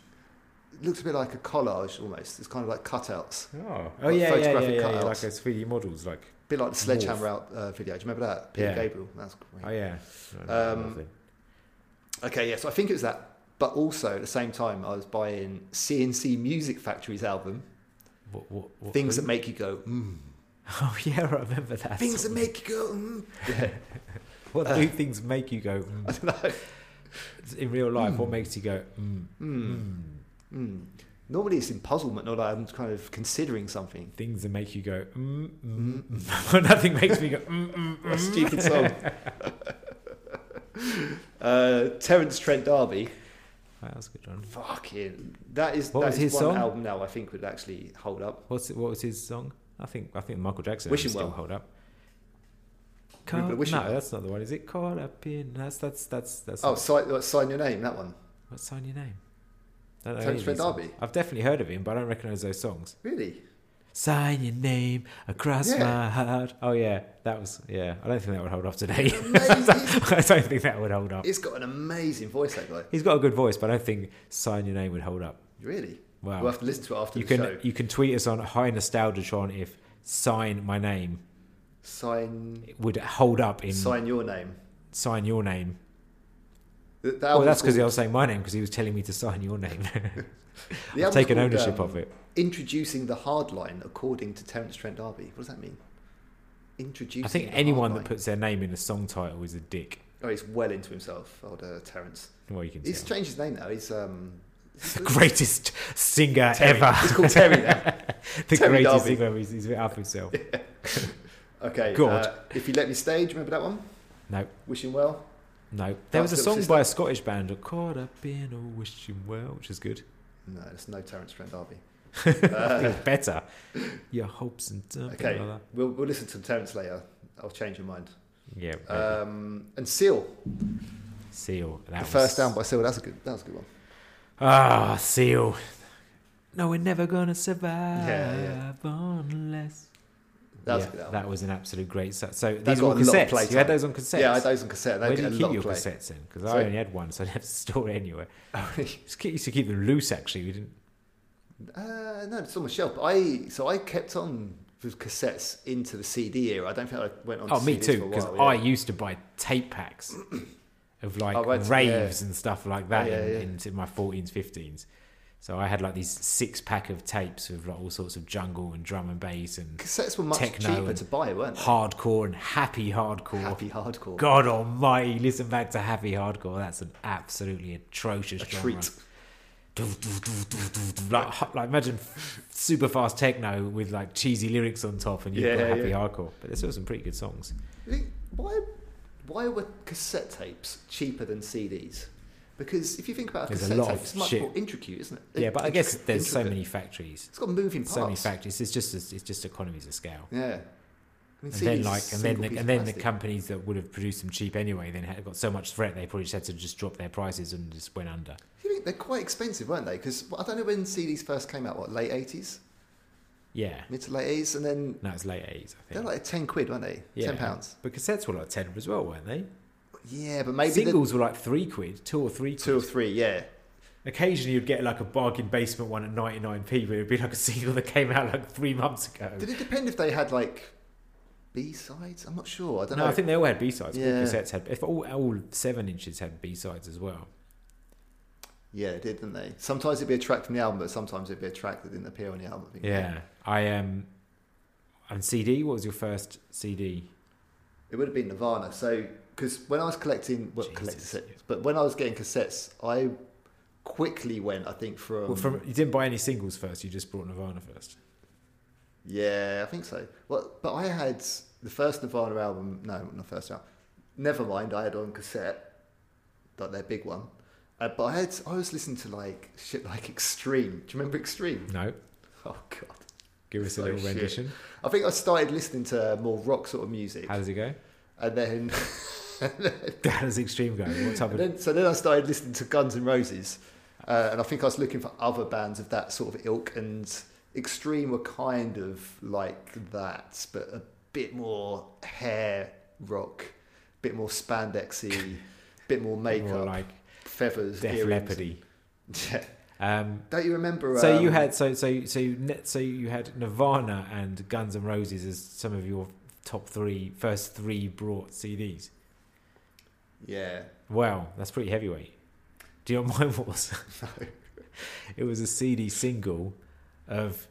looks a bit like a collage almost. It's kind of like cutouts, Oh, oh like yeah, yeah, yeah, yeah, photographic yeah, cutouts. like a 3D models, like a bit like the sledgehammer out uh, video. Do you remember that? Peter Yeah. Gabriel. That's great. oh yeah. No, no, Um, lovely. Okay, yeah, so I think it was that. But also at the same time, I was buying CNC Music Factory's album, What, what, what, Things who? That Make You Go, mm. Oh yeah, I remember that. Things That song. Make You Go, mm. What Uh, do things make you go mm. I don't know. in real life? Hmm. What makes you go mm, Mm. mm. Mm. Normally it's in puzzlement, or like I'm kind of considering something. Things that make you go mm, mm, Hmm. mm. Nothing makes me go mm, mm, What a mm. stupid song. uh, Terence Trent D'Arby. Oh, that was a good one. Fucking. That is, What that was is his one song? album now I think would actually hold up. What's what was his song? I think I think Michael Jackson. Wishing would still Well. Hold up. Remember Caught- Wishing no, Well? that's not the one. Is it caught up in? That's that's that's that's. Oh, sign, uh, sign Your Name, that one. What's sign your name? I don't know Terence any of Trent these songs. D'Arby. I've definitely heard of him, but I don't recognise those songs. Really? Sign your name across Yeah. my heart. Oh yeah, that was yeah. I don't think that would hold up today. Amazing. I don't think that would hold up. it's got an amazing voice, that guy. He's got a good voice, but I don't think "Sign Your Name" would hold up. Really? Wow. We'll have to listen to it after You the can show. you can tweet us on High Nostalgiatron if "Sign My Name" Sign would hold up in "Sign, Sign Your Name. Your Name." Th- The Oh, album's that's because I called- was saying my name because he was telling me to sign your name. the I've album's taken called, ownership um, of it. Introducing the Hard Line according to Terence Trent D'Arby. What does that mean? Introducing. I think the anyone Hard that Line. puts their name in a song title is a dick. Oh, he's well into himself, old uh, Terence. Well, you can He's tell. changed his name now. He's um. the greatest singer Terry. ever. He's called Terry now. the Terry greatest Darby. singer ever. He's, he's a bit up himself. Okay. God. Uh, if you let me stage, remember that one? No, Wishing well. no. There was a Little song Sister. by a Scottish band, Caught Up in a Wishing Well, which is good. No, it's no Terence Trent D'Arby. It's better. Your hopes and something Okay, like that. we'll we'll listen to Terence later. I'll change your mind. Yeah. maybe. Um, and Seal, Seal. That the was- first down by Seal. That's a good. That was a good one. Ah, Seal. No, we're never gonna survive yeah. unless. That was Yeah, a good album. that was an absolute great set. So That these got were a on lot of cassettes. playtime. You had those on cassettes. Yeah, I had those on cassette. They Where get did a you lot keep of play. your cassettes in? Because So- Oh, I only had one, so I didn't have to store it anywhere. Just keep, used to keep them loose. Actually, we didn't. Uh, no, it's on my shelf. I so I kept on with cassettes into the CD era. I don't think I went on. Oh, to me CDs too. for a Because while, yeah. I used to buy tape packs of like Oh, right, raves and stuff like that Oh, yeah, in, yeah. into my fourteens, fifteens. So I had like these six pack of tapes with like all sorts of jungle and drum and bass and cassettes were much techno cheaper and to buy, weren't they? hardcore and happy hardcore. Happy hardcore. God Almighty! Listen back to happy hardcore. That's an absolutely atrocious a genre. treat. Doof, doof, doof, doof, doof, doof. like, like imagine super fast techno with like cheesy lyrics on top and you've Yeah, got happy yeah. hardcore but there's still some pretty good songs You think, Why? Why were cassette tapes cheaper than CDs? Because if you think about a There's a cassette lot tape, of it's much shit. more intricate, isn't it? yeah but i guess Intricate- there's so intricate. many factories It's got moving parts. so many factories it's just it's just economies of scale Yeah. I mean, and CDs then 's like and then single piece the, of and then the plastic. companies that would have produced them cheap anyway then had got so much threat they probably just had to just drop their prices and just went under You think they're quite expensive, weren't they? Because I don't know when CDs first came out. What late eighties, yeah mid to late eighties, and then no it's late 80s i They're think like ten quid, weren't they? Yeah. Ten pounds. but cassettes were like 10 as well weren't they Yeah, but maybe the singles were like three quid two or three quid. two or three. Yeah, Occasionally, you'd get like a bargain basement one at 99p, but it'd be like a single that came out like three months ago. did it depend if they had like B sides? I'm not sure. I don't no, know. I think they all had B sides. Yeah. All cassettes had, if all, all seven inches had B sides as well. yeah, it did, didn't they? Sometimes it'd be a track from the album, but sometimes it'd be a track that didn't appear on the album. I think. Yeah, I um, and CD. What was your first CD? it would have been Nirvana. So because when I was collecting, well, Jesus, collecting cassettes, yeah. but when I was getting cassettes, I quickly went. I think from, well, from you didn't buy any singles first. You just bought Nirvana first. yeah, I think so. Well, but I had the first Nirvana album. No, not the first album. Nevermind, I had on cassette, like their big one. Uh, but I had I was listening to like shit like Extreme. Do you remember Extreme? No, Oh god, give us Oh, a little shit. rendition. I think I started listening to more rock sort of music, How does it go? and then, and then, How does Extreme go? What type and of? then so then I started listening to Guns N' Roses, uh, and I think I was looking for other bands of that sort of ilk, and Extreme were kind of like that, but a bit more hair rock, bit more spandexy, bit more makeup, More like feathers, Def earrings. Leppardy. Yeah. Um, Don't you remember? So you um, had so so so you ne- so you had Nirvana and Guns N' Roses as some of your top three first three brought CDs. yeah. Wow, that's pretty heavyweight. Do you know what mine was? No. It was a CD single of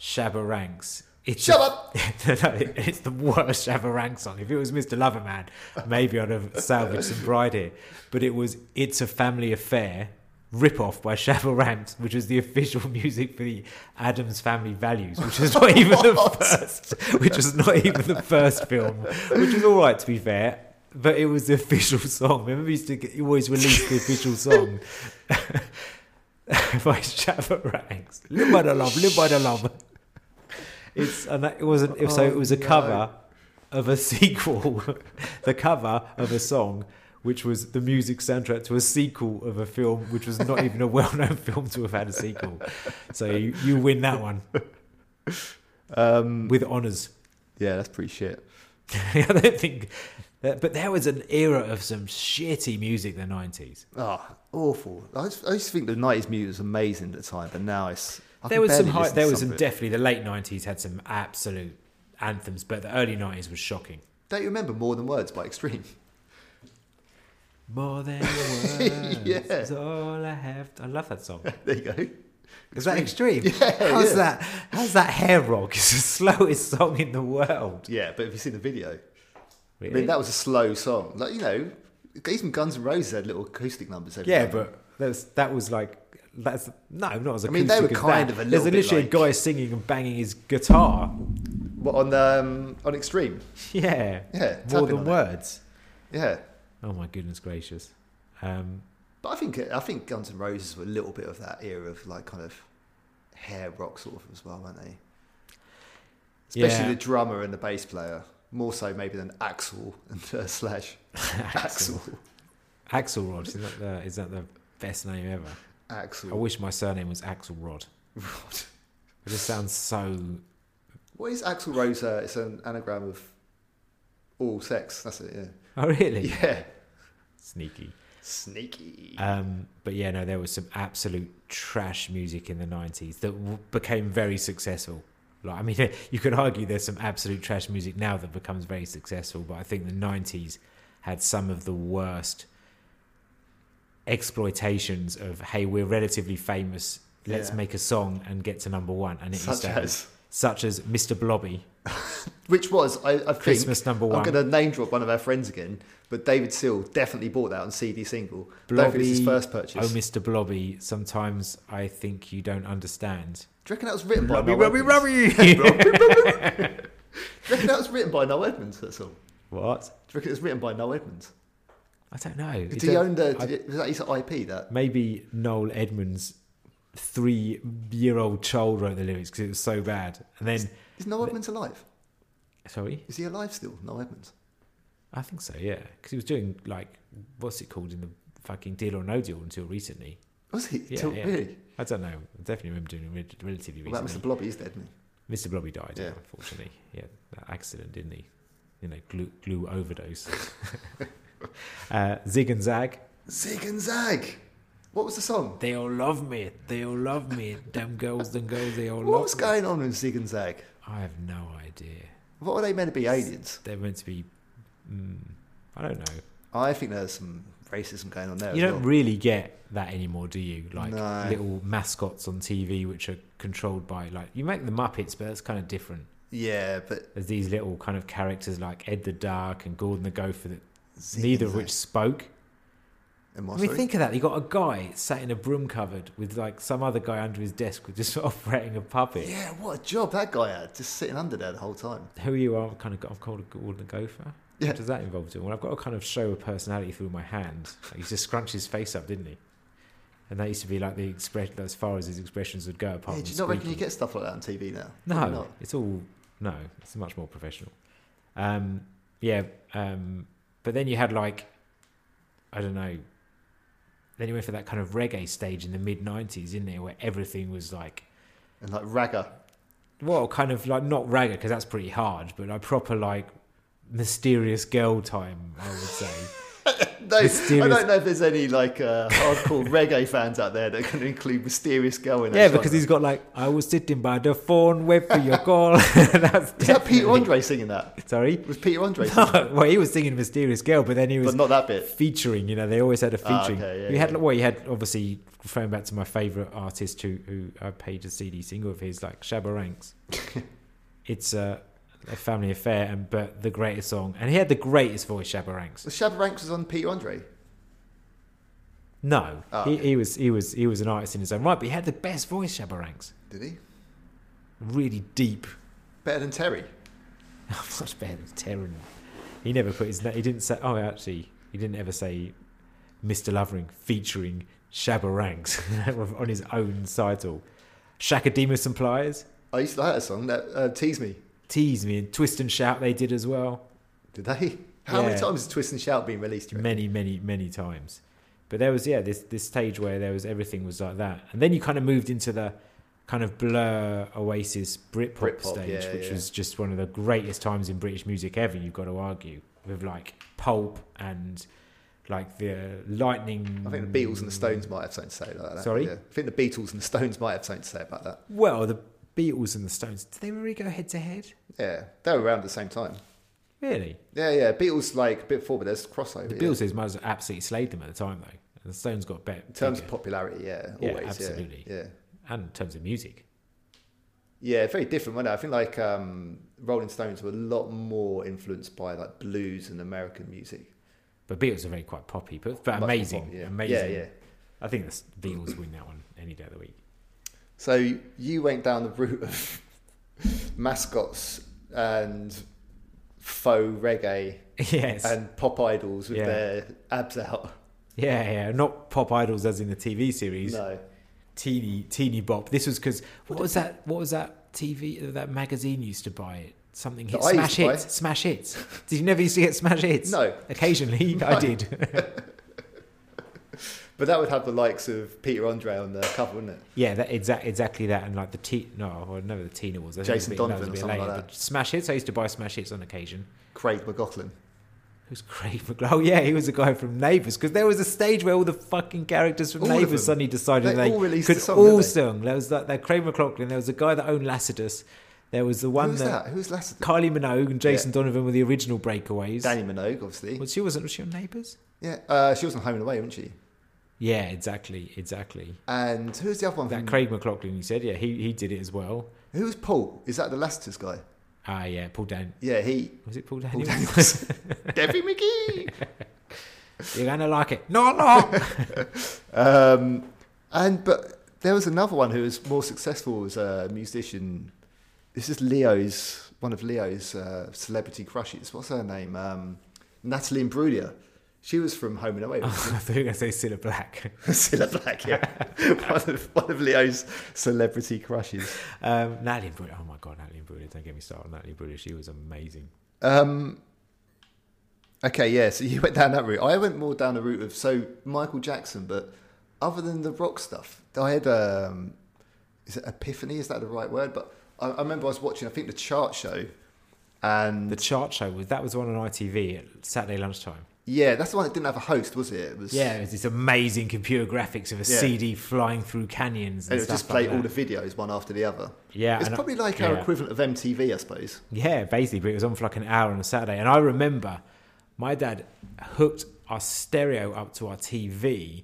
Shabba Ranks. It's Shut the- up! No, no, it- it's the worst Shabba Ranks song. If it was Mr. Loverman, maybe I'd have salvaged some pride here. But it was It's a Family Affair, rip-off by Shabba Ranks, which was the official music for the Adams Family Values, which is not even the first, which was not even the first film, which is all right to be fair. But it was the official song. Remember, we used to get, you always release the official song by Shabba Ranks. Live by the love, live by the love. It's and that, it wasn't. so it was a Oh, no. cover of a sequel, the cover of a song, which was the music soundtrack to a sequel of a film, which was not even a well-known film to have had a sequel. So you, you win that one Um, with honors. yeah, that's pretty shit. I don't think. That, but there was an era of some shitty music in the nineties. Ah, awful. I just, I just think the nineties music was amazing at the time, but now it's. I There can was some barely high, listen there to was some some of it. definitely the late nineties had some absolute anthems, but the early nineties was shocking. Don't you remember More Than Words by Extreme? More than words Yeah. is all I have. I love that song. There you go. Is that extreme? Yeah, how's yeah. that? How's that hair rock? It's the slowest song in the world. Yeah, but if you see the video, I Really? mean that was a slow song. Like you know, even Guns N' Roses had little acoustic numbers. Every yeah, now and but that was, that was like that's no, not as. I mean, they were acoustic as kind that. of a little There's bit literally like- a guy singing and banging his guitar. then. What, on um, on Extreme, Yeah, Yeah, more tapping than on it. words. yeah. Oh my goodness gracious! Um, But I think I think Guns N' Roses were a little bit of that era of like kind of hair rock sort of as well, weren't they? Especially yeah. the drummer and the bass player. more so maybe than Axel and uh, slash Axel. Axelrod is that the is that the best name ever? I Axel. wish my surname was Axelrod. Rod. It just sounds so. What is Axel Rose? Uh, it's an anagram of all sex. That's it. Oh Yeah. really? Yeah. Sneaky. Sneaky. Um, but yeah, no, there was some absolute trash music in the '90s that w- became very successful. Like, I mean, you could argue there's some absolute trash music now that becomes very successful, but I think the '90s had some of the worst exploitations of "Hey, we're relatively famous. Let's Yeah. make a song and get to number one." And it used Such to happen. as, such as Mr. Blobby, which was I, I think Christmas number I'm one. going to name drop one of our friends again, but David Seal definitely bought that on CD single. Don't think Blobby, it's his first Oh, purchase. Do you Mr. Blobby, sometimes I think you don't understand. reckon that was written by Blobby, Noel Blobby, Edmonds? Do Blobby! you reckon that was written by Noel Edmonds? That's all. Do what? you reckon it was written by Noel Edmonds? I don't know. Did It he don't- own the? I- Did it, was that his IP? That Maybe Noel Edmonds' three year old child wrote the lyrics because it was so bad. And then, is Noel Edmonds alive? sorry? Is he alive still? Noel Edmonds. I think so, yeah. Because he was doing, like, what's it called in the fucking Deal or No Deal until recently. Was he? Yeah, Till- yeah. Really? I don't know. I definitely remember doing it re- relatively Well, that recently. Mr. Blobby is dead, isn't he? Mr. Blobby died, Yeah. unfortunately. Yeah, that accident, didn't he? You know, glue, glue overdose. uh, Zig and Zag. Zig and Zag. What was the song? They all love me. They all love me. Them girls, them girls, they all What was love me. going on in Zig and Zag? I have no idea. What were they meant to be? Aliens? They're meant to be. Mm, I don't know. I think there's some racism going on there. You as don't well. really get that anymore, do you? Like No. little mascots on TV which are controlled by like you make the Muppets, but that's kind of different. yeah, but There's these little kind of characters like Ed the Dark and Gordon the Gopher that Zig neither and of Zag. which spoke. Am I I mean, Oh, sorry? think of that. You got a guy sat in a broom cupboard with like some other guy under his desk, with just operating a puppet. Yeah, what a job that guy had, just sitting under there the whole time. Who you are? Kind of. I've called a Gordon the Gopher. Yeah. What does that involve doing? Well, I've got to kind of show a personality through my hand. Like, he just scrunched his face up, didn't he? And that used to be like the expression, as far as his expressions would go. Apart Yeah, from do you not reckon you squeaking. get stuff like that on TV now? No, Probably not. it's all no. It's much more professional. Um, yeah, um, but then you had like, I don't know. Then you went for that kind of reggae stage in the mid '90s, didn't there, where everything was like, And like ragga. well, kind of like not ragga because that's pretty hard, but like proper like mysterious girl time, I would say. No, I Mysterious- don't know if there's any like uh, hardcore reggae fans out there that can include mysterious girl in that yeah, because genre. he's got like, I was sitting by the phone, wait for your call. that's Is that Peter definitely- Andre singing that? Sorry. Was Peter Andre singing that? No, well, he was singing mysterious girl, but then he was But not that bit. featuring. You know, they always had a Ah, featuring. okay, yeah, you had yeah. well, you had obviously referring back to my favorite artist who who I paid a CD single of his, like Shabba Ranks. it's a, a family affair, and but the greatest song, and he had the greatest voice, Shabba Ranks. The Shabba Ranks was on Peter Andre. No, Ah, he, okay. he was he was he was an artist in his own right, but he had the best voice, Shabba Ranks. Did he? Really deep, Better than Terry. much better than Terran. He never put his name. He didn't say. Oh, actually, he didn't ever say Mr. Lovering featuring Shabba Ranks on his own title. Shakademus and Pliers, I used to like that song. That uh, teased me. Tease Me, and Twist and Shout they did as well. Did they? How many Yeah. times has Twist and Shout been released? do you reckon? Many, many, many times. But there was, yeah, this, this stage where there was everything was like that. And then you kind of moved into the kind of blur Oasis Britpop, Britpop, stage, yeah, which yeah. was just one of the greatest times in British music ever, you've got to argue, with like Pulp and like the Lightning. I think the Beatles and the Stones might have something to say about that. Sorry? Yeah. I think the Beatles and the Stones might have something to say about that. Well, the Beatles and the Stones, did they really go head to head? Yeah, they were around at the same time. Really? Yeah, yeah. Beatles like a bit before, but there's crossover. The yeah. Beatles might have absolutely slayed them at the time, though. And the Stones got better. in terms of bigger. popularity, yeah, Yeah, always, yeah, absolutely. yeah, yeah. and in terms of music. very different, wasn't it? I think like um, Rolling Stones were a lot more influenced by like blues and American music. But Beatles are very quite poppy, but, Much but more amazing, pop, yeah. amazing. Yeah, yeah. I think the Beatles win that one any day of the week. So you went down the route of mascots and faux reggae yes. and pop idols with Yeah. their abs out. yeah, yeah. Not pop idols as in the TV series. No, Teeny, teeny bop. This was because what was that? What was that TV? That magazine used to buy it. Something hit, That I smash used to buy. hits, smash hits. Did you never used to get smash hits? No. Occasionally, I No. did. But that would have the likes of Peter Andre on the cover, wouldn't it? yeah, that, exa- exactly that. And like the T, no, well, never the Tina was. I think it was Jason a bit- that was Donovan a or bit something later, like but Smash hits. I used to buy smash hits on occasion. Craig McLaughlin. Who's Craig McLaughlin? Oh yeah, he was a guy from Neighbours because there was a stage where all the fucking characters from All of them. Neighbours suddenly decided They they, all released could a song, didn't all they? sing. There was that, that Craig McLaughlin. There was a guy that owned Lacidus. There was the one Who's that, that? Who's Lassiter? Kylie Minogue and Jason Donovan were the original breakaways. Danny Minogue, obviously. Was she wasn't was she on Neighbours? Yeah, uh, she was on Home and Away, wasn't she? Yeah, exactly, exactly. And who's the other one? That from- Craig McLaughlin, you said, yeah, he he did it as well. Who was Paul? Is that the Lassiter's guy? Ah, yeah, Paul Dan. Yeah, he. Was it Paul Paul Daniels? Daniels. Debbie McGee. You're gonna like it. No, no. Um, and but there was another one who was more successful as a musician. This is Leo's one of Leo's uh, celebrity crushes. What's her name? Um, Natalie Imbruglia. She was from Home and Away. I thought you were gonna say Cilla Black. Cilla Black, yeah. one, of, one of Leo's celebrity crushes. Um, Natalie Imbruglia. Oh my god, Natalie Imbruglia. Don't get me started on Natalie Imbruglia. She was amazing. Um, okay, yeah. So you went down that route. I went more down the route of so Michael Jackson, but other than the rock stuff, I had um, is it epiphany? Is that the right word? But I, I remember I was watching. I think the chart show, and The chart show was that was on on ITV at Saturday lunchtime. yeah, that's the one that didn't have a host, was it? It was Yeah, it was this amazing computer graphics of a Yeah. CD flying through canyons and, And it would stuff just play like all the that. videos one after the other. yeah. it's and I- probably like our yeah. equivalent of MTV, I suppose. Yeah, basically, but it was on for like an hour on a Saturday. And I remember my dad hooked our stereo up to our TV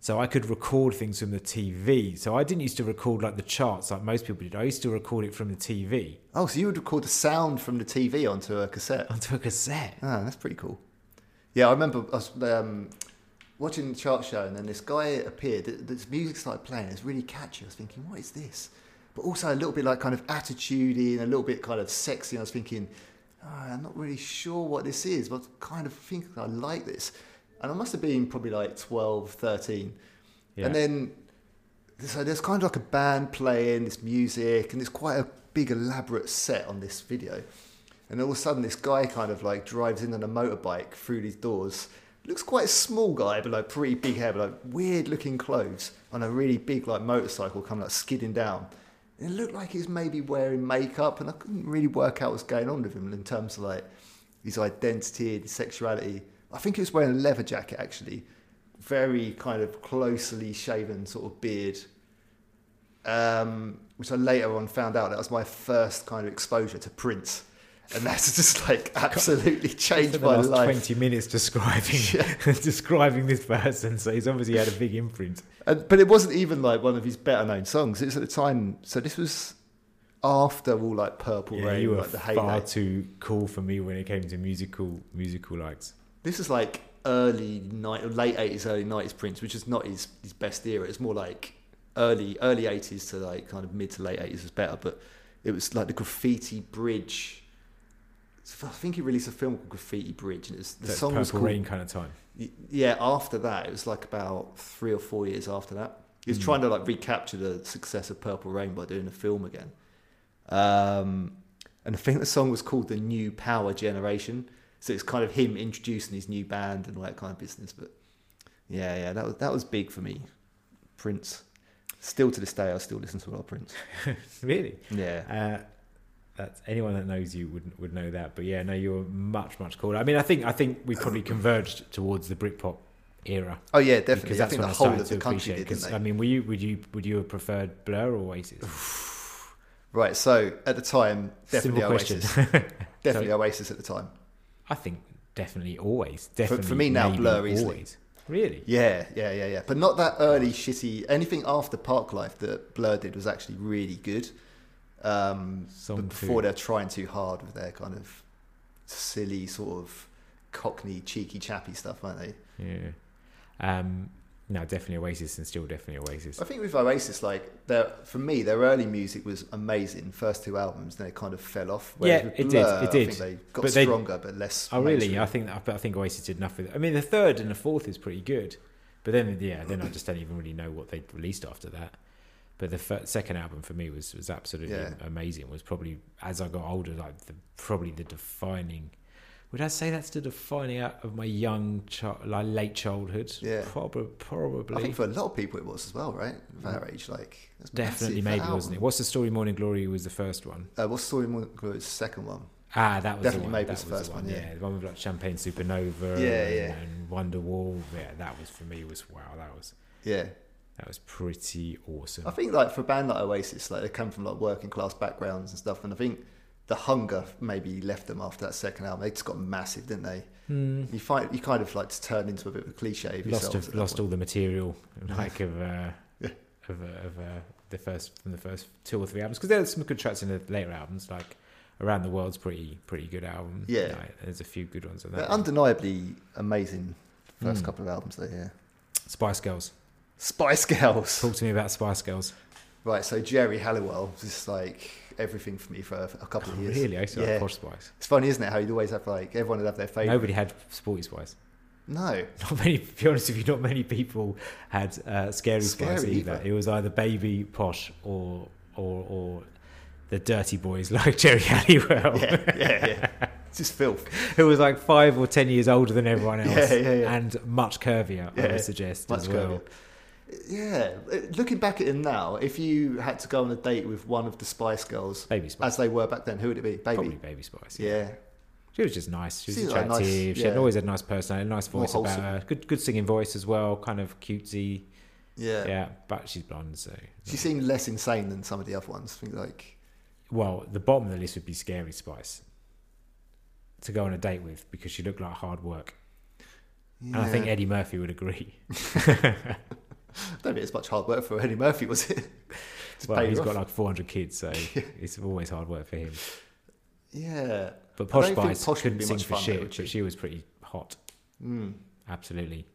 so I could record things from the TV. So I didn't used to record like the charts like most people did. I used to record it from the TV Oh, so you would record the sound from the TV onto a cassette. onto a cassette. Ah, that's pretty cool. Yeah, I remember I was um, watching the chart show, and then this guy appeared. th- This music started playing. It's really catchy. I was thinking, what is this? But also a little bit like kind of attitudey and a little bit kind of sexy. And I was thinking, "Ah, I'm not really sure what this is, but I kind of think I like this. And I must have been probably like 12, 13. Yeah. And then so there's kind of like a band playing this music, and it's quite a big elaborate set on this video. And all of a sudden, this guy kind of like drives in on a motorbike through these doors. Looks quite a small guy, but like pretty big hair, but like weird looking clothes on a really big like motorcycle coming like skidding down. And it looked like he was maybe wearing makeup, and I couldn't really work out what's going on with him in terms of like his identity and his sexuality. I think he was wearing a leather jacket actually, very kind of closely shaven sort of beard, um, which I later on found out that was my first kind of exposure to Prince, and that's just like absolutely Spent changed the my last life. twenty minutes describing describing this person, so he's obviously had a big imprint. And, but it wasn't even like one of his better known songs. It was at the time, so this was after all like Purple Yeah, Rain, you were like the far heyday. too cool for me when it came to musical musical likes. This is like early night, late eighties, early nineties Prince, which is not his, his best era. It's more like early early eighties to like kind of mid to late eighties is better. But it was like the Graffiti Bridge. I think he released a film called Graffiti Bridge, and it was, the That song Purple was called Rain kind of time. Y- yeah after that it was like about three or four years after that he was trying to like recapture the success of purple rain by doing a film again um, and i think the song was called the new power generation so it's kind of him introducing his new band and all that kind of business but yeah yeah that was that was big for me prince still to this day i still listen to a lot of prince Really? yeah Uh, that's anyone that knows you would would know that. But yeah, no, you're much much cooler. I mean, I think I think we probably converged towards the Britpop era oh yeah definitely i because that's think when the I whole started of to the country appreciate. did 'cause, didn't they I mean, were you would you would you have preferred Blur or Oasis? right so at the time definitely Simple question. oasis definitely oasis at the time I think definitely always. Definitely for me now, maybe Blur easily. always. Really? Yeah, yeah, yeah, yeah. But not that early shitty. Anything after Park Life that Blur did was actually really good. Um, Song but before two. they're trying too hard with their kind of silly sort of cockney, cheeky, chappy stuff, aren't they? Yeah. Um, no, definitely Oasis and still definitely Oasis. I think with Oasis, like, their, for me, their early music was amazing. First two albums, then it kind of fell off. Whereas Yeah, with it did, Blur, it I think did. they got But they- stronger, but less. Oh, really? mainstream. I think that, but I think Oasis did enough with it. I mean, the third and the fourth is pretty good, but then yeah, then I just don't even really know what they released after that. But the fir- second album for me was was absolutely Yeah. amazing. It was probably as I got older, like the, probably the defining. Would I say that's the defining out of my young, chi- like late childhood? Yeah. Probably, probably. I think for a lot of people it was as well, right? Of our age, like that's Mm. Definitely, massive, maybe that wasn't it? album. What's the story? Morning Glory was the first one. Uh, what's Story Morning Glory's second one? Ah, that was Definitely the one. maybe that was the first the one, yeah. the one with like Champagne Supernova. Yeah, and, yeah. And Wonderwall. Yeah, that was for me was wow. That was Yeah, that was pretty awesome. I think like for a band like Oasis, like they come from like working class backgrounds and stuff, and I think the hunger maybe left them after that second album. They just got massive, didn't they? Hmm. You find you kind of like to turn into a bit of a cliche of lost yourself. of, at that lost point. all the material like of uh, Yeah. of, uh, of uh, the first from the first two or three albums because there's some good tracks in the later albums like around the world's pretty pretty good album Yeah. Like, there's a few good ones on They're that undeniably amazing first Mm. couple of albums though, yeah. Spice Girls Spice Girls. talk to me about Spice Girls Right, so Jerry Halliwell was just like everything for me for a, a couple of years. Oh, really eh? I used to Yeah. like posh Spice It's funny, isn't it? How you always have like everyone would have their favorite. nobody had sporty Spice No, not many to be honest with you not many people had uh, scary, Spice Scary either either. it was either baby posh or or or the dirty boys like Jerry Halliwell yeah, yeah, yeah. It's just filth. who was like five or ten years older than everyone Yeah, else yeah, yeah. and much curvier, I Yeah, would suggest much as well. Yeah, it- looking back at him now, if you had to go on a date with one of the Spice Girls Baby Spice, as they were back then, who would it be? Baby. probably Baby Spice. Yeah, She was just nice. She was She's like attractive. nice, She had yeah. always had a nice personality, a nice More voice about wholesome. her, good good singing voice as well, kind of cutesy. yeah. Yeah, but she's blonde, so She seemed less insane than some of the other ones. I think like well, the bottom of the list would be Scary Spice to go on a date with because she looked like hard work, and I think yeah. Eddie Murphy would agree. I don't think it's much hard work for Eddie Murphy, was it? Just well, paid he's off. got like 400 kids, so it's always hard work for him. yeah. But I Posh don't think Spice Posh would couldn't be sing much for fun, shit, though, would she? but she was pretty hot. Mm. Absolutely,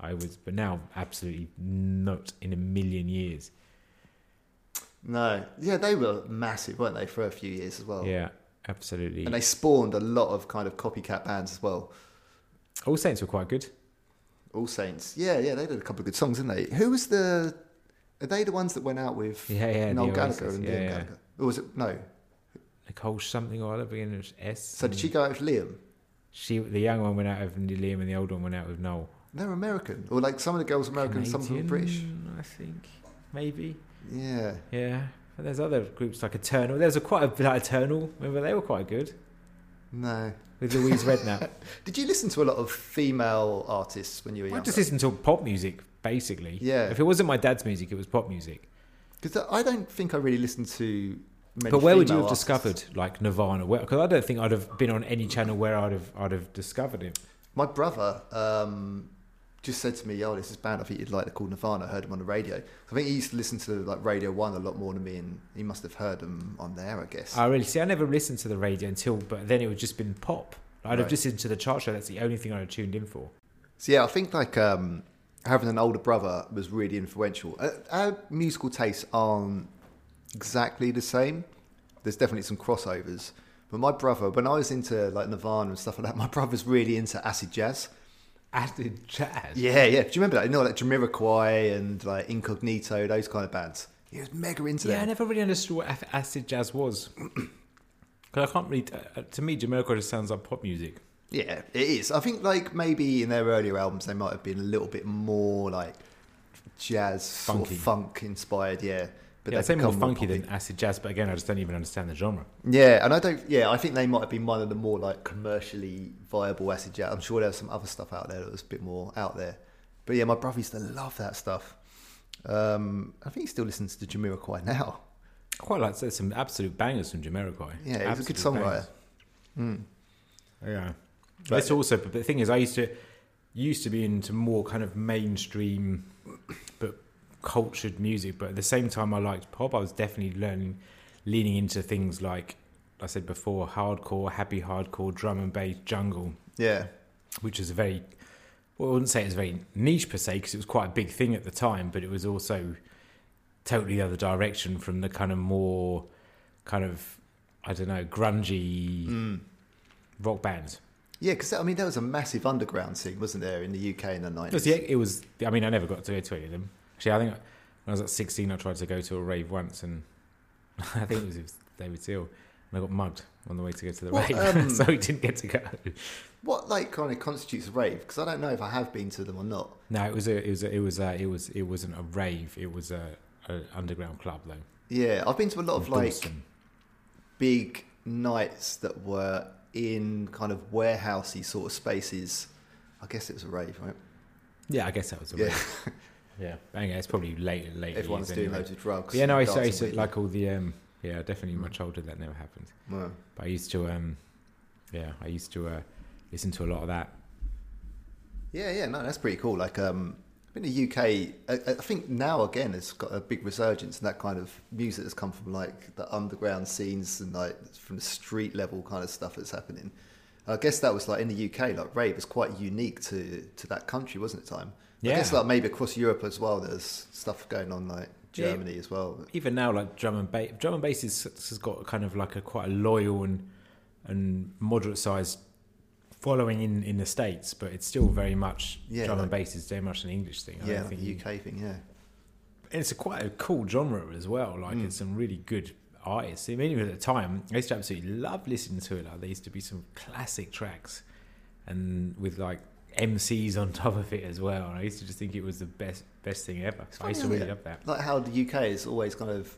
I was. But now, absolutely not in a million years. No, yeah, they were massive, weren't they, for a few years as well? Yeah, absolutely. And they spawned a lot of kind of copycat bands as well. All Saints were quite good. All Saints. Yeah, yeah, they did a couple of good songs, didn't they? Who was the. Are they the ones that went out with Yeah, yeah. Noel the Gallagher Oasis, and yeah, Liam yeah. Gallagher? Or was it. No. Nicole something or other beginning with S. So did she Mm. go out with Liam? She, the young one, went out with Liam, and the old one went out with Noel. They're American. Or like some of the girls were American, some of them were British. Canadian, I think maybe. Yeah. Yeah. But there's other groups like Eternal. There's a quite a bit like Eternal. Remember they were quite good No. with Louise Redknapp. Did you listen to a lot of female artists when you were I younger? just listened to pop music basically. Yeah. If it wasn't my dad's music, it was pop music. Because I don't think I really listened to many but where would you female have artists. discovered like Nirvana? Because I don't think I'd have been on any channel where I'd have I'd have discovered it. My brother um, just said to me, "Oh, this is band. I think you'd like. They're called Nirvana. I heard them on the radio. I think he used to listen to like Radio One a lot more than me, and he must have heard them on there. I guess. I really see. I never listened to the radio until, but then it would just been pop. I'd have Right. just listened to the chart show. That's the only thing I'd have tuned in for. so yeah, I think like um, having an older brother was really influential. Uh, Our musical tastes aren't exactly the same. There's definitely some crossovers. But my brother, when I was into like Nirvana and stuff like that, my brother's really into acid jazz. Added jazz. Yeah, yeah. Do you remember that? You know, like Jamiroquai and like Incognito, those kind of bands. He was mega into Yeah, I them. never really understood what af- acid jazz was. 'Cause I can't really. uh, to me, Jamaica just sounds like pop music. Yeah, it is. I think like maybe in their earlier albums they might have been a little bit more like jazz, sort Funky. of funk inspired. Yeah, yeah, I'd they've say more become funky than poppy. acid jazz, but again, I just don't even understand the genre. Yeah, and I don't. Yeah, I think they might have been one of the more like commercially viable acid jazz. I'm sure there was some other stuff out there that was a bit more out there. But yeah, my brother used to love that stuff. Um, I think he still listens to Jamiroquai now. I quite like there's some absolute bangers from Jamiroquai. Yeah, he was a good Absolute songwriter. Hmm. Yeah. But- That's also but the thing is I used to used to be into more kind of mainstream but cultured music, but at the same time I liked pop, I was definitely learning leaning into things like I said before, hardcore, happy hardcore, drum and bass, jungle, Yeah, which is a very well, I wouldn't say it was very niche per se because it was quite a big thing at the time, but it was also totally the other direction from the kind of more kind of I don't know grungy Hmm. rock bands. yeah. Because I mean, there was a massive underground scene, wasn't there, in the UK in the It nineties? was, the, it was. I mean, I never got to go to any of them. Actually, I think When I was at 16, I tried to go to a rave once, and I think it was, it was David Seal, and I got mugged on the way to go to the What, rave, um, so we didn't get to go. What like kind of constitutes a rave? Because I don't know if I have been to them or not. No, it was a, it was a, it was a, it was it wasn't a rave. It was a, a underground club though. Yeah, I've been to a lot of in like Dalston. big nights that were in kind of warehousey sort of spaces. I guess it was a rave, right? yeah, I guess that was a Yeah, rave. Yeah, anyway, it's probably late, late. everyone's years doing anyway. loads of drugs. Yeah, no, I and say dancing. like all the um, yeah, definitely in my childhood that never happened. Yeah. But I used to um, yeah, I used to uh, listen to a lot of that. Yeah, yeah, no, that's pretty cool. Like, um, I mean, the UK, I, I think now again, it's got a big resurgence in that kind of music that's come from like the underground scenes and like from the street level kind of stuff that's happening. I guess that was like in the UK, like rave is quite unique to to that country, wasn't it? Time. I guess Yeah. like maybe across Europe as well. There's stuff going on like Yeah. Germany as well. Even now, like drum and bass, drum and bass is, has got kind of like a quite a loyal and and moderate sized following in in the states, but it's still very much Yeah, drum like- and bass is very much an English thing. I Yeah, don't like think the you- UK thing. Yeah, and it's a quite a cool genre as well. Like Hmm. it's some really good artists. I mean, even at the time, I used to absolutely love listening to it. Like there used to be some classic tracks, and with like MCs on top of it as well. And I used to just think it was the best best thing ever. I used to funny, really isn't love that. like how the UK has always kind of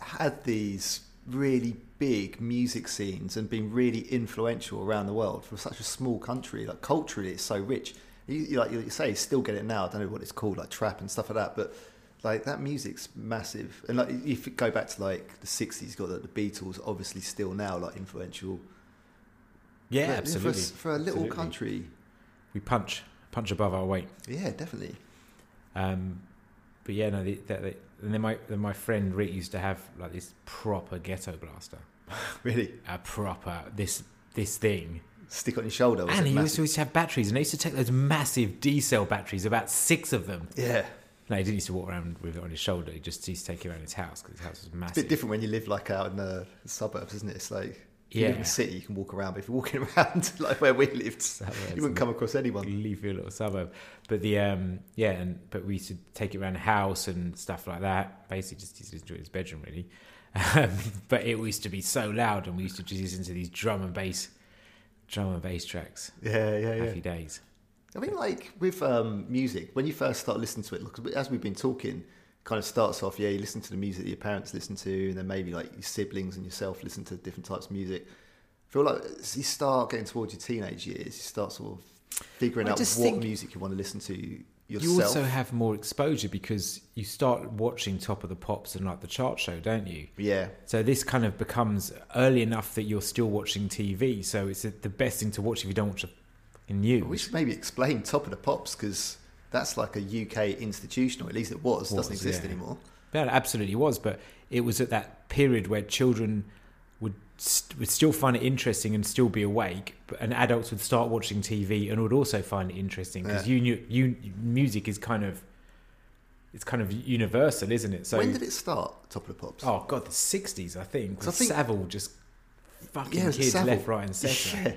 had these really big music scenes and been really influential around the world for such a small country. Like culturally, it's so rich. You, you like you say, still get it now. I don't know what it's called, like trap and stuff like that. But like that music's massive. And like if you go back to like the sixties, got like, the Beatles, obviously still now like influential. Yeah, But for a absolutely. s- for, a little Absolutely. country. we punch punch above our weight. Yeah, definitely. Um, but yeah, no, the, that the, and then my then my friend Rick used to have like this proper ghetto blaster, Really, a proper this this thing. stick on your shoulder. was And it he used massive? to, used to have batteries, and they used to take those massive D cell batteries, about six of them. yeah. No, he didn't used to walk around with it on his shoulder. He just used to take it around his house because his house was It's a massive. bit different when you live like out in the suburbs, isn't it? It's like if you live in Yeah. the city, you can walk around, but if you're walking around like where we lived, you wouldn't come across anyone. leafy little suburb. But the um, yeah, and but we used to take it around the house and stuff like that. Basically, just used to enjoy his bedroom really. Um, but it used to be so loud, and we used to just listen to these drum and bass, drum and bass tracks. Yeah, yeah, yeah. Happy days. I mean, like with um, music, when you first start listening to it, look, as we've been talking, kind of starts off, yeah, you listen to the music that your parents listen to, and then maybe like your siblings and yourself listen to different types of music. I feel like as you start getting towards your teenage years, you start sort of figuring I out just what think- music you want to listen to You yourself. also have more exposure because you start watching Top of the Pops and like the chart show, don't you? yeah, So this kind of becomes early enough that you're still watching TV. So it's the best thing to watch if you don't watch the fucking We news. should maybe explain Top of the Pops because that's like a UK institution, or at least it was, doesn't Was, exist yeah. anymore. Yeah, it absolutely was, but it was at that period where children would st- would still find it interesting and still be awake, but, and adults would start watching TV and would also find it interesting because Yeah. you knew you music is kind of it's kind of universal, isn't it? So when did it start, Top of the Pops? Oh god, the sixties, I think. So I With think- Savile just fucking it was kids Savile. left, right, and centre.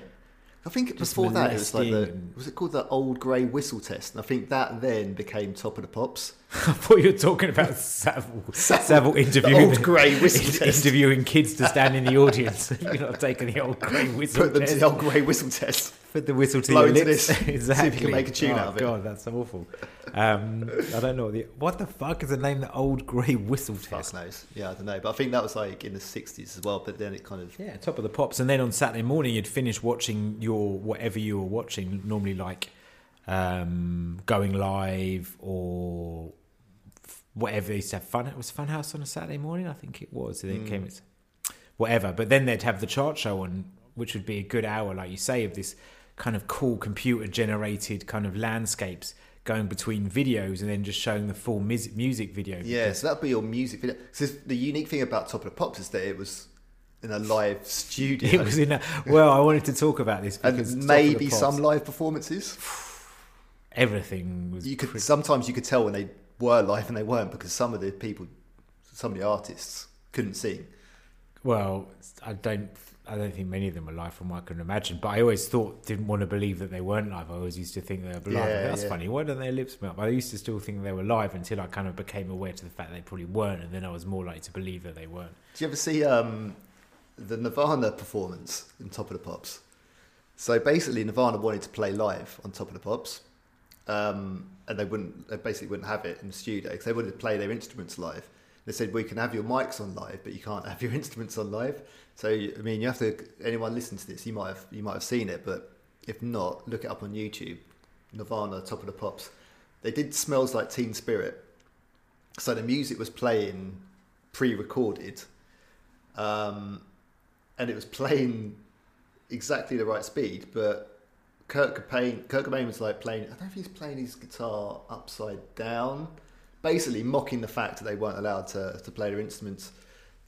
Yeah. I think Just before that it was like the molesting. was it called the Old Grey Whistle Test, and I think that then became Top of the Pops. I thought you were talking about Savile. Savile. Savile, interviewing old grey whistle test. interviewing kids to stand in the audience. You're not taking the old grey whistle Put them test. to the Old Grey Whistle Test. Put the whistle to blow your into lips. this. See if you can exactly. make a tune oh, out of it. God, that's awful. Um, I don't know what the what the fuck is the name. The old grey whistle Fuck test. knows. Yeah, I don't know, but I think that was like in the sixties as well. But then it kind of Yeah, top of the pops, and then on Saturday morning you'd finish watching your whatever you were watching, normally like um, going live or f- whatever they used to have fun. It was Funhouse on a Saturday morning, I think it was. And then it Mm. came it's whatever, but then they'd have the chart show on, which would be a good hour, like you say, of this kind of cool computer generated kind of landscapes going between videos, and then just showing the full mus- music video. Yeah, so that'd be your music video. So the unique thing about Top of the Pops is that it was in a live studio. It was in a, well, I wanted to talk about this because Top and of the maybe Pops- some live performances. everything was You could sometimes you could tell when they were live and they weren't because some of the people, some of the artists couldn't sing. well i don't I don't think many of them are live from what I can imagine, but I always thought, didn't want to believe that they weren't live. I always used to think they were live. Yeah, That's yeah. funny. Why don't their lips melt? But I used to still think they were live until I kind of became aware to the fact they probably weren't, and then I was more likely to believe that they weren't. Do you ever see um, the Nirvana performance in Top of the Pops? So basically, Nirvana wanted to play live on Top of the Pops, um, and they wouldn't. They basically wouldn't have it in the studio because they wanted to play their instruments live. They said we can have your mics on live, but you can't have your instruments on live. So I mean, you have to. Anyone listen to this, you might have you might have seen it, but if not, look it up on YouTube. Nirvana, Top of the Pops. They did smells like Teen Spirit, so the music was playing pre-recorded um, and it was playing exactly the right speed. But Kurt Cobain, Kurt Cobain was like playing. I don't know if he's playing his guitar upside down, basically mocking the fact that they weren't allowed to to play their instruments.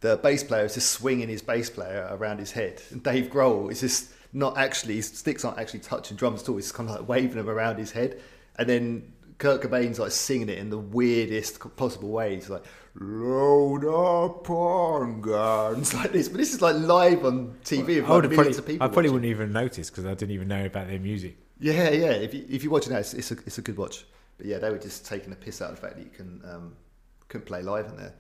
The bass player is just swinging his bass player around his head, and Dave Grohl is just not actually his sticks aren't actually touching drums at all. He's kind of like waving them around his head, and then. Kurt Cobain's like singing it in the weirdest possible way. He's like, load up on guns, like this. But this is like live on TV. with I, like would have millions of probably, I people probably watching. wouldn't even notice because I didn't even know about their music. Yeah, yeah. If you if you watch it now, it's, it's a it's a good watch. But yeah, they were just taking a piss out of the fact that you can um, couldn't play live on there.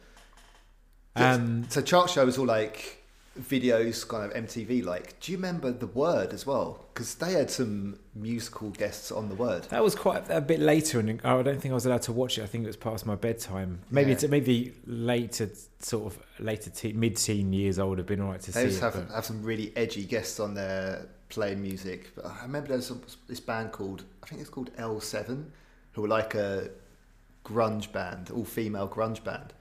Yes. Um, so Chart Show was all like videos, kind of MTV like. Do you remember the Word as well? Because they had some musical guests on the Word. That was quite a bit later, and I don't think I was allowed to watch it. I think it was past my bedtime. Maybe Yeah. it's maybe later, sort of later te- mid-teen years, I would have been all right to They see just it. have but- have some really edgy guests on there playing music. But I remember there was some, this band called I think it's called L Seven, who were like a grunge band, all female grunge band,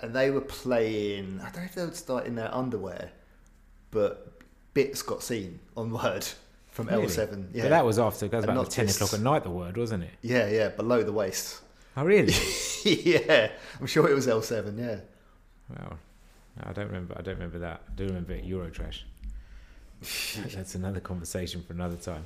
and they were playing. I don't know if they would start in their underwear, but bits got seen on word from Really? L Seven. Yeah, But that was after, that was And about not ten just- o'clock at night. The word wasn't it? yeah, yeah, below the waist. Oh really? yeah, I'm sure it was L Seven. Yeah. well, I don't remember. I don't remember that. I do remember Eurotrash. That's another conversation for another time.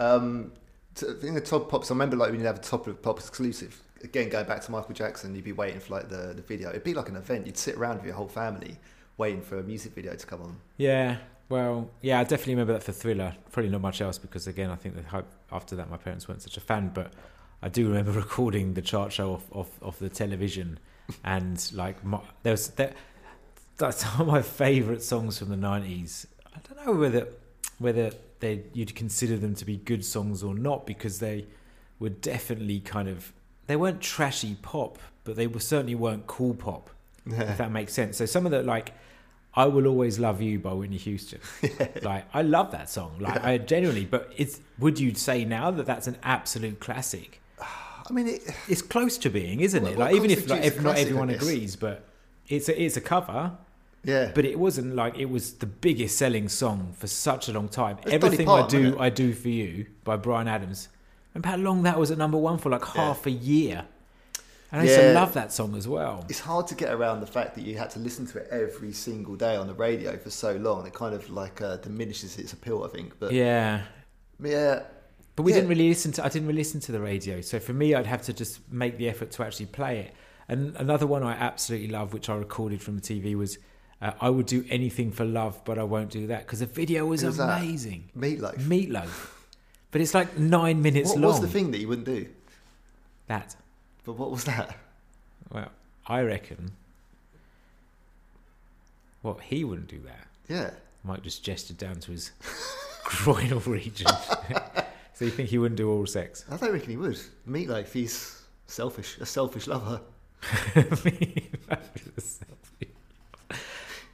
Um, t- I think the top pops. I remember like when you'd have a top of pop exclusive. Again, going back to Michael Jackson, you'd be waiting for like the, the video. It'd be like an event. You'd sit around with your whole family waiting for a music video to come on. Yeah. Well, yeah, I definitely remember that for Thriller. Probably not much else because, again, I think the hype after that, my parents weren't such a fan. But I do remember recording the chart show off off, off the television, and like my, there was there, that's some of my favourite songs from the nineties. I don't know whether whether they you'd consider them to be good songs or not because they were definitely kind of they weren't trashy pop, but they were certainly weren't cool pop if that makes sense. So some of the like, I will always love you by Whitney Houston. Like I love that song. Like I genuinely, but it's would you say now that that's an absolute classic? I mean, it, It's close to being, isn't What- it? what Like even if like, constitutes a if not classic, I everyone guess? agrees, but it's a, it's a cover. yeah, But it wasn't like it was the biggest selling song for such a long time. Dolly Everything I Parton, do, isn't it? I do for you by Brian Adams. Remember how long that was at number one for? Like half a year. And I used to Yeah. love that song as well. it's hard to get around the fact that you had to listen to it every single day on the radio for so long. It kind of like uh, diminishes its appeal, I think. But uh, yeah, Yeah. But we Yeah. didn't really listen to. I didn't really listen to the radio, so for me, I'd have to just make the effort to actually play it. And another one I absolutely love, which I recorded from the TV, was uh, "I would do anything for love, but I won't do that" because the video was, Who was that? amazing. meatloaf. Meatloaf, but it's like nine minutes what long. was the thing that you wouldn't do? That But what was that? well, I reckon. Well, he wouldn't do that. Yeah, Mike just gestured down to his groinal region. so you think he wouldn't do oral sex? I don't reckon he would. Meatloaf, he's selfish, a selfish lover.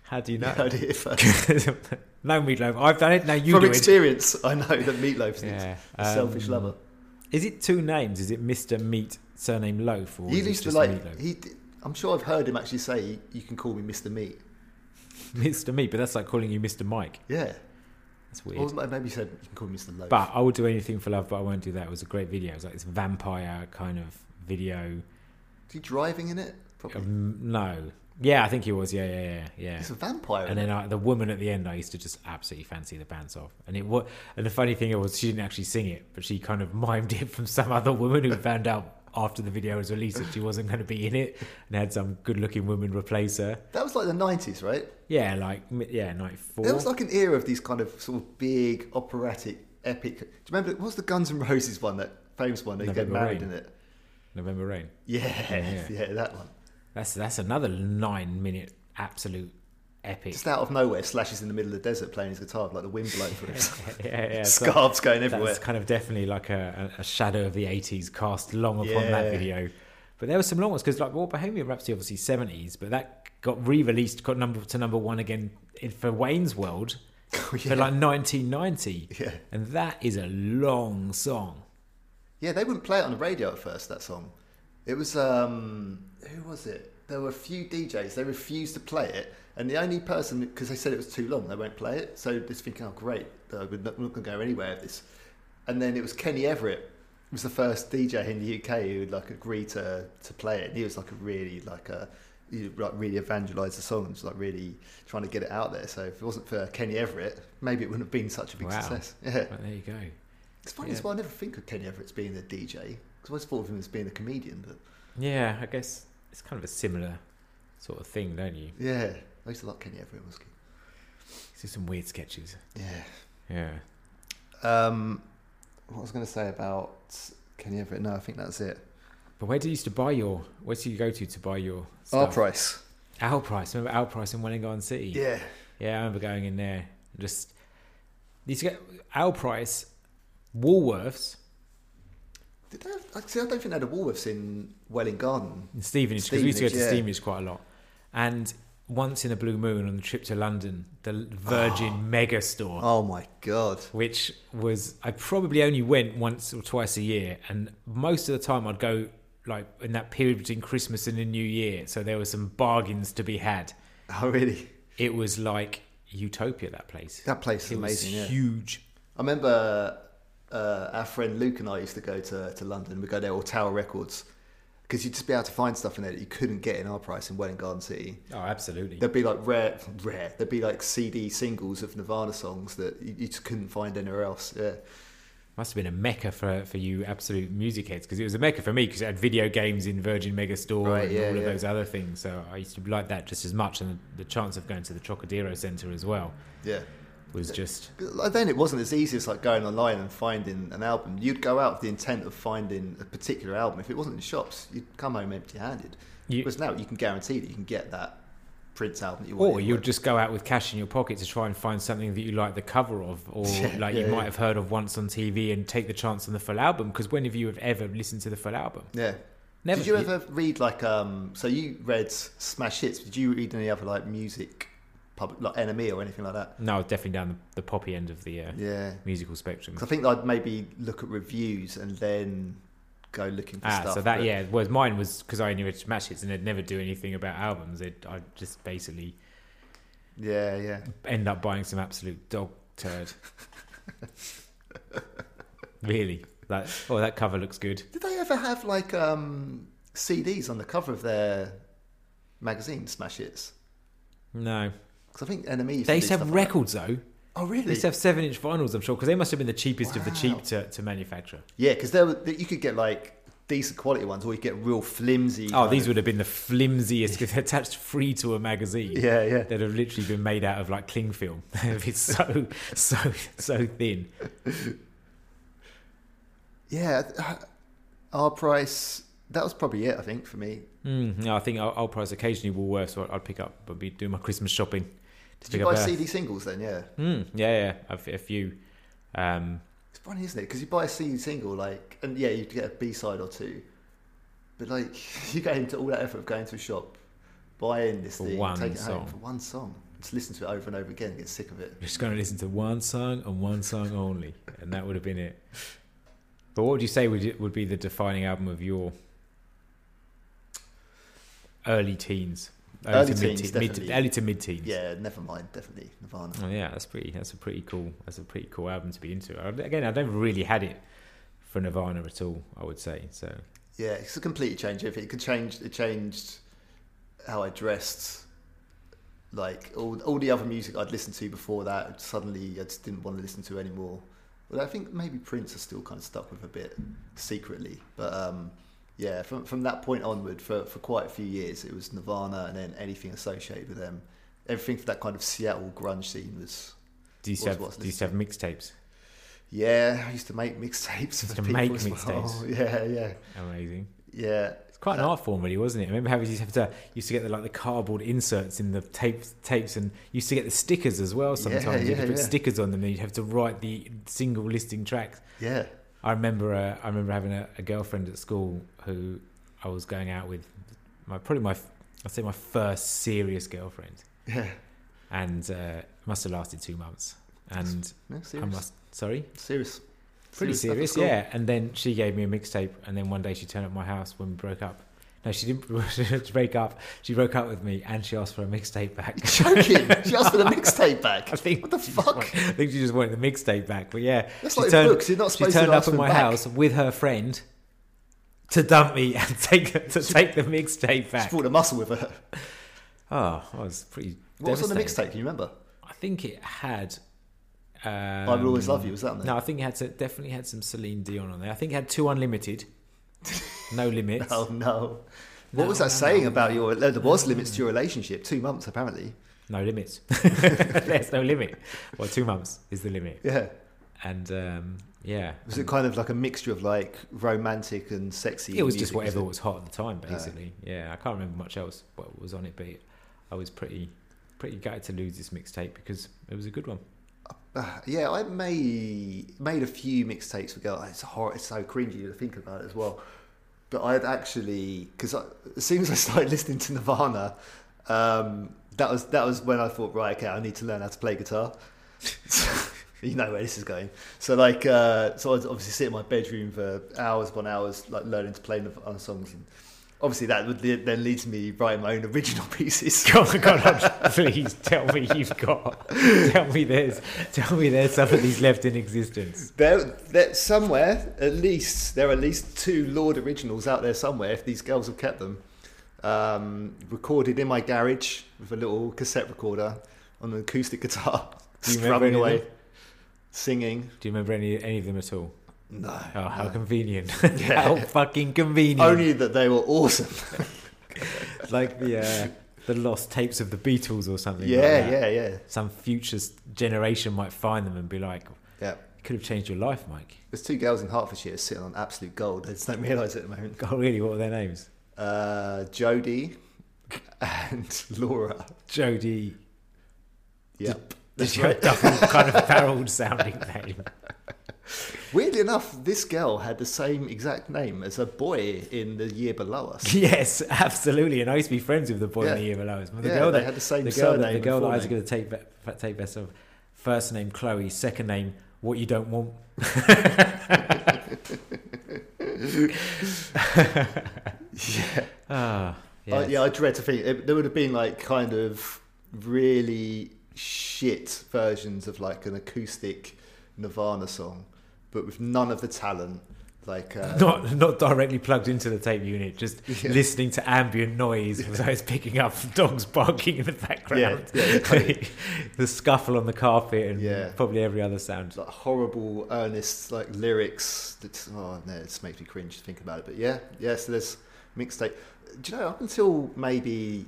How do you You know? heard it first. no meatloaf. I've done it. Now you From do it. experience, I know that meatloaf's yeah. Yeah. a selfish Um, lover. Is it two names? Is it Mister Meat surname Loaf or He is it used to just like. Meatloaf? He, d- I'm sure I've heard him actually say, "You can call me Mr. Meat." Mister Meat? But that's like calling you Mister Mike. Yeah, That's weird. or ma- maybe he said, "You can call me Mr. Loaf." But I would do anything for love, but I won't do that. It was a great video. It was like this vampire kind of video. Is he driving in it? Probably. Um, no. Yeah, I think he was. Yeah, yeah, yeah, yeah. He's a vampire. And then I, the woman at the end, I used to just absolutely fancy the pants off. And it was, and the funny thing was, she didn't actually sing it, but she kind of mimed it from some other woman who found out after the video was released that she wasn't going to be in it and had some good looking woman replace her. That was like the nineties, right? Yeah, like, yeah, night four. There was like an era of these kind of sort of big operatic epic. Do you remember what was the Guns N' Roses one that famous one? They get November married Rain. in it. November Rain. Yeah, yeah, Yeah. that one. That's that's another nine minute absolute epic. Just out of nowhere, Slash is in the middle of the desert playing his guitar, with, like the wind blowing through his yeah, yeah. so scarves going everywhere. that's kind of definitely like a, a a shadow of the 80s cast long upon Yeah. that video. But there were some long ones because, like, well, Bohemian Rhapsody obviously 70s, but that got re released, got number to number one again in- for Wayne's World Oh, yeah. for like 1990. yeah, And that is a long song. yeah. They wouldn't play it on the radio at first. That song. It was um, who was it? There were a few DJs. They refused to play it, and the only person because they said it was too long, they won't play it. So just thinking, oh great, uh, we're not, we're not going to go anywhere with this. And then it was Kenny Everett. Was the first DJ in the UK who like agreed to to play it. And he was like a really like a he, like really evangelised the song and was like really trying to get it out there. So if it wasn't for Kenny Everett, maybe it wouldn't have been such a big Wow. success. Yeah. But there you go. It's funny Yeah. as well. I never think of Kenny Everett's being a DJ because I always thought of him as being a comedian. But Yeah, I guess it's kind of a similar sort of thing, don't you? yeah, I used to like Kenny Everett. Was good. See some weird sketches. Yeah. Yeah. Um, what was I going to say about Kenny Everett? No, I think that's it. But where do you used to buy your, where do you go to to buy your Our stuff? price. Our price. Remember Our price in Wellington City? Yeah. Yeah, I remember going in there. and Just these get our price, Woolworths Did they have, actually, I don't think they had a Woolworths in Welling Garden. and Stevenage because we used to go to Stevenage, Stevenage quite a lot. And once in a blue moon on the trip to London, the Virgin Mega Store, Oh my god. which was I probably only went once or twice a year, and most of the time I'd go like in that period between Christmas and the New Year. So there were some bargains to be had. Oh really? It was like utopia that place. That place is it amazing. was Yeah. huge. I remember uh, our friend Luke and I used to go to, to London. We go there all Tower Records because you'd just be able to find stuff in there that you couldn't get in our price in Welling Garden City. Oh, absolutely. There'd be like rare, rare. There'd be like CD singles of Nirvana songs that you, you just couldn't find anywhere else. Yeah, Must have been a mecca for, for you absolute music heads because it was a mecca for me because it had video games in Virgin Mega Store Right, and yeah, all of yeah. those other things. So I used to like that just as much. And the chance of going to the Trocadero Centre as well yeah. was just. Like then it wasn't as easy as like going online and finding an album. You'd go out with the intent of finding a particular album. If it wasn't in shops, you'd come home empty-handed. You, Whereas now you can guarantee that you can get that Prince album that you want. or you'd just go out with cash in your pocket to try and find something that you like the cover of, or Yeah, like yeah, you might yeah. have heard of once on TV and take the chance on the full album. Because when have you have ever listened to the full album? yeah. Never. Did you ever read like um? So you read Smash Hits. Did you read any other like music, public like Enemy or anything like that? No, I was definitely down the, the poppy end of the uh, Yeah. musical spectrum. 'Cause I think I'd maybe look at reviews and then go looking for Ah, stuff. so that but- yeah, whereas mine was because I only read smash hits and I'd never do anything about albums. I'd, I'd just basically yeah, yeah. end up buying some absolute dog turd. really, that oh that cover looks good. Did they ever have like um, CDs on the cover of their magazine, Smash Hits? No, Because I think Enemy. Used they to used do stuff to have like that. records though. Oh, They really? used to have seven inch vinyls, I'm sure, because they must have been the cheapest of the Wow. cheap to, to manufacture. yeah, because there were you could get like decent quality ones, or you get real flimsy. Oh, kind these of- would have been the flimsiest because they're attached free to a magazine. Yeah, yeah. That have literally been made out of like cling film. it's so, so, so thin. Yeah, th- our price. That was probably it, I think, for me. Mm, no, I think I'll, I'll price occasionally Woolworths. So I'll pick up, but be doing my Christmas shopping. to Did pick you up buy there. CD singles then? Yeah, Mm, yeah, yeah, a, f- a few. Um, it's funny, isn't it? Because you buy a CD single, like, and yeah, you get a B side or two, but like, you go into all that effort of going to a shop, buying this For thing, one taking it home song. for one song, just listen to it over and over again, get sick of it. just going to listen to one song and one song only, and that would have been it. But what would you say would it- would be the defining album of your early teens, Early to teens, mid-te- mid- definitely. early to mid teens? Yeah, never mind, definitely Nirvana. Oh, yeah, that's pretty. That's a pretty cool. That's a pretty cool album to be into. I- Again, I never really had it for Nirvana at all. I would say so. Yeah, it's a completely change. If it could change, it changed how I dressed. Like all, all the other music I'd listened to before that, suddenly I just didn't want to listen to anymore. But I think maybe Prince are still kind of stuck with a bit secretly. But um, yeah, from from that point onward, for for quite a few years, it was Nirvana, and then anything associated with them, everything for that kind of Seattle grunge scene was. Do you Was- still have, was do you still have mixtapes? Yeah, I used to make mixtapes. Used for to people make as well. mixtapes. Yeah, yeah, Amazing. yeah. It's quite an art form, really, wasn't it? I remember how we used to have to used to get the like the cardboard inserts in the tapes, tapes, and used to get the stickers as well. Yeah, Sometimes you'd have yeah, to put yeah. stickers on them, and you'd have to write the single listing tracks. Yeah. I remember, uh, I remember having a, a girlfriend at school who I was going out with. My probably my, I'd say my first serious girlfriend, Yeah. and uh, it must have lasted two months. And No, I serious. must, sorry, serious. pretty stuff at serious, school. yeah. And then she gave me a mixtape, and then one day she turned up at my house when we broke up. No, she didn't she didn't break up. She broke up with me, and she asked for a mixtape back. Joking. She asked for the mixtape back. I think What the she just fuck? want- I think she just wanted the mixtape back. But yeah, That's she like turned- books. You're not she supposed turned to up ask at for my back. house with her friend to dump me and take to take the mixtape She back. brought a muscle with her. Oh, I was pretty. What was on the devastated. mixtape? Can you remember? I think it had. Um, I will always love you. Was that on there? No, I think it had to, definitely had some Celine Dion on there. I think it had two unlimited, no limits. Oh no. What No, was I no, saying no, about no. your? uh, There was limits to your relationship. Two months apparently. No limits. There's no limit. Well, two months is the limit. Yeah. And um, yeah, Was it kind of like a mixture of like romantic and sexy? it was just music, was whatever it? was hot at the time, basically. yeah, I can't remember much else what was on it, but I was pretty, pretty gutted to lose this mixtape because it was a good one. Uh, yeah, I made made a few mixtapes with girls. It's hor It's so cringy to think about it as well. But I'd actually because as soon as I started listening to Nirvana, um, that was that was when I thought, right, okay, I need to learn how to play guitar. you know where this is going. So like, uh, so I'd obviously sit in my bedroom for hours upon hours, like learning to play Nirvana songs. And obviously, that would le- then lead to me writing my own original pieces. God, God, please tell me you've got. Tell me there's. Tell me there's some of these left in existence. There, there, somewhere, at least there are at least two Lord originals out there somewhere. If these girls have kept them, um, recorded in my garage with a little cassette recorder on an acoustic guitar, Do you remember strumming any of away, them? singing. Do you remember any any of them at all? No, Oh, how no. convenient! Yeah. how fucking convenient! only that they were awesome. like the uh, the lost tapes of the Beatles or something. like yeah, that. yeah, yeah, Some future s- generation might find them and be like, yeah. "Could have changed your life, Mike." There's two girls in Hertfordshire sitting on absolute gold. They just don't realise it at the moment. God, really? What were their names? Uh, Jodie and Laura. Jodie. Yep. Did you have a double kind of barreled sounding name? Weirdly enough, this girl had the same exact name as a boy in the year below us. yes, absolutely. And I used to be friends with the boy in the Yeah. year below us. But The Yeah, girl they that had the same the girl, that, surname the and girl that I was forename. going to take be- take best of. First name Chloe, second name what you don't want. Yeah. Ah, I- yes. yeah, I dread to think it, there would have been like kind of really shit versions of like an acoustic Nirvana song, but with none of the talent. Like uh, not not directly plugged into the tape unit, just Yeah. listening to ambient noise as I was picking up dogs barking in the background, Yeah, yeah, totally. the scuffle on the carpet, and Yeah. probably every other sound. like horrible, earnest like lyrics. That oh no, it just makes me cringe to think about it. But yeah, yeah. So there's mixtape. Do you know up until maybe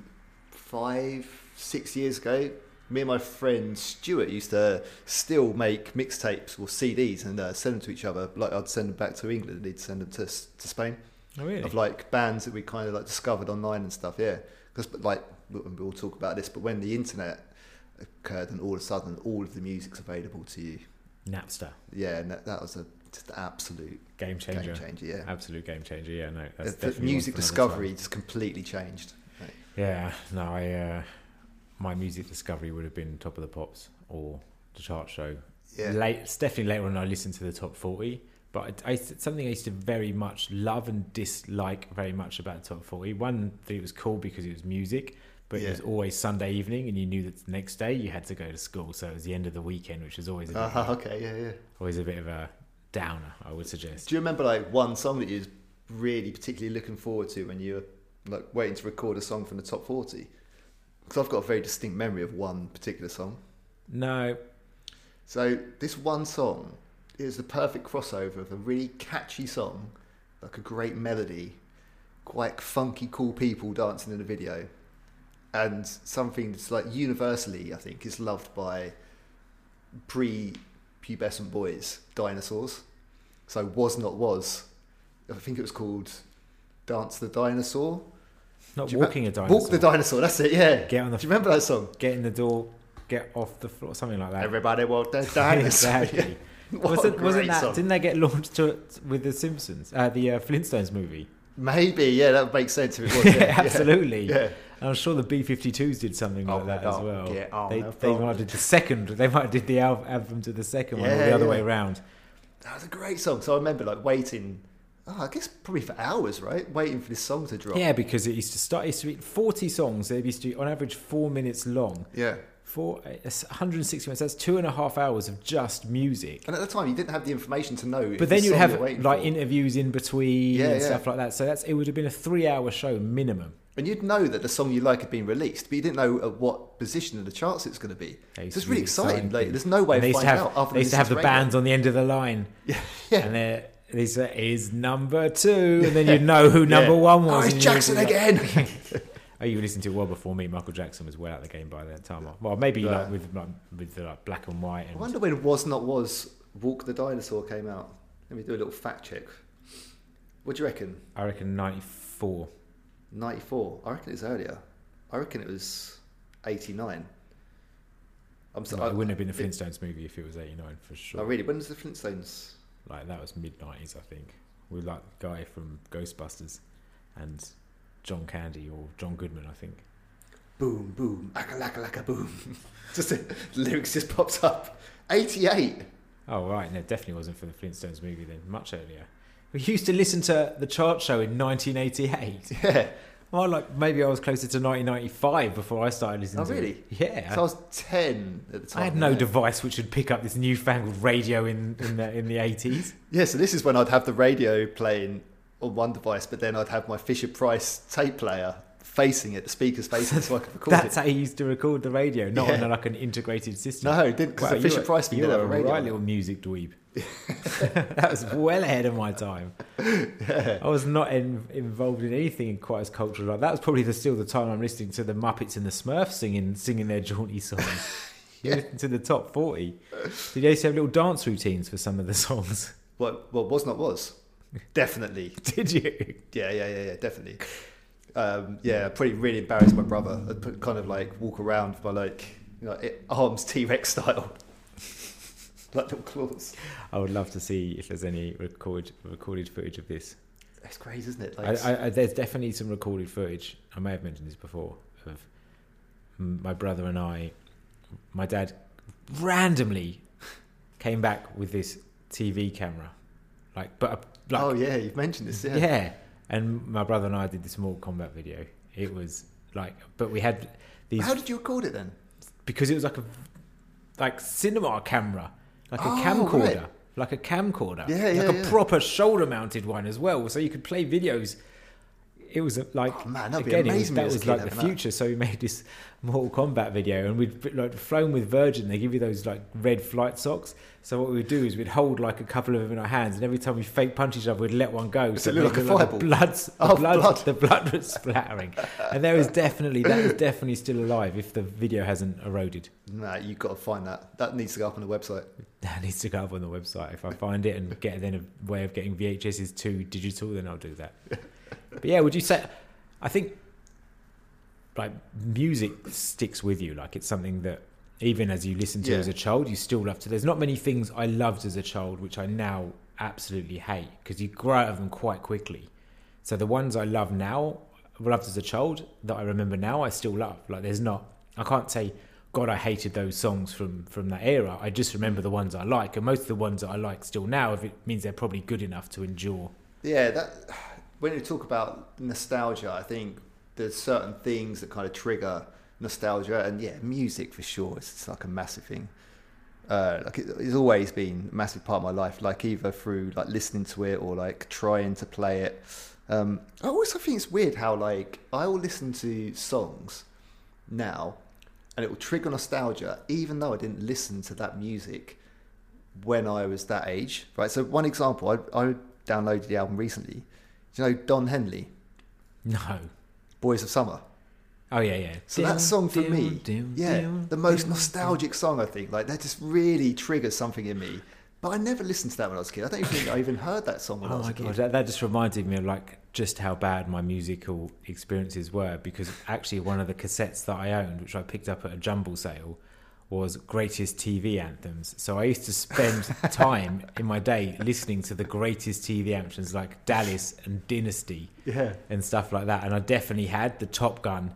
five, six years ago, me and my friend Stuart used to still make mixtapes or CDs and uh, send them to each other. Like I'd send them back to England, and he'd send them to S- to Spain Oh, really? of like bands that we kind of like discovered online and stuff. Yeah, because like we- we'll talk about this, but when the internet occurred and all of a sudden all of the music's available to you Napster, yeah, and that, that was a just an absolute game changer, game changer. Yeah, absolute game changer. Yeah, no, The- that's the, definitely one music for another discovery just completely changed. Like, time. Yeah, no, I uh, my music discovery would have been top of the pops or the chart show. yeah, Late, it's definitely later on I listened to the top forty. But I, I- something I used to very much love and dislike very much about the top forty. One that it was cool because it was music, but it Yeah. was always Sunday evening, and you knew that the next day you had to go to school, so it was the end of the weekend, which was always a bit, uh okay, yeah, yeah. always a bit of a downer. I would suggest. Do you remember like one song that you was really particularly looking forward to when you were like waiting to record a song from the top forty? Because I've got a very distinct memory of one particular song. No, So this one song is the perfect crossover of a really catchy song, like a great melody, like funky, cool people dancing in a video, and something that's like universally, I think, is loved by pre-pubescent boys, dinosaurs. So was not was. I think it was called Dance the Dinosaur. Not Do you walking a remember- dinosaur. Walk the dinosaur. That's it. Yeah. Get on the- Do you remember that song? Get in the door. Get off the floor. Something like that. Everybody walk the dinosaur. exactly. Yeah. What a Wasn't, wasn't great that? song. Didn't they get launched to, with the Simpsons, uh, the uh, Flintstones movie? Maybe. Yeah, that would make sense if it was. Yeah, yeah. absolutely. Yeah. And I'm sure the B-52s did something Oh, like that as oh, well. yeah, oh, they no they might problem. have did the second. They might have did the al- album to the second one, or Yeah, the other yeah. way around. That was a great song. So I remember like waiting. Oh, I guess probably for hours, right? Waiting for this song to drop. Yeah, because it used to start. It used to be 40 songs. They used to be on average four minutes long. Yeah. Four, uh, it's 160 minutes. That's two and a half hours of just music. And at the time, you didn't have the information to know. But then you'd have like, like interviews in between Yeah, and yeah. stuff like that. So that's it would have been a three-hour show minimum. and you'd know that the song you like had been released, but you didn't know at what position in the charts it's going to be. They used So it's to really be exciting. signed Like, to- there's no way and of they used finding to out. have, Other they than used listening to have the radio. bands on the end of the line, Yeah, yeah. and they're, they say is number two, and then you know who number one was. Oh, it's and you'd Jackson be like- again. Oh, you listened to it well before me. Michael Jackson was well out of the game by that time. Well, maybe Yeah. like with like, with like black and white I and wonder when Was Not Was Walk the Dinosaur came out. Let me do a little fact check. What do you reckon? I reckon ninety four. 94. I reckon it's earlier. I reckon it was 89. I'm So sorry. it wouldn't have been the Flintstones movie if it was eighty nine for sure. Oh, really? When was the Flintstones? Like that was mid nineties, I think, with like the guy from Ghostbusters and John Candy or John Goodman, I think. Boom, boom, aka laka laka boom. just the lyrics just pops up. 88. Oh right, no, definitely wasn't for the Flintstones movie then. Much earlier. We used to listen to the chart show in 1988. Yeah. Well, like maybe I was closer to 1995 before I started listening. Oh, to really? It. Yeah. So I was 10 at the time. I had no yeah. device which would pick up this newfangled radio in, in the in the eighties. Yeah, so this is when I'd have the radio playing on one device, but then I'd have my Fisher Price tape player facing it, the speakers facing it, so I could record That's it. how you used to record the radio, not Yeah. on like an integrated system. No, it didn't because Wow, the you Fisher were- Price thing You didn't were have a a radio. right little music dweeb. that was well ahead of my time. I was not in, involved in anything quite as cultural. Like that was probably the, still the time I'm listening to the Muppets and the Smurfs singing singing their jaunty songs. You Yeah. listen to the top forty. Did they used to have little dance routines for some of the songs? What, what was not was. Definitely. Did you? Yeah, yeah, yeah, yeah, definitely. Um, yeah, I probably really embarrassed my brother. I'd put- kind of like walk around with my like you know, it, arms T Rex style. like little claws. I would love to see if there's any record, recorded footage of this. That's crazy, isn't it? I, Like, I, I, there's definitely some recorded footage. I may have mentioned this before of m- my brother and I. My dad randomly came back with this TV camera, like, but a- like, oh, yeah, you've mentioned this. yeah. Yeah. And my brother and I did this Mortal Kombat video. It was like, but we had these How did you record it then? because it was like a like cinema camera, like a Oh, camcorder, right. like a camcorder, Yeah, like yeah, a yeah. proper shoulder-mounted one as well, so you could play videos. It was uh, like Oh, man, that'd be again, it was, amazing that as a was kid like the having that. future. So we made this Mortal Kombat video, and we'd like flown with Virgin. They give you those like red flight socks. So what we would do is we'd hold like a couple of them in our hands, and every time we fake punch each other, we'd let one go. it it looked made like a the fireball? blood, the Oh, blood, blood. the blood was splattering, and there was definitely that is definitely still alive if the video hasn't eroded. Nah, you've got to find that. That needs to go up on the website. That needs to go up on the website. If I find it and get then a way of getting VHSs to digital, then I'll do that. But yeah, would you say? I think like music sticks with you. Like it's something that even as you listen to Yeah. as a child, you still love to. There's not many things I loved as a child which I now absolutely hate because you grow out of them quite quickly. So the ones I love now, loved as a child that I remember now, I still love. Like there's not, I can't say, God, I hated those songs from from that era. I just remember the ones I like, and most of the ones that I like still now, if it means they're probably good enough to endure. Yeah, that when you talk about nostalgia, I think there's certain things that kind of trigger nostalgia, and yeah, music for sure. It's, it's like a massive thing. Uh, like it, it's always been a massive part of my life. Like either through like listening to it or like trying to play it. Um, I also think it's weird how like I will listen to songs now, and it will trigger nostalgia, even though I didn't listen to that music when I was that age, right? So one example, I, I downloaded the album recently. Do you know Don Henley? No. Boys of Summer. Oh yeah, yeah. So that song for me, yeah, the most nostalgic song I think. Like that just really triggers something in me. But I never listened to that when I was a kid. I don't even think I even heard that song when I Oh was my a god, kid. that, that just reminded me of like just how bad my musical experiences were because actually one of the cassettes that I owned, which I picked up at a jumble sale, was greatest TV anthems. So I used to spend time in my day listening to the greatest TV anthems like Dallas and Dynasty Yeah. and stuff like that. And I definitely had the Top Gun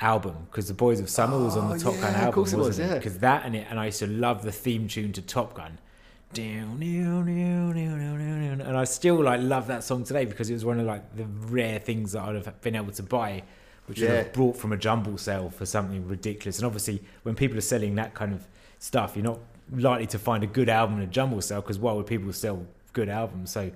album because the Boys of Summer was on the Oh, Top yeah, Gun of album, course it was, wasn't it? yeah. Because that and it, and I used to love the theme tune to Top Gun. Down, down, down, down, down, down, down. And I still like love that song today because it was one of like the rare things that I'd have been able to buy, which was Yeah. brought from a jumble sale for something ridiculous. And obviously, when people are selling that kind of stuff, you're not likely to find a good album in a jumble sale because why would people sell good albums? So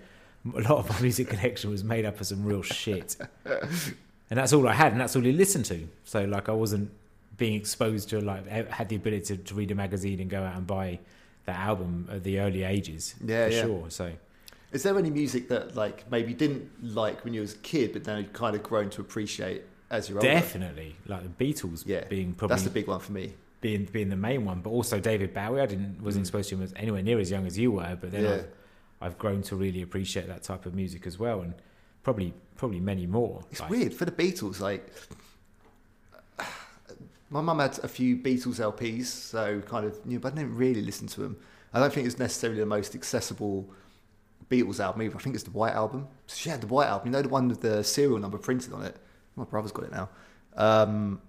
a lot of my music connection was made up of some real shit. And that's all I had, and that's all I listened to. So like I wasn't being exposed to like I had the ability to, to read a magazine and go out and buy that album at the early ages. Yeah, for yeah. sure. So Is there any music that like maybe you didn't like when you was a kid, but now you've kind of grown to appreciate as you're older? definitely like the Beatles Yeah, being probably That's the big one for me. being being the main one, but also David Bowie. I didn't wasn't exposed to him as anywhere near as young as you were, but then Mm. Yeah. I've, I've grown to really appreciate that type of music as well, and probably probably many more. It's Like, weird for the Beatles. Like, my mum had a few Beatles LPs, so kind of you know, but I didn't really listen to them. I don't think it's necessarily the most accessible Beatles album. Either. I think it's the White Album. She had the White Album, you know, the one with the serial number printed on it. My brother's got it now. Um,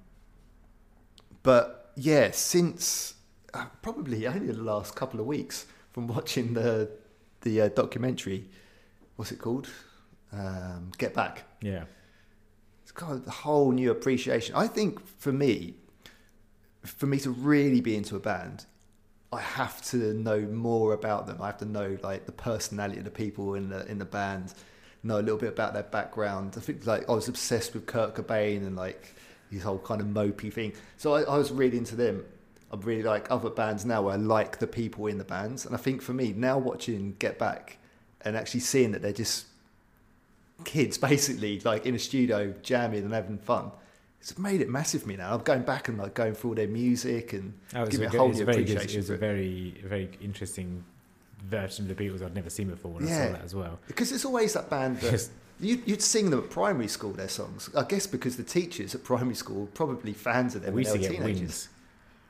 but yeah, since uh, probably only the last couple of weeks from watching the the uh, documentary, what's it called? Um, Get Back Yeah, it's got a whole new appreciation. I think for me, for me to really be into a band, I have to know more about them. I have to know like the personality of the people in the in the band, know a little bit about their background. I think like I was obsessed with Kurt Cobain and like his whole kind of mopey thing. So I, I was really into them. I really like other bands now where I like the people in the bands. And I think for me, now watching Get Back and actually seeing that they're just kids basically like in a studio jamming and having fun. It's made it massive for me now. I'm going back and like going through all their music and that was Give a, it a good- whole it was new a very good, it appreciation was a for it. very very interesting version of the Beatles I'd never seen before when I Yeah. saw that as well. because it's always that band that Yes. you, you'd sing them at primary school their songs. I guess because the teachers at primary school were probably fans of them. we when used to they get were teenagers. wings.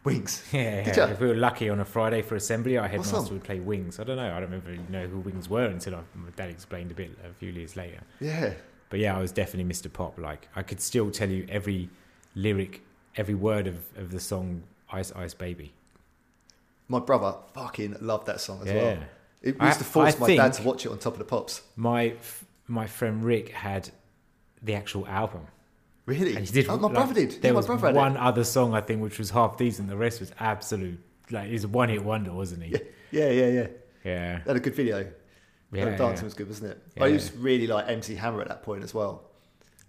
Wings. Yeah, Did yeah. ya? if we were lucky on a Friday for assembly, our headmaster song? would play Wings. I don't know. I don't remember really know who Wings were until I, my dad explained a bit a few years later. Yeah. But yeah, I was definitely Mr. Pop. Like I could still tell you every lyric, every word of, of the song Ice Ice Baby. My brother fucking loved that song as yeah. well. It used I- to force I my dad think- to watch it on Top of the Pops. My f- my friend Rick had the actual album. Really? And he did. Oh, my like, brother did. There yeah, my was brother had it. one other song I think which was half decent. The rest was absolute. Like he's a one hit wonder, wasn't he? Yeah, yeah, yeah, yeah. Yeah. They had a good video. Yeah, and the dancing yeah. was good, wasn't it? Yeah, I yeah. used to really like MC Hammer at that point as well.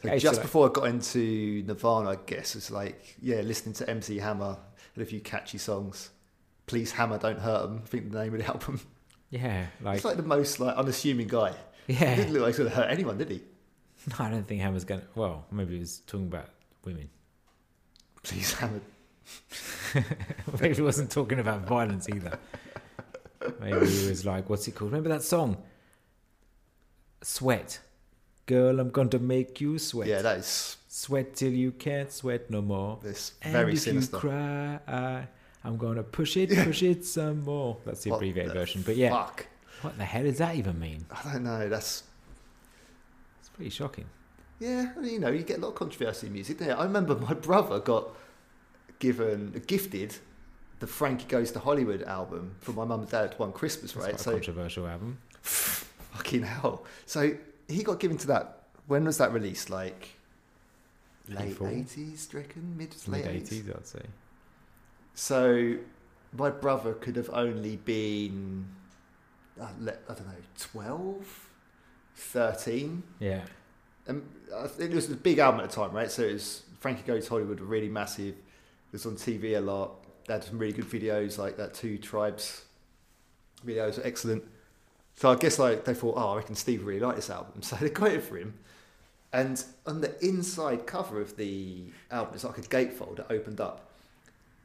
So Yeah, I used to just like- before I got into Nirvana, I guess it's like yeah, listening to MC Hammer and a few catchy songs. Please Hammer, don't hurt 'Em, I think the name of the album. Yeah. Like, It's like the most like unassuming guy. He yeah. didn't look like he was gonna hurt anyone, did he? No, I don't think Hammer's gonna. Well, maybe he was talking about women. Please Hammer. maybe he wasn't talking about violence either. Maybe he was like, "What's it called? Remember that song? Sweat, girl, I'm going to make you sweat. Yeah, that is Sweat till you can't sweat no more. this And very if sinister. you cry, I, I'm gonna push it, push it some more. That's the What abbreviated the version. But yeah, Fuck. what the hell does that even mean? I don't know. That's It's pretty shocking. Yeah, I mean, you know, you get a lot of controversy in music. There, I remember my brother got given, gifted, the Frankie Goes to Hollywood album from my mum and dad one Christmas, It's right? quite a So controversial album. fucking hell. So he got given to that. When was that released? Like late Eighty-four. eighties, do you reckon? Mid to Mid late eighties. eighties, I'd say. So my brother could have only been, uh, le- I don't know, 12, 13. Yeah. Um, I think it was a big album at the time, right? So it was Frankie Goes to Hollywood, were really massive. It was on TV a lot. They had some really good videos, like that Two Tribes videos were excellent. So I guess like they thought, oh, I reckon Steve really liked this album, so they got it for him. And on the inside cover of the album, it's like a gatefold that opened up.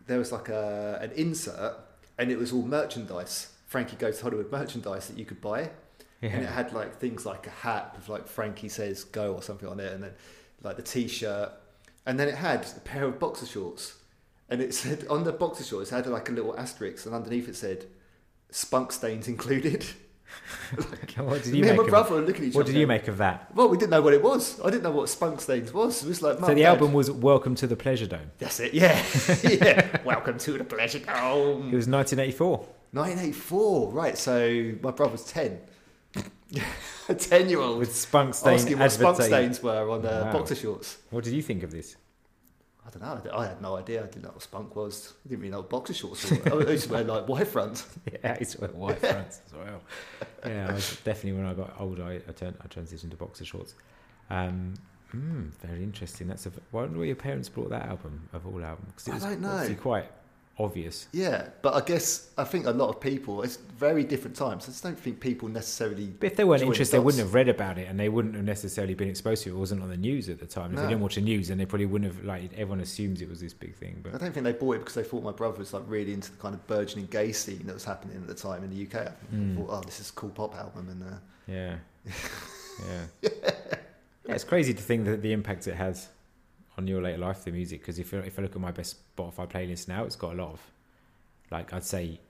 There was like a, an insert, and it was all merchandise, Frankie Goes to Hollywood merchandise that you could buy. And it Yeah. had like things like a hat with like Frankie Says Go or something on it, and then like the t shirt. And then it had a pair of boxer shorts. And it said, on the boxer shorts, it had like a little asterisk, and underneath it said, spunk stains included. what did Me you and make my of, brother were looking at each what other. did you make of that? Well, we didn't know what it was. I didn't know what Spunk Stains was. It was like, So Mum, the Dad, album was Welcome to the Pleasure Dome. That's it, yeah. yeah. Welcome to the Pleasure It Dome. was 1984. 1984, right. So my brother's 10. A 10 year old With Spunk Stain asking what Spunk advertising. Stains were on uh, Wow. boxer shorts. What did you think of this? I don't know. I d- I had no idea. I didn't know what Spunk was. I didn't really know what boxer shorts were. I used to wear like white front. Yeah, it's went wide France as well. Yeah, I was definitely when I got older, I, I turned I transitioned to boxer shorts. Um, mm, very interesting. That's a. v- Why wonder where your parents brought that album of all albums because it I was don't know. obviously quite obvious. Yeah, but I guess I think a lot of people, it's very different times. I just don't think people necessarily. But if they weren't Joined interested, they dots. wouldn't have read about it, and they wouldn't have necessarily been exposed to it. It wasn't on the news at the time. If No. they didn't watch the news, then they probably wouldn't have. Like everyone assumes it was this big thing, I but don't think they bought it because they thought my brother was like really into the kind of burgeoning gay scene that was happening at the time in the UK. I think Mm. they thought, oh, this is a cool pop album, and uh, yeah, yeah. yeah. It's crazy to think that the impact it has on your later life, the music. Because if I- if I look at my best Spotify playlist now, it's got a lot of, like I'd say,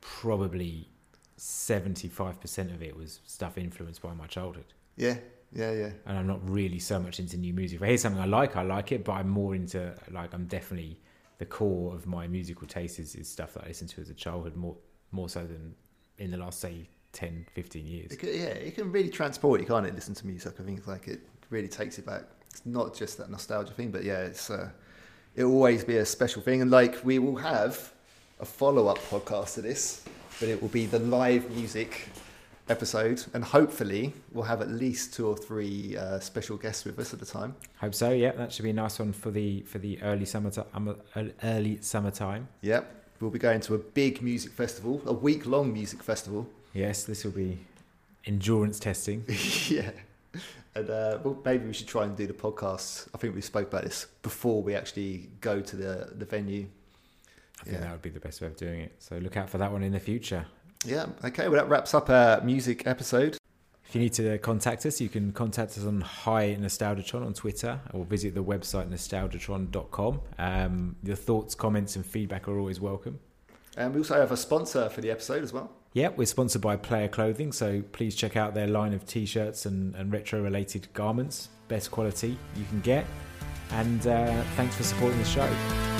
probably seventy five percent of it was stuff influenced by my childhood. yeah, yeah, yeah, and I'm not really so much into new music. If I hear something I like, I like it, but I'm more into like I'm definitely the core of my musical taste is, is stuff that I listened to as a childhood more more so than in the last say 10, 15 years. it can, yeah. It can really transport you, can't it? Listen to music, I think it's like it really takes you back. It's not just that nostalgia thing, but yeah, it's uh, it'll always be a special thing, and like we will have a follow up podcast to this, but it will be the live music episode, and hopefully we'll have at least two or three uh, special guests with us at the time. Hope so. Yeah, that should be a nice one for the for the early summer ti- um, ear- early summertime. Yep. We'll be going to a big music festival, a week long music festival. Yes, this will be endurance testing. yeah. And uh, well, maybe we should try and do the podcast. I think we spoke about this before we actually go to the, the venue. I think Yeah. that would be the best way of doing it. So look out for that one in the future. Yeah. Okay. Well, that wraps up our music episode. If you need to contact us, you can contact us on Hi Nostalgiatron on Twitter or visit the website nostalgiatron.com. Um, your thoughts, comments, and feedback are always welcome. And we also have a sponsor for the episode as well. Yeah, we're sponsored by Player Clothing, so please check out their line of t shirts and, and retro related garments. Best quality you can get. And uh, thanks for supporting the show.